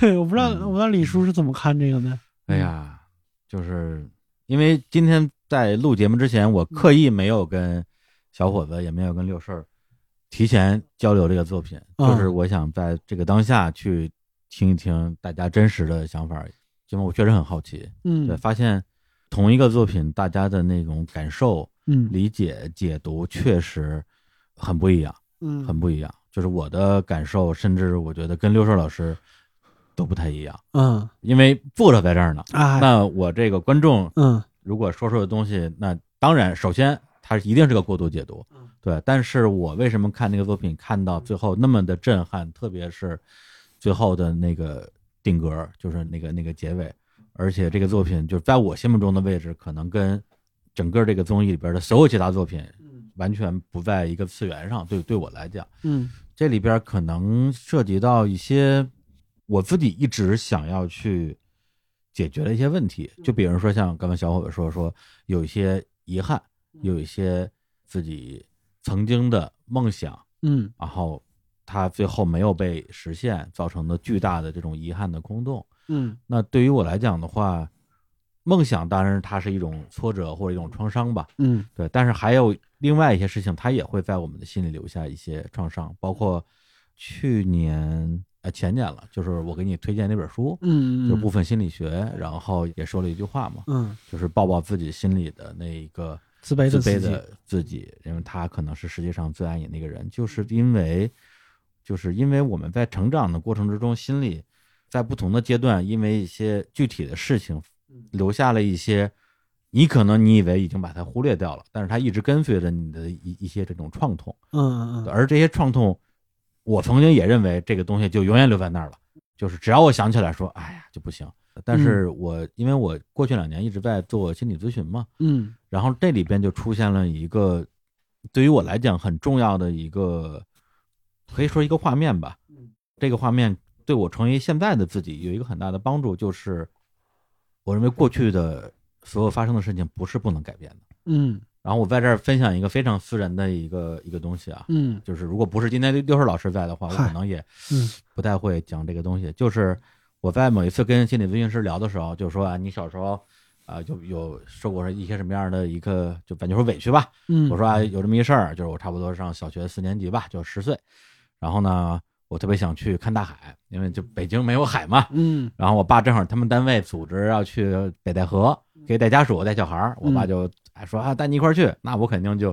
对，我不知嗯道我不知道李叔是怎么看这个呢？哎呀，嗯就是因为今天在录节目之前，嗯我刻意没有跟小伙子，也没有跟六顺儿提前交流这个作品，嗯就是我想在这个当下去听一听大家真实的想法，因为我确实很好奇，对，嗯发现同一个作品，大家的那种感受、嗯理解、解读确实很不一样，嗯，很不一样。就是我的感受，甚至我觉得跟六顺儿老师都不太一样，嗯因为作者在这儿呢。哎那我这个观众嗯如果说出的东西，那当然首先它一定是个过度解读，嗯对。但是我为什么看那个作品看到最后那么的震撼，特别是最后的那个定格，就是那个那个结尾，而且这个作品就是在我心目中的位置，可能跟整个这个综艺里边的所有其他作品完全不在一个次元上，对对我来讲。嗯这里边可能涉及到一些我自己一直想要去解决的一些问题，就比如说像刚才小伙子说说有一些遗憾，有一些自己曾经的梦想，嗯然后它最后没有被实现，造成的巨大的这种遗憾的空洞。嗯那对于我来讲的话，梦想当然它是一种挫折或者一种创伤吧，嗯对，但是还有另外一些事情，它也会在我们的心里留下一些创伤，包括去年呃前年了，就是我给你推荐那本书，嗯就是部分心理学，然后也说了一句话嘛，嗯就是抱抱自己心里的那一个自卑自的卑自己的自己，因为他可能是世界上最爱你那个人，就是因为，就是因为我们在成长的过程之中，心里在不同的阶段，因为一些具体的事情，嗯留下了一些你可能你以为已经把它忽略掉了，但是它一直跟随着你的一一些这种创痛，嗯嗯嗯而这些创痛，我曾经也认为这个东西就永远留在那儿了，就是只要我想起来说，哎呀就不行。但是我因为我过去两年一直在做心理咨询嘛，嗯然后这里边就出现了一个对于我来讲很重要的一个，可以说一个画面吧。这个画面对我成为现在的自己有一个很大的帮助，就是我认为过去的所有发生的事情不是不能改变的。嗯然后我在这儿分享一个非常私人的一个一个东西啊，嗯就是如果不是今天六六十老师在的话，我嗨可能也嗯不太会讲这个东西。就是我在某一次跟心理咨询师聊的时候，就说啊，你小时候啊、有有受过一些什么样的一个，就咱就说委屈吧。嗯，我说啊，有这么一事儿，就是我差不多上小学四年级吧，就十岁，然后呢，我特别想去看大海，因为就北京没有海嘛。嗯然后我爸正好他们单位组织要去北戴河，给带家属带小孩儿，我爸嗯就哎说啊带你一块儿去，那我肯定就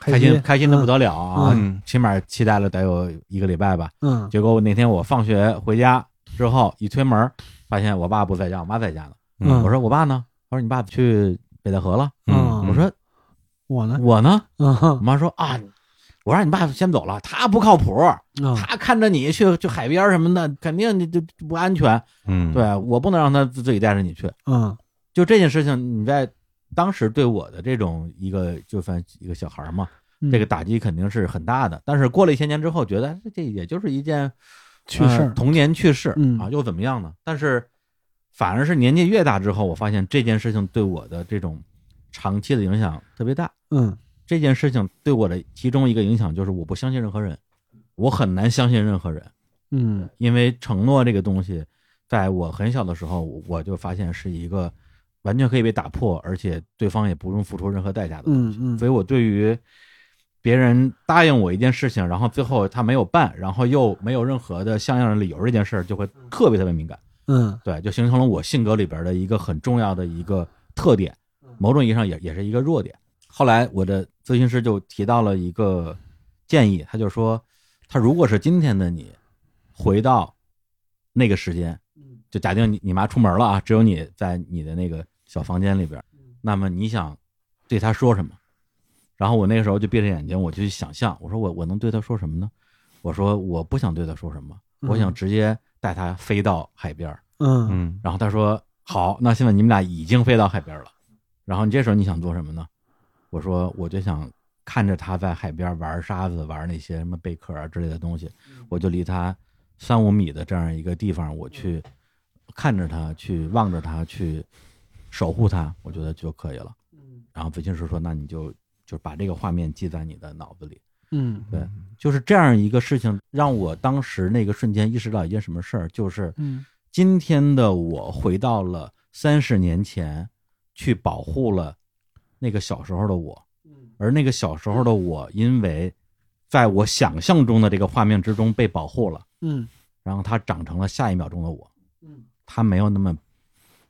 开开心心开心的不得了啊，嗯起码期待了得有一个礼拜吧。嗯结果我那天我放学回家之后一推门，发现我爸不在家，我妈在家呢。嗯我说我爸呢？他说你爸去北戴河了。嗯我说我呢我呢？我啊妈说啊，我让你爸先走了，他不靠谱，啊他看着你去去海边什么的，肯定你就就不安全。嗯，对我不能让他自自己带着你去。啊就这件事情，你在当时对我的这种一个就算一个小孩儿嘛，嗯这个打击肯定是很大的。但是过了一些年之后，觉得这这也就是一件趣事呃儿童年趣事、嗯啊，又怎么样呢？但是反而是年纪越大之后，我发现这件事情对我的这种长期的影响特别大。嗯这件事情对我的其中一个影响就是我不相信任何人，我很难相信任何人，嗯因为承诺这个东西，在我很小的时候我我就发现是一个完全可以被打破，而且对方也不用付出任何代价的东西。嗯嗯所以我对于别人答应我一件事情，然后最后他没有办，然后又没有任何的像样的理由，这件事儿就会特别特别敏感。嗯对，就形成了我性格里边的一个很重要的一个特点，某种意义上也也是一个弱点。后来我的咨询师就提到了一个建议，他就说，他如果是今天的你，回到那个时间，就假定你你妈出门了啊，只有你在你的那个小房间里边，那么你想对她说什么？然后我那个时候就闭着眼睛，我就去想象，我说我我能对她说什么呢？我说我不想对她说什么，我想直接带她飞到海边儿。嗯嗯然后他说：“好，那现在你们俩已经飞到海边了，然后你这时候你想做什么呢？”我说：“我就想看着他在海边玩沙子，玩那些什么贝壳啊之类的东西，我就离他三五米的这样一个地方，我去看着他，去望着他，去守护他，我觉得就可以了。”然后咨询师说：“那你就就把这个画面记在你的脑子里。”嗯对，就是这样一个事情，让我当时那个瞬间意识到一件什么事儿，就是嗯今天的我回到了三十年前，去保护了那个小时候的我，而那个小时候的我，因为在我想象中的这个画面之中被保护了，嗯然后他长成了下一秒钟的我，他没有那么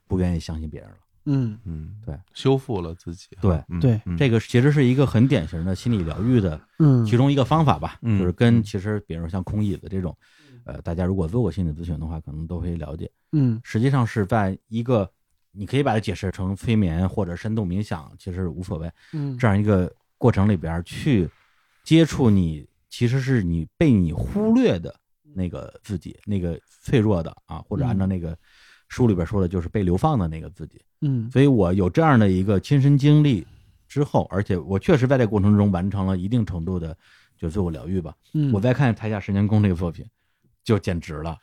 不愿意相信别人了。嗯嗯，对，修复了自己，对嗯对嗯这个其实是一个很典型的心理疗愈的嗯其中一个方法吧，嗯就是跟其实比如像空椅子这种，呃，大家如果做过心理咨询的话，可能都会了解。嗯实际上是在一个，你可以把它解释成催眠或者深度冥想，其实无所谓。嗯这样一个过程里边儿去接触你，其实是你被你忽略的那个自己，那个脆弱的啊，或者按照那个书里边说的，就是被流放的那个自己。嗯所以我有这样的一个亲身经历之后，而且我确实在这过程中完成了一定程度的就自我疗愈吧。嗯我再看《台下十年功》这个作品，就简直 <laughs> 了。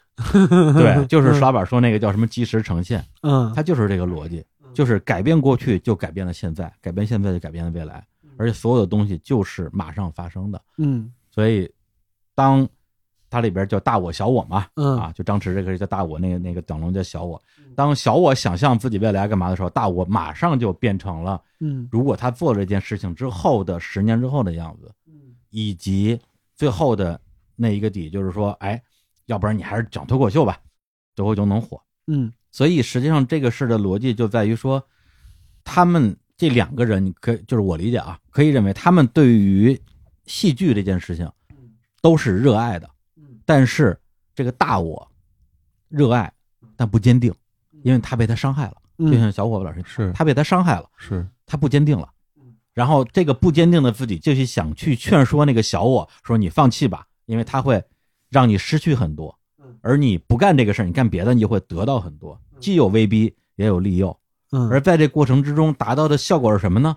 对，就是刷板说那个叫什么即时呈现，嗯它就是这个逻辑，就是改变过去就改变了现在，改变现在就改变了未来，嗯而且所有的东西就是马上发生的。嗯所以，当它里边叫大我小我嘛，嗯啊，就张弛这个是叫大我，那个那个蒋龙叫小我。当小我想象自己未来干嘛的时候，大我马上就变成了嗯如果他做了这件事情之后的十年之后的样子，以及最后的那一个底，就是说，哎，要不然你还是讲脱口秀吧，脱口秀能火。嗯所以实际上这个事的逻辑就在于说，他们这两个人，你可以就是我理解啊，可以认为他们对于戏剧这件事情都是热爱的，但是这个大我热爱但不坚定，因为他被他伤害了，就嗯像小伙子老师，是他被他伤害了，是，他不坚定了。然后这个不坚定的自己就去想去劝说那个小我说你放弃吧，因为他会让你失去很多，而你不干这个事儿，你干别的，你就会得到很多，既有威逼也有利诱。嗯，而在这过程之中达到的效果是什么呢？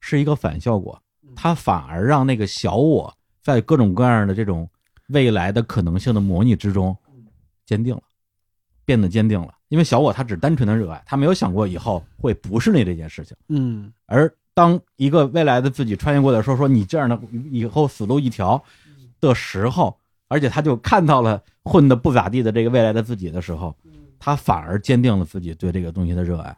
是一个反效果，它反而让那个小我在各种各样的这种未来的可能性的模拟之中坚定了，变得坚定了。因为小我他只单纯的热爱，他没有想过以后会不是那这件事情。嗯而当一个未来的自己穿越过来说说你这样的以后死路一条的时候，而且他就看到了混的不咋地的这个未来的自己的时候，他反而坚定了自己对这个东西的热爱。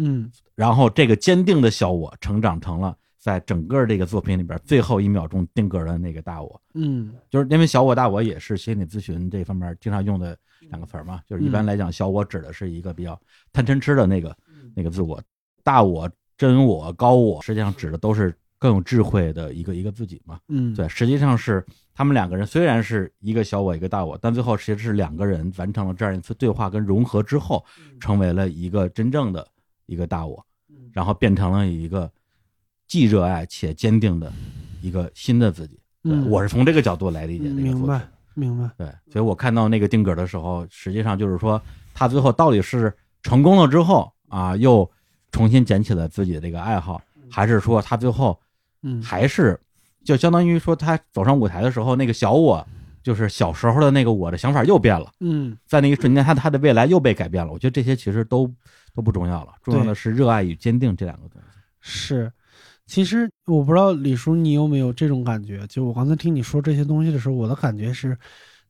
嗯然后这个坚定的小我成长成了在整个这个作品里边最后一秒钟定格的那个大我，嗯就是因为小我大我也是心理咨询这方面经常用的两个词儿嘛，就是一般来讲小我指的是一个比较贪嗔痴的那个那个自我，大我、真我、高我实际上指的都是更有智慧的一个一个自己嘛。嗯，对，实际上是他们两个人虽然是一个小我一个大我，但最后其实是两个人完成了这样一次对话跟融合之后，成为了一个真正的一个大我，然后变成了一个既热爱且坚定的一个新的自己。对嗯我是从这个角度来理解嗯这个明作品白。明白，对，所以我看到那个定格的时候，实际上就是说他最后到底是成功了之后啊，又重新捡起了自己的这个爱好，还是说他最后嗯还是就相当于说他走上舞台的时候，那个小我就是小时候的那个我的想法又变了，嗯在那一瞬间他他的未来又被改变了。我觉得这些其实都都不重要了，重要的是热爱与坚定这两个东西。是。其实我不知道李叔你有没有这种感觉，就我刚才听你说这些东西的时候，我的感觉是，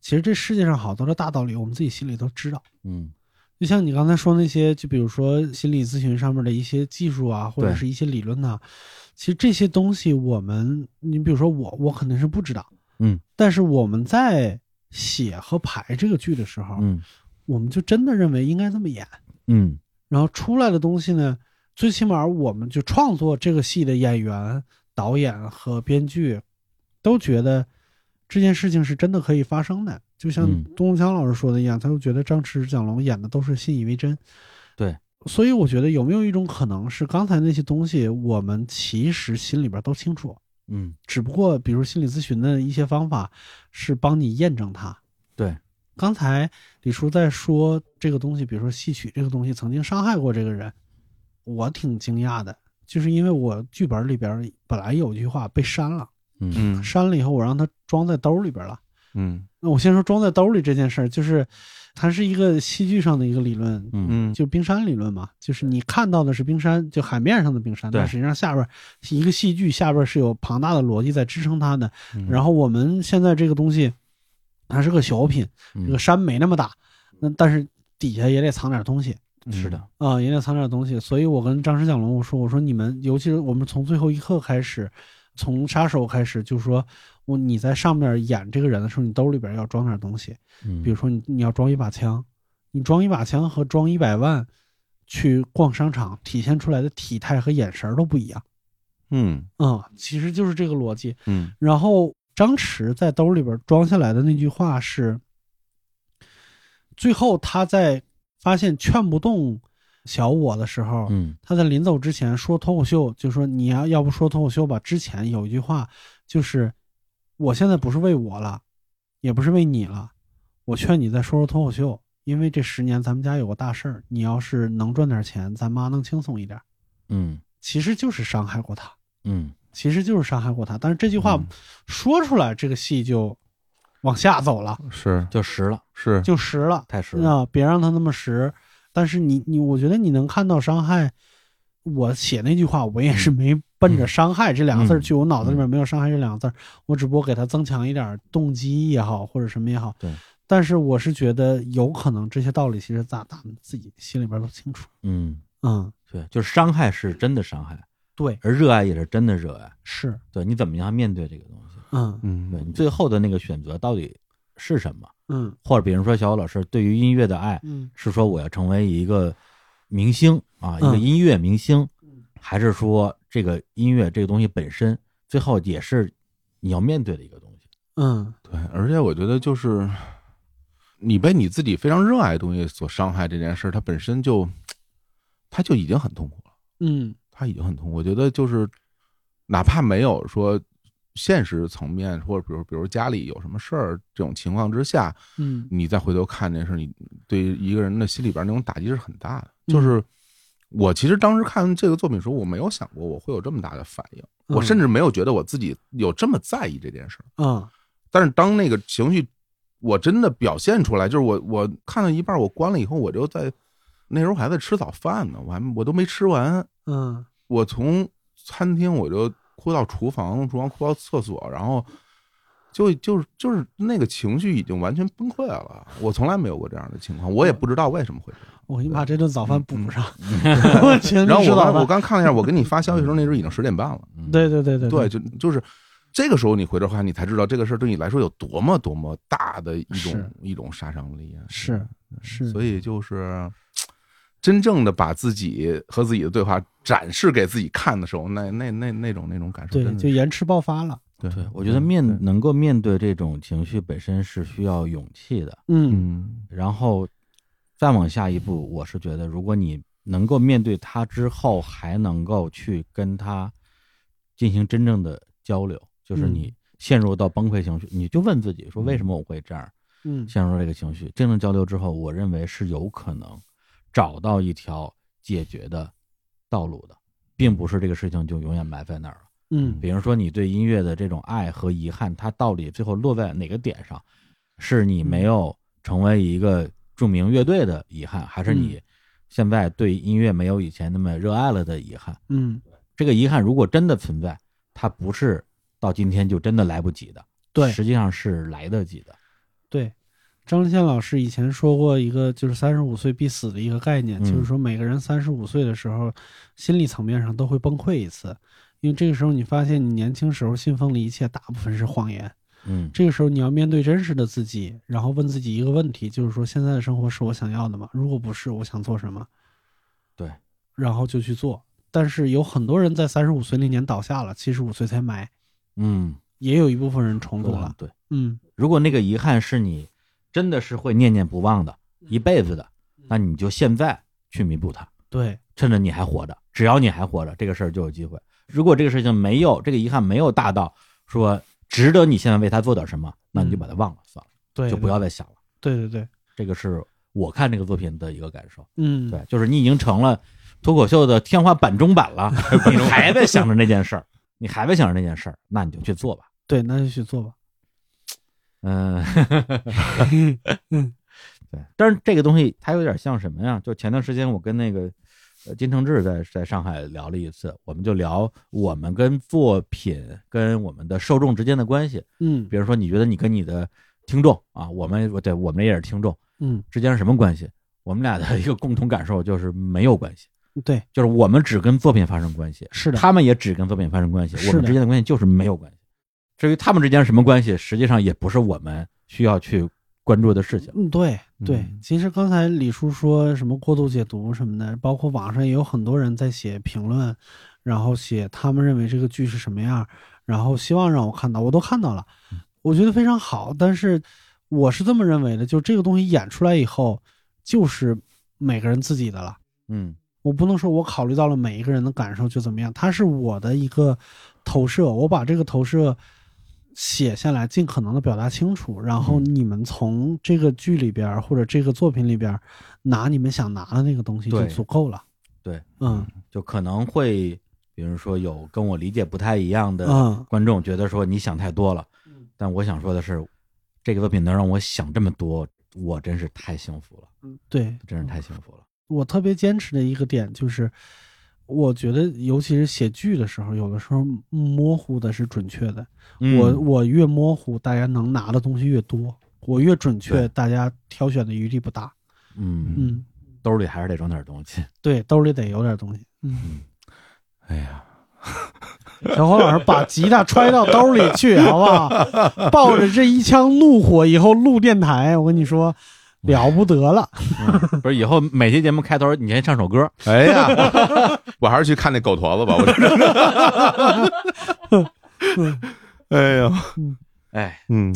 其实这世界上好多的大道理，我们自己心里都知道。嗯，就像你刚才说那些，就比如说心理咨询上面的一些技术啊，或者对是一些理论呐、其实这些东西我们，你比如说我，我肯定是不知道，嗯，但是我们在写和排这个剧的时候，嗯我们就真的认为应该这么演，嗯然后出来的东西呢，最起码我们就创作这个戏的演员、导演和编剧都觉得这件事情是真的可以发生的。就像嗯东强老师说的一样，他就觉得张弛、蒋龙演的都是信以为真。对，所以我觉得有没有一种可能是，刚才那些东西我们其实心里边都清楚，嗯，只不过比如心理咨询的一些方法是帮你验证它。对，刚才李叔在说这个东西，比如说戏曲这个东西曾经伤害过这个人，我挺惊讶的，就是因为我剧本里边本来有句话被删了，嗯嗯删了以后我让他装在兜里边了。嗯那我先说装在兜里这件事儿，就是它是一个戏剧上的一个理论，嗯嗯，就冰山理论嘛，就是你看到的是冰山，就海面上的冰山，对但实际上下边儿一个戏剧下边儿是有庞大的逻辑在支撑它的。嗯然后我们现在这个东西，它是个小品，这个嗯，山没那么大，那但是底下也得藏点东西是的，啊、也得藏点东西。所以我跟张石蒋龙我说，我说你们，尤其是我们从最后一刻开始，从杀手开始，就说我你在上面演这个人的时候，你兜里边要装点东西，嗯，比如说你你要装一把枪，你装一把枪和装一百万去逛商场，体现出来的体态和眼神儿都不一样。嗯嗯，其实就是这个逻辑。嗯然后张弛在兜里边装下来的那句话是，最后他在发现劝不动小我的时候，嗯他在临走之前说脱口秀，就说你要要不说脱口秀吧。之前有一句话就是，我现在不是为我了，也不是为你了，我劝你再说说脱口秀，因为这十年咱们家有个大事儿，你要是能赚点钱，咱妈能轻松一点儿。嗯其实就是伤害过他，嗯，其实就是伤害过他。但是这句话说出来，这个戏就往下走了，是就实了，是就实了。太实了。啊，别让他那么实。嗯但是你你，我觉得你能看到伤害。我写那句话，我也是没奔着伤害这两个字儿嗯去，我脑子里面没有伤害这两个字儿，我只不过给它增强一点动机也好，或者什么也好。对。但是我是觉得有可能这些道理其实咱咱们自己心里边都清楚。嗯，嗯，对，就是伤害是真的伤害，对，而热爱也是真的热爱。是，对你怎么样面对这个东西？嗯对嗯，你最后的那个选择到底是什么？嗯或者比如说小欧老师对于音乐的爱，嗯是说我要成为一个明星啊，一嗯个音乐明星，还是说这个音乐这个东西本身最后也是你要面对的一个东西？嗯对，而且我觉得就是你被你自己非常热爱的东西所伤害这件事儿，它本身就它就已经很痛苦了，嗯它已经很痛苦。我觉得就是哪怕没有说现实层面，或者比如比如家里有什么事儿这种情况之下，嗯你再回头看这事儿，你对一个人的心里边那种打击是很大的。就是我其实当时看这个作品的时候，我没有想过我会有这么大的反应，嗯我甚至没有觉得我自己有这么在意这件事儿。嗯但是当那个情绪我真的表现出来，就是我我看到一半，我关了以后，我就在那时候还在吃早饭呢，我还我都没吃完，嗯我从餐厅我就哭到厨房，厨房哭到厕所，然后就就是就是那个情绪已经完全崩溃了。我从来没有过这样的情况，我也不知道为什么会这样。我给你把这顿早饭补嗯嗯上。 <laughs> 我请你然后吃我早刚我饭。刚看了一下，我给你发消息的时候，那时候已经十 <laughs> 点半了。嗯、对对对对对，，就就是这个时候你回头看，你才知道这个事儿对你来说有多么多么大的一种是一种杀伤力啊！是是，所以就是真正的把自己和自己的对话展示给自己看的时候，那那那那种那种感受，对，真的就是延迟爆发了。对对，我觉得面能够面对这种情绪本身是需要勇气的。嗯嗯然后再往下一步，我是觉得，如果你能够面对它之后，还能够去跟它进行真正的交流，就是嗯你陷入到崩溃情绪，你就问自己说，为什么我会这样嗯陷入这个情绪？真正交流之后，我认为是有可能找到一条解决的道路的，并不是这个事情就永远埋在那儿了。嗯比如说你对音乐的这种爱和遗憾，它到底最后落在哪个点上？是你嗯没有成为一个著名乐队的遗憾，还是嗯你现在对音乐没有以前那么热爱了的遗憾？嗯，这个遗憾如果真的存在，它不是到今天就真的来不及的，对实际上是来得及的。对。张立宪老师以前说过一个，就是三十五岁必死的一个概念，嗯就是说每个人三十五岁的时候，心理层面上都会崩溃一次，因为这个时候你发现你年轻时候信奉的一切大部分是谎言，嗯这个时候你要面对真实的自己，然后问自己一个问题，就是说现在的生活是我想要的吗？如果不是，我想做什么？对，然后就去做。但是有很多人在三十五岁那年倒下了，七十五岁才埋，嗯，也有一部分人重说组得很了。对。嗯如果那个遗憾是你真的是会念念不忘的一辈子的，嗯那你就现在去弥补它。，对，趁着你还活着，只要你还活着，这个事儿就有机会。如果这个事情没有这个遗憾没有大到说值得你现在为他做点什么，那你就把它忘了算了，嗯对，就不要再想了。对对对，这个是我看这个作品的一个感受。嗯，对，就是你已经成了脱口秀的天花板中板 <laughs> 了，你还在想着那件事儿，你还在想着那件事儿，那你就去做吧。对，那就去做吧。嗯， <laughs> 对，但是这个东西它有点像什么呀？就前段时间我跟那个呃金承志在在上海聊了一次，我们就聊我们跟作品跟我们的受众之间的关系。嗯比如说，你觉得你跟你的听众啊，我们我对我们也是听众嗯，之间是什么关系？我们俩的一个共同感受就是没有关系，嗯对，就是我们只跟作品发生关系，是的，他们也只跟作品发生关系，是的我们之间的关系就是没有关系。至于他们之间是什么关系，实际上也不是我们需要去关注的事情。嗯，对对嗯。其实刚才李叔说什么过度解读什么的，包括网上也有很多人在写评论，然后写他们认为这个剧是什么样，然后希望让我看到，我都看到了，嗯我觉得非常好。但是我是这么认为的，就这个东西演出来以后，就是每个人自己的了。嗯我不能说我考虑到了每一个人的感受就怎么样，它是我的一个投射，我把这个投射写下来，尽可能的表达清楚，然后嗯你们从这个剧里边儿或者这个作品里边儿拿你们想拿的那个东西就对足够了。对，嗯就可能会，比如说有跟我理解不太一样的嗯观众觉得说你想太多了，但我想说的是，这个作品能让我想这么多，我真是太幸福了，对，真是太幸福了。我特别坚持的一个点就是，我觉得，尤其是写剧的时候，有的时候模糊的是准确的。嗯我我越模糊，大家能拿的东西越多；我越准确，对大家挑选的余地不大。嗯，嗯，兜里还是得装点东西。 <laughs> 对，兜里得有点东西。嗯，哎呀，小侯老师把吉他揣到兜里去，好不好？抱着这一腔怒火，以后录电台，我跟你哎说，了不 <laughs> 得了。不是以后每期节目开头你先唱首歌，哎呀， <laughs> 我还是去看那狗驼子吧，我这。哎呀，哎。嗯，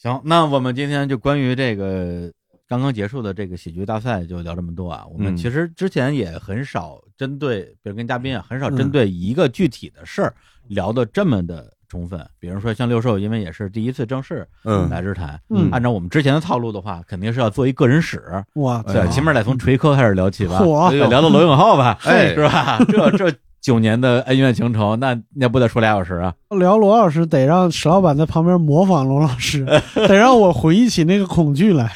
行，那我们今天就关于这个刚刚结束的这个喜剧大赛就聊这么多啊。我们嗯其实之前也很少针对，比如跟嘉宾啊，很少针嗯对一个具体的事儿聊的这么的充分。比如说像六兽，因为也是第一次正式嗯来日坛，嗯按照我们之前的套路的话，肯定是要做一个人史，哇，哎对，呀起码得从锤科开始聊起吧，火哎对呦聊到罗永浩吧， <laughs> 哎是吧？这这九年的恩怨情仇，那那不得说俩小时啊？聊罗老师得让史老板在旁边模仿罗老师，得让我回忆起那个恐惧来。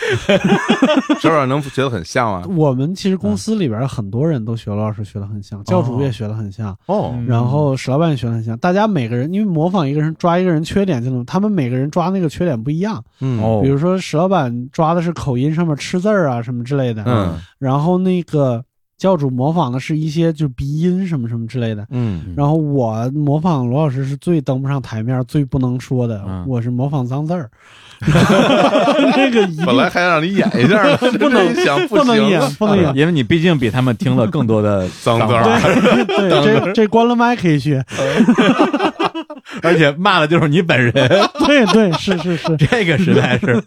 这玩意儿能觉得很像吗？我们其实公司里边很多人都学罗老师学得很哦像，教主也学得很像，哦嗯然后史老板也学得很像。大家每个人因为模仿一个人抓一个人缺点就能，他们每个人抓那个缺点不一样。嗯哦比如说史老板抓的是口音上面吃字儿啊什么之类的，嗯然后那个教主模仿的是一些就鼻音什么什么之类的。嗯然后我模仿罗老师是最登不上台面、最不能说的，嗯我是模仿脏字 <laughs> 儿， <laughs> 这个一定本来还让你演一下呢，不能想不能行哎演，不 <laughs> 能演。因为你毕竟比他们听了更多的脏字儿， <laughs> 对，这这关了麦可以学。 <laughs> 而且骂的就是你本 <laughs> 人，对对，是是是，这个实在是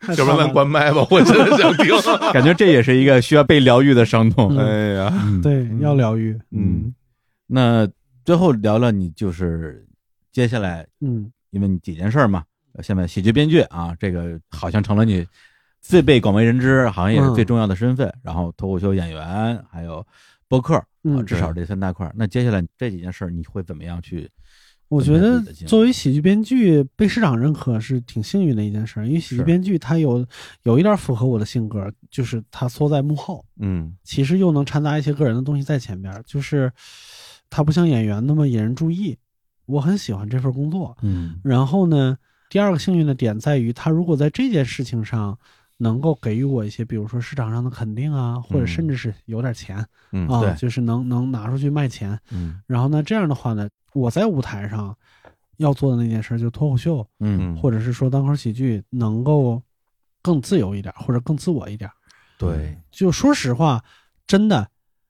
太 <laughs> 要不棒然了咱关麦吧，我真的想听。 <laughs> 感觉这也是一个需要被疗愈的伤痛。嗯哎呀，对，要疗愈。嗯那最后聊聊你就是接下来，嗯，因为你几件事儿嘛，下面喜剧编剧啊，这个好像成了你最被广为人知，好像也是嗯最重要的身份。然后脱口秀演员，还有播客，嗯啊至少这三大块儿。那接下来这几件事儿，你会怎么样去？我增觉加得自己的经历作为喜剧编剧被市场认可是挺幸运的一件事儿，因为喜剧是编剧他有有一点符合我的性格，就是他缩在幕后，嗯其实又能掺杂一些个人的东西在前边儿，就是他不像演员那么引人注意。我很喜欢这份工作，嗯然后呢，第二个幸运的点在于，他如果在这件事情上能够给予我一些，比如说市场上的肯定啊，或者甚至是有点钱、嗯嗯啊，对就是能能拿出去卖钱。嗯然后呢，这样的话呢，我在舞台上要做的那件事，就脱口秀嗯，嗯或者是说单口喜剧，能够更自由一点，或者更自我一点。嗯对，就说实话，真的。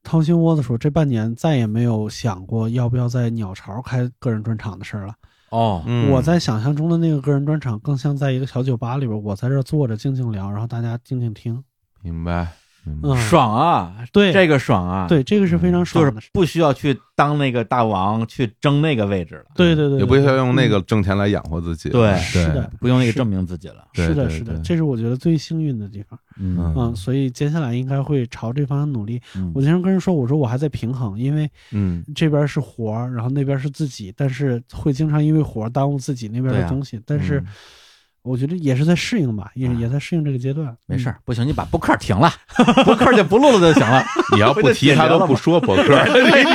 掏心窝子说，这半年再也没有想过要不要在鸟巢开个人专场的事儿了。哦，嗯我在想象中的那个个人专场，更像在一个小酒吧里边，我在这儿坐着静静聊，然后大家静静听。明白，明白嗯，爽啊，对这个爽啊，对，这个是非常爽就的是事。不需要去当那个大王去争那个位置了，对对对，对也嗯不需要用那个挣钱来养活自己。对是的，不用那个是证明自己了。对是的，对是的对，这是我觉得最幸运的地方。嗯嗯，所以接下来应该会朝这方向努力。嗯我经常跟人说，我说我还在平衡，因为嗯这边是活儿，然后那边是自己，但是会经常因为活儿耽误自己那边对的啊东西。但是我觉得也是在适应吧，也哎也在适应这个阶段。没事儿，不行你把播客停了， <laughs> 播客就不录了就行了。 <laughs> 你要不提他都不说博客，你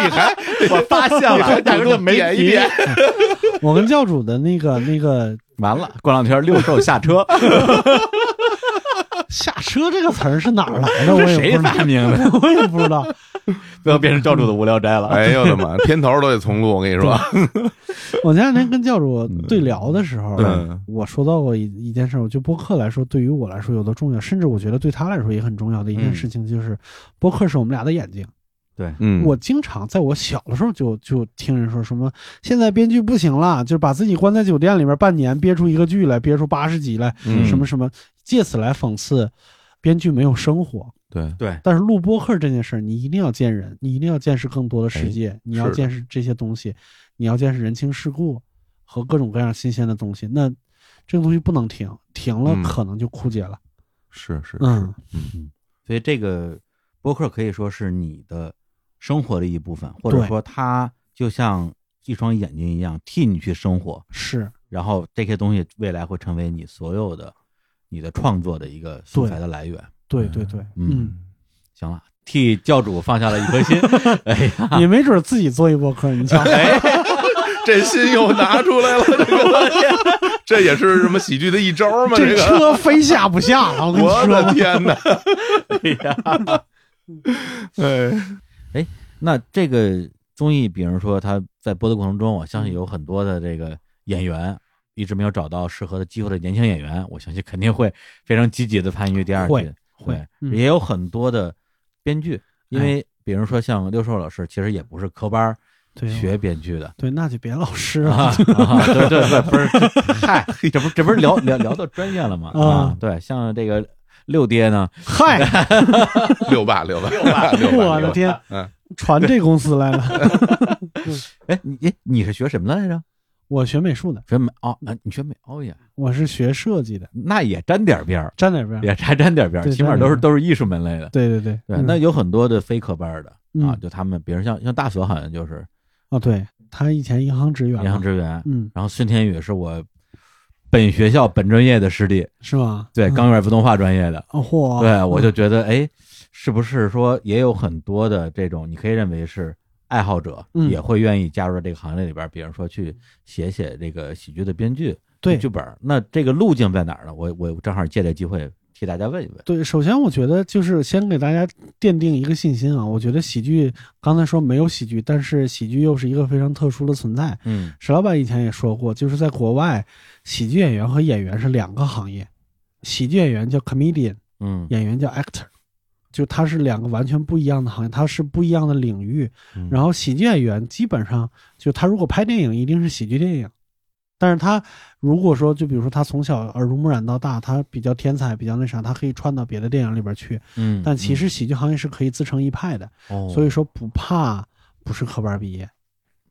还我发现了，大主哥动没点一提点，嗯，我跟教主的那个那个完了，过两天六兽下车， <laughs> 下车这个词儿是哪儿来的？我这也不谁知道，发明的？ <laughs> 我也不知道。最后变成教主的无聊斋了。哎呦我的妈，片头都得重录，我跟你说，我前两天跟教主对聊的时候，嗯我说到过一一件事儿，我觉得播客来说，对于我来说有多重要，甚至我觉得对他来说也很重要的一件事情，就是、嗯播客是我们俩的眼睛。嗯，我经常在我小的时候就就听人说什么，现在编剧不行了，就是把自己关在酒店里面半年，憋出一个剧来，憋出八十集来，嗯什么什么，借此来讽刺编剧没有生活。对对，但是录播客这件事儿，你一定要见人，你一定要见识更多的世界，你要哎是的见识这些东西，你要见识人情世故和各种各样新鲜的东西。那这个东西不能停，停了嗯可能就枯竭了。是是嗯，所以这个播客可以说是你的生活的一部分，或者对说它就像一双眼睛一样，替你去生活。是然后这些东西未来会成为你所有的你的创作的一个素材的来源。对对对，嗯嗯，行了，替教主放下了一颗 <laughs> 心。哎呀，嗯也没准儿自己做一播客，你瞧，这心又拿出来了，这个这也是什么喜剧的一招吗？ <laughs> 这这个，车非下不下了。我跟你我说的，天哪！哎 <laughs> 呀，哎，那这个综艺，比如说他在播的过程中，我嗯相信有很多的这个演员一直没有找到适合的机会的年轻演员，我相信肯定会非常积极的参与第二季，会 <laughs> 会哎嗯哎也有很多的编剧，因为比如说像六兽老师，其实也不是科班儿对哦学编剧的。对，那就别 <laughs> 老师啊 <laughs> 了。啊，对对对，不是， <laughs> 这嗨，这不这不是聊聊聊到专业了吗？啊啊，对，像这个六爹呢，嗨，六吧六吧六吧六吧，我的天嗯， <laughs> 传这公司来了。 <laughs> 哎，你哎你是学什么来着？我学美术的，学美哦，啊，你学美哦呀，我是学设计的，那也沾点儿边儿，站哪边？也沾沾点儿边儿，对起码沾点儿都是边儿都是艺术门类的。对对对，对，嗯那有很多的非科班儿的啊，嗯就他们，比如像像大锁好像就是哦，对他以前银行职员嘛，银行职员，嗯，然后孙天宇是我本学校本专业的师弟，是吗？对，嗯钢院自动化专业的，哦嚯，对我就觉得哎，是不是说也有很多的这种你可以认为是爱好者嗯也会愿意加入到这个行列里边儿，比如说去写写这个喜剧的编剧对剧本儿，那这个路径在哪儿呢？我我正好借这机会替大家问一问。对，首先我觉得就是先给大家奠定一个信心啊。我觉得喜剧刚才说没有喜剧，但是喜剧又是一个非常特殊的存在。嗯石老板以前也说过，就是在国外，喜剧演员和演员是两个行业，喜剧演员叫 comedian，嗯演员叫 actor，就它是两个完全不一样的行业，它是不一样的领域。嗯然后喜剧演员基本上就他如果拍电影，一定是喜剧电影。但是他如果说，就比如说他从小耳濡目染到大，他比较天才，比较那啥，他可以串到别的电影里边去。嗯，但其实喜剧行业是可以自成一派的，哦，所以说不怕不是科班毕业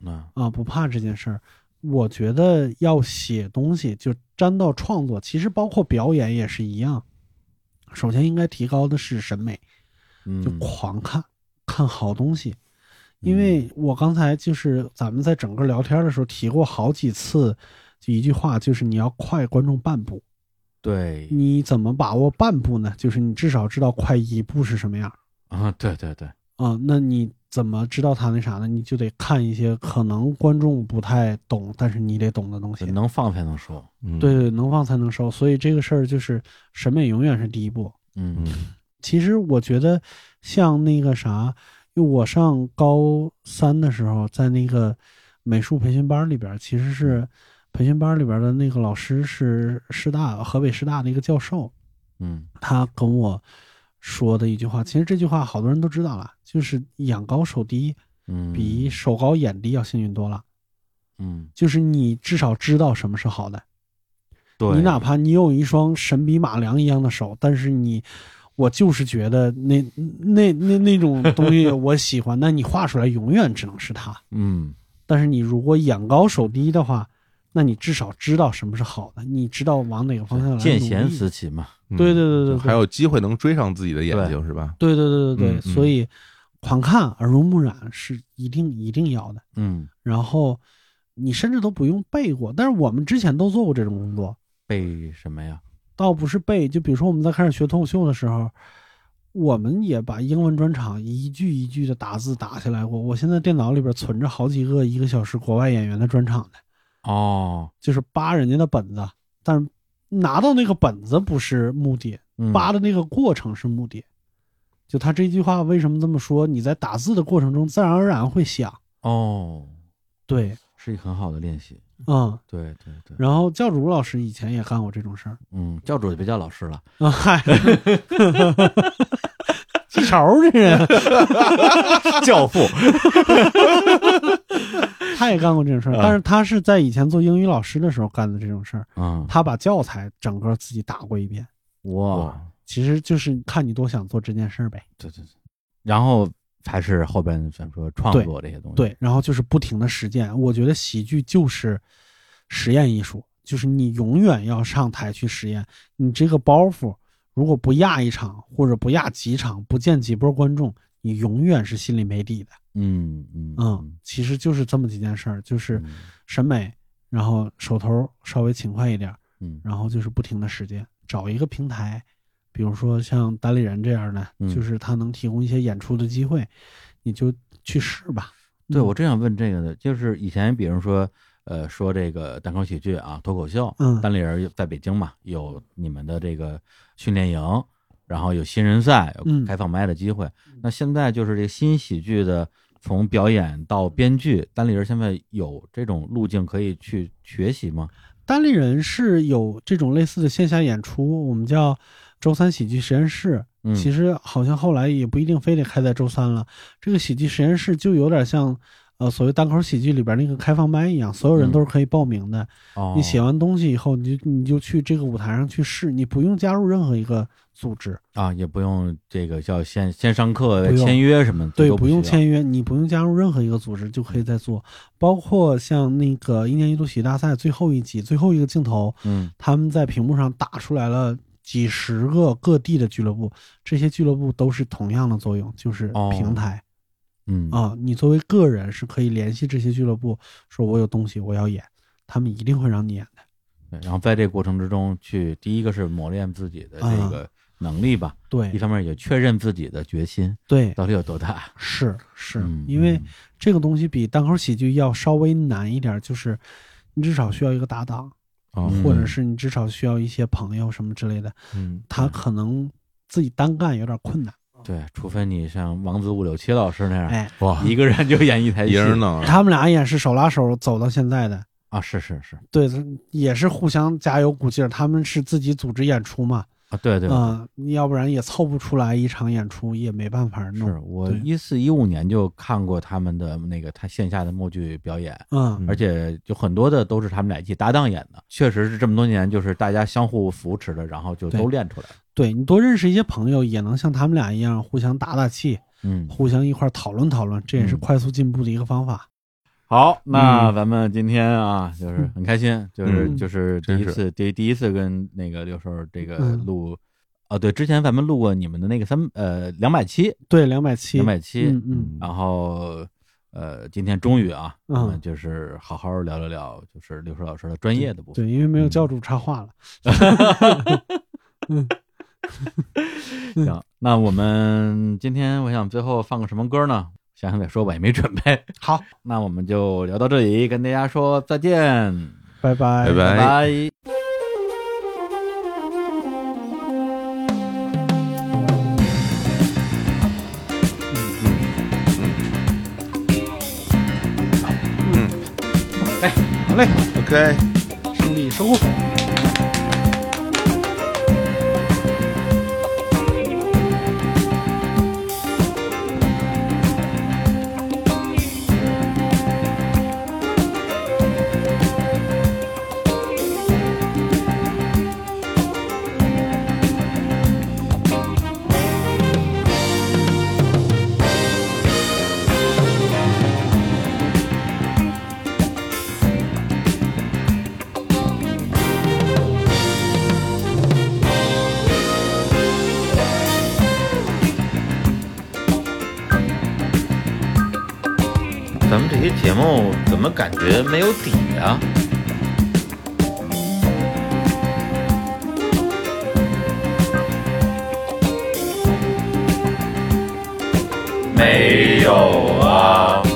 啊啊，不怕这件事儿。我觉得要写东西，就沾到创作，其实包括表演也是一样。首先应该提高的是审美，嗯就狂看，看好东西。因为我刚才就是咱们在整个聊天的时候提过好几次，就一句话，就是你要快观众半步。对你怎么把握半步呢？就是你至少知道快一步是什么样啊，对对对，啊、那你怎么知道他那啥呢？你就得看一些可能观众不太懂，但是你得懂的东西。能放才能说，嗯对对，能放才能收。所以这个事儿就是审美永远是第一步。嗯其实我觉得像那个啥，因为我上高三的时候，在那个美术培训班里边儿，其实是培训班里边儿的那个老师是师大河北师大的一个教授，嗯他跟我说的一句话，其实这句话好多人都知道了，就是眼高手低嗯，比手高眼低要幸运多了。嗯，就是你至少知道什么是好的，对，你哪怕你有一双神笔马良一样的手，但是你，我就是觉得那那那那种东西 <laughs> 我喜欢，那你画出来永远只能是它。嗯但是你如果眼高手低的话，那你至少知道什么是好的，你知道往哪个方向来。见贤思。齐嘛，对对对对对，嗯还有机会能追上自己的眼睛是吧？对对对对对，嗯嗯所以狂看耳濡目染是一定一定要的。嗯，然后你甚至都不用背过，但是我们之前都做过这种工作，背什么呀？倒不是背，就比如说我们在开始学脱口秀的时候，我们也把英文专场一句一句的打字打下来过。我现在电脑里边存着好几个一个小时国外演员的专场呢，哦，就是扒人家的本子，但是拿到那个本子不是目的，嗯扒的那个过程是目的。就他这句话为什么这么说？你在打字的过程中自然而然会想，哦，对，是一个很好的练习，嗯。对对对，然后教主老师以前也干过这种事儿嗯，教主就别叫老师了，啊，嗨， <laughs> 记仇儿这人。教父，他也干过这种事儿，啊但是他是在以前做英语老师的时候干的这种事儿。嗯，他把教材整个自己打过一遍，哇，其实就是看你多想做这件事儿呗。对对对，然后才是后边咱们说创对作这些东西，对，然后就是不停的实践。我觉得喜剧就是实验艺术，就是你永远要上台去实验。你这个包袱如果不压一场，或者不压几场，不见几波观众，你永远是心里没底的。嗯，嗯嗯，其实就是这么几件事儿，就是嗯审美，然后手头稍微勤快一点儿。嗯然后就是不停的实践，找一个平台，比如说像达利人这样的，嗯就是他能提供一些演出的机会，你就去试吧。对嗯我正想问这个的，就是以前比如说呃说这个单口喜剧啊、脱口秀，嗯单立人在北京嘛，有你们的这个训练营，然后有新人赛，有嗯开放麦的机会。那现在就是这个新喜剧的，从表演到编剧，单立人现在有这种路径可以去学习吗？单立人是有这种类似的线下演出，我们叫周三喜剧实验室。嗯，其实好像后来也不一定非得开在周三了。这个喜剧实验室就有点像，呃，所谓单口喜剧里边那个开放麦一样，所有人嗯都是可以报名的。哦你写完东西以后，你就你就去这个舞台上去试，你不用加入任何一个组织，啊，也不用这个叫先先上课不用签约什么的，对，都不用需要。签约，你不用加入任何一个组织就可以在做。包括像那个一年一度喜剧大赛最后一集最后一个镜头，嗯他们在屏幕上打出来了几十个各地的俱乐部，这些俱乐部都是同样的作用，就是哦平台、嗯啊。你作为个人是可以联系这些俱乐部，说我有东西我要演，他们一定会让你演的。对然后在这个过程之中去，第一个是磨练自己的这啊个能力吧，一对方面也确认自己的决心对，到底有多大。是是嗯，因为嗯这个东西比单口喜剧要稍微难一点，就是你至少需要一个搭档。啊嗯或者是你至少需要一些朋友什么之类的，嗯，他可能自己单干有点困难。对，除非你像王子五六七老师那样，嗯哎，哇，一个人就演一台一戏人弄啊，他们俩也是手拉手走到现在的，啊，是是是对，也是互相加油鼓劲儿。他们是自己组织演出嘛，啊，对对，嗯、要不然也凑不出来一场演出，也没办法弄。是我对一四一五年就看过他们的那个他线下的默剧表演，嗯，而且就很多的都是他们俩一起搭档演的，确实是这么多年就是大家相互扶持的，然后就都对练出来了。对你多认识一些朋友，也能像他们俩一样互相打打气，嗯，互相一块儿讨论讨论，这也是嗯快速进步的一个方法。好，那嗯咱们今天啊，就是很开心，就是嗯就是第真一是次第第一次跟那个六叔这个嗯录，啊，对，之前咱们录过你们的那个三呃两百期，对，两百七，两百七，嗯嗯，然后呃，今天终于啊，嗯我们就是好好聊聊聊，就是六叔老师的专业的部分。对，因为没有教主插话了。行，啊那我们今天我想最后放个什么歌呢？想想再说吧，也没准备。好， <laughs> 那我们就聊到这里，跟大家说再见，拜拜，拜拜拜拜好嘞， ，OK。胜利收获。咱们这些节目怎么感觉没有底啊？没有啊。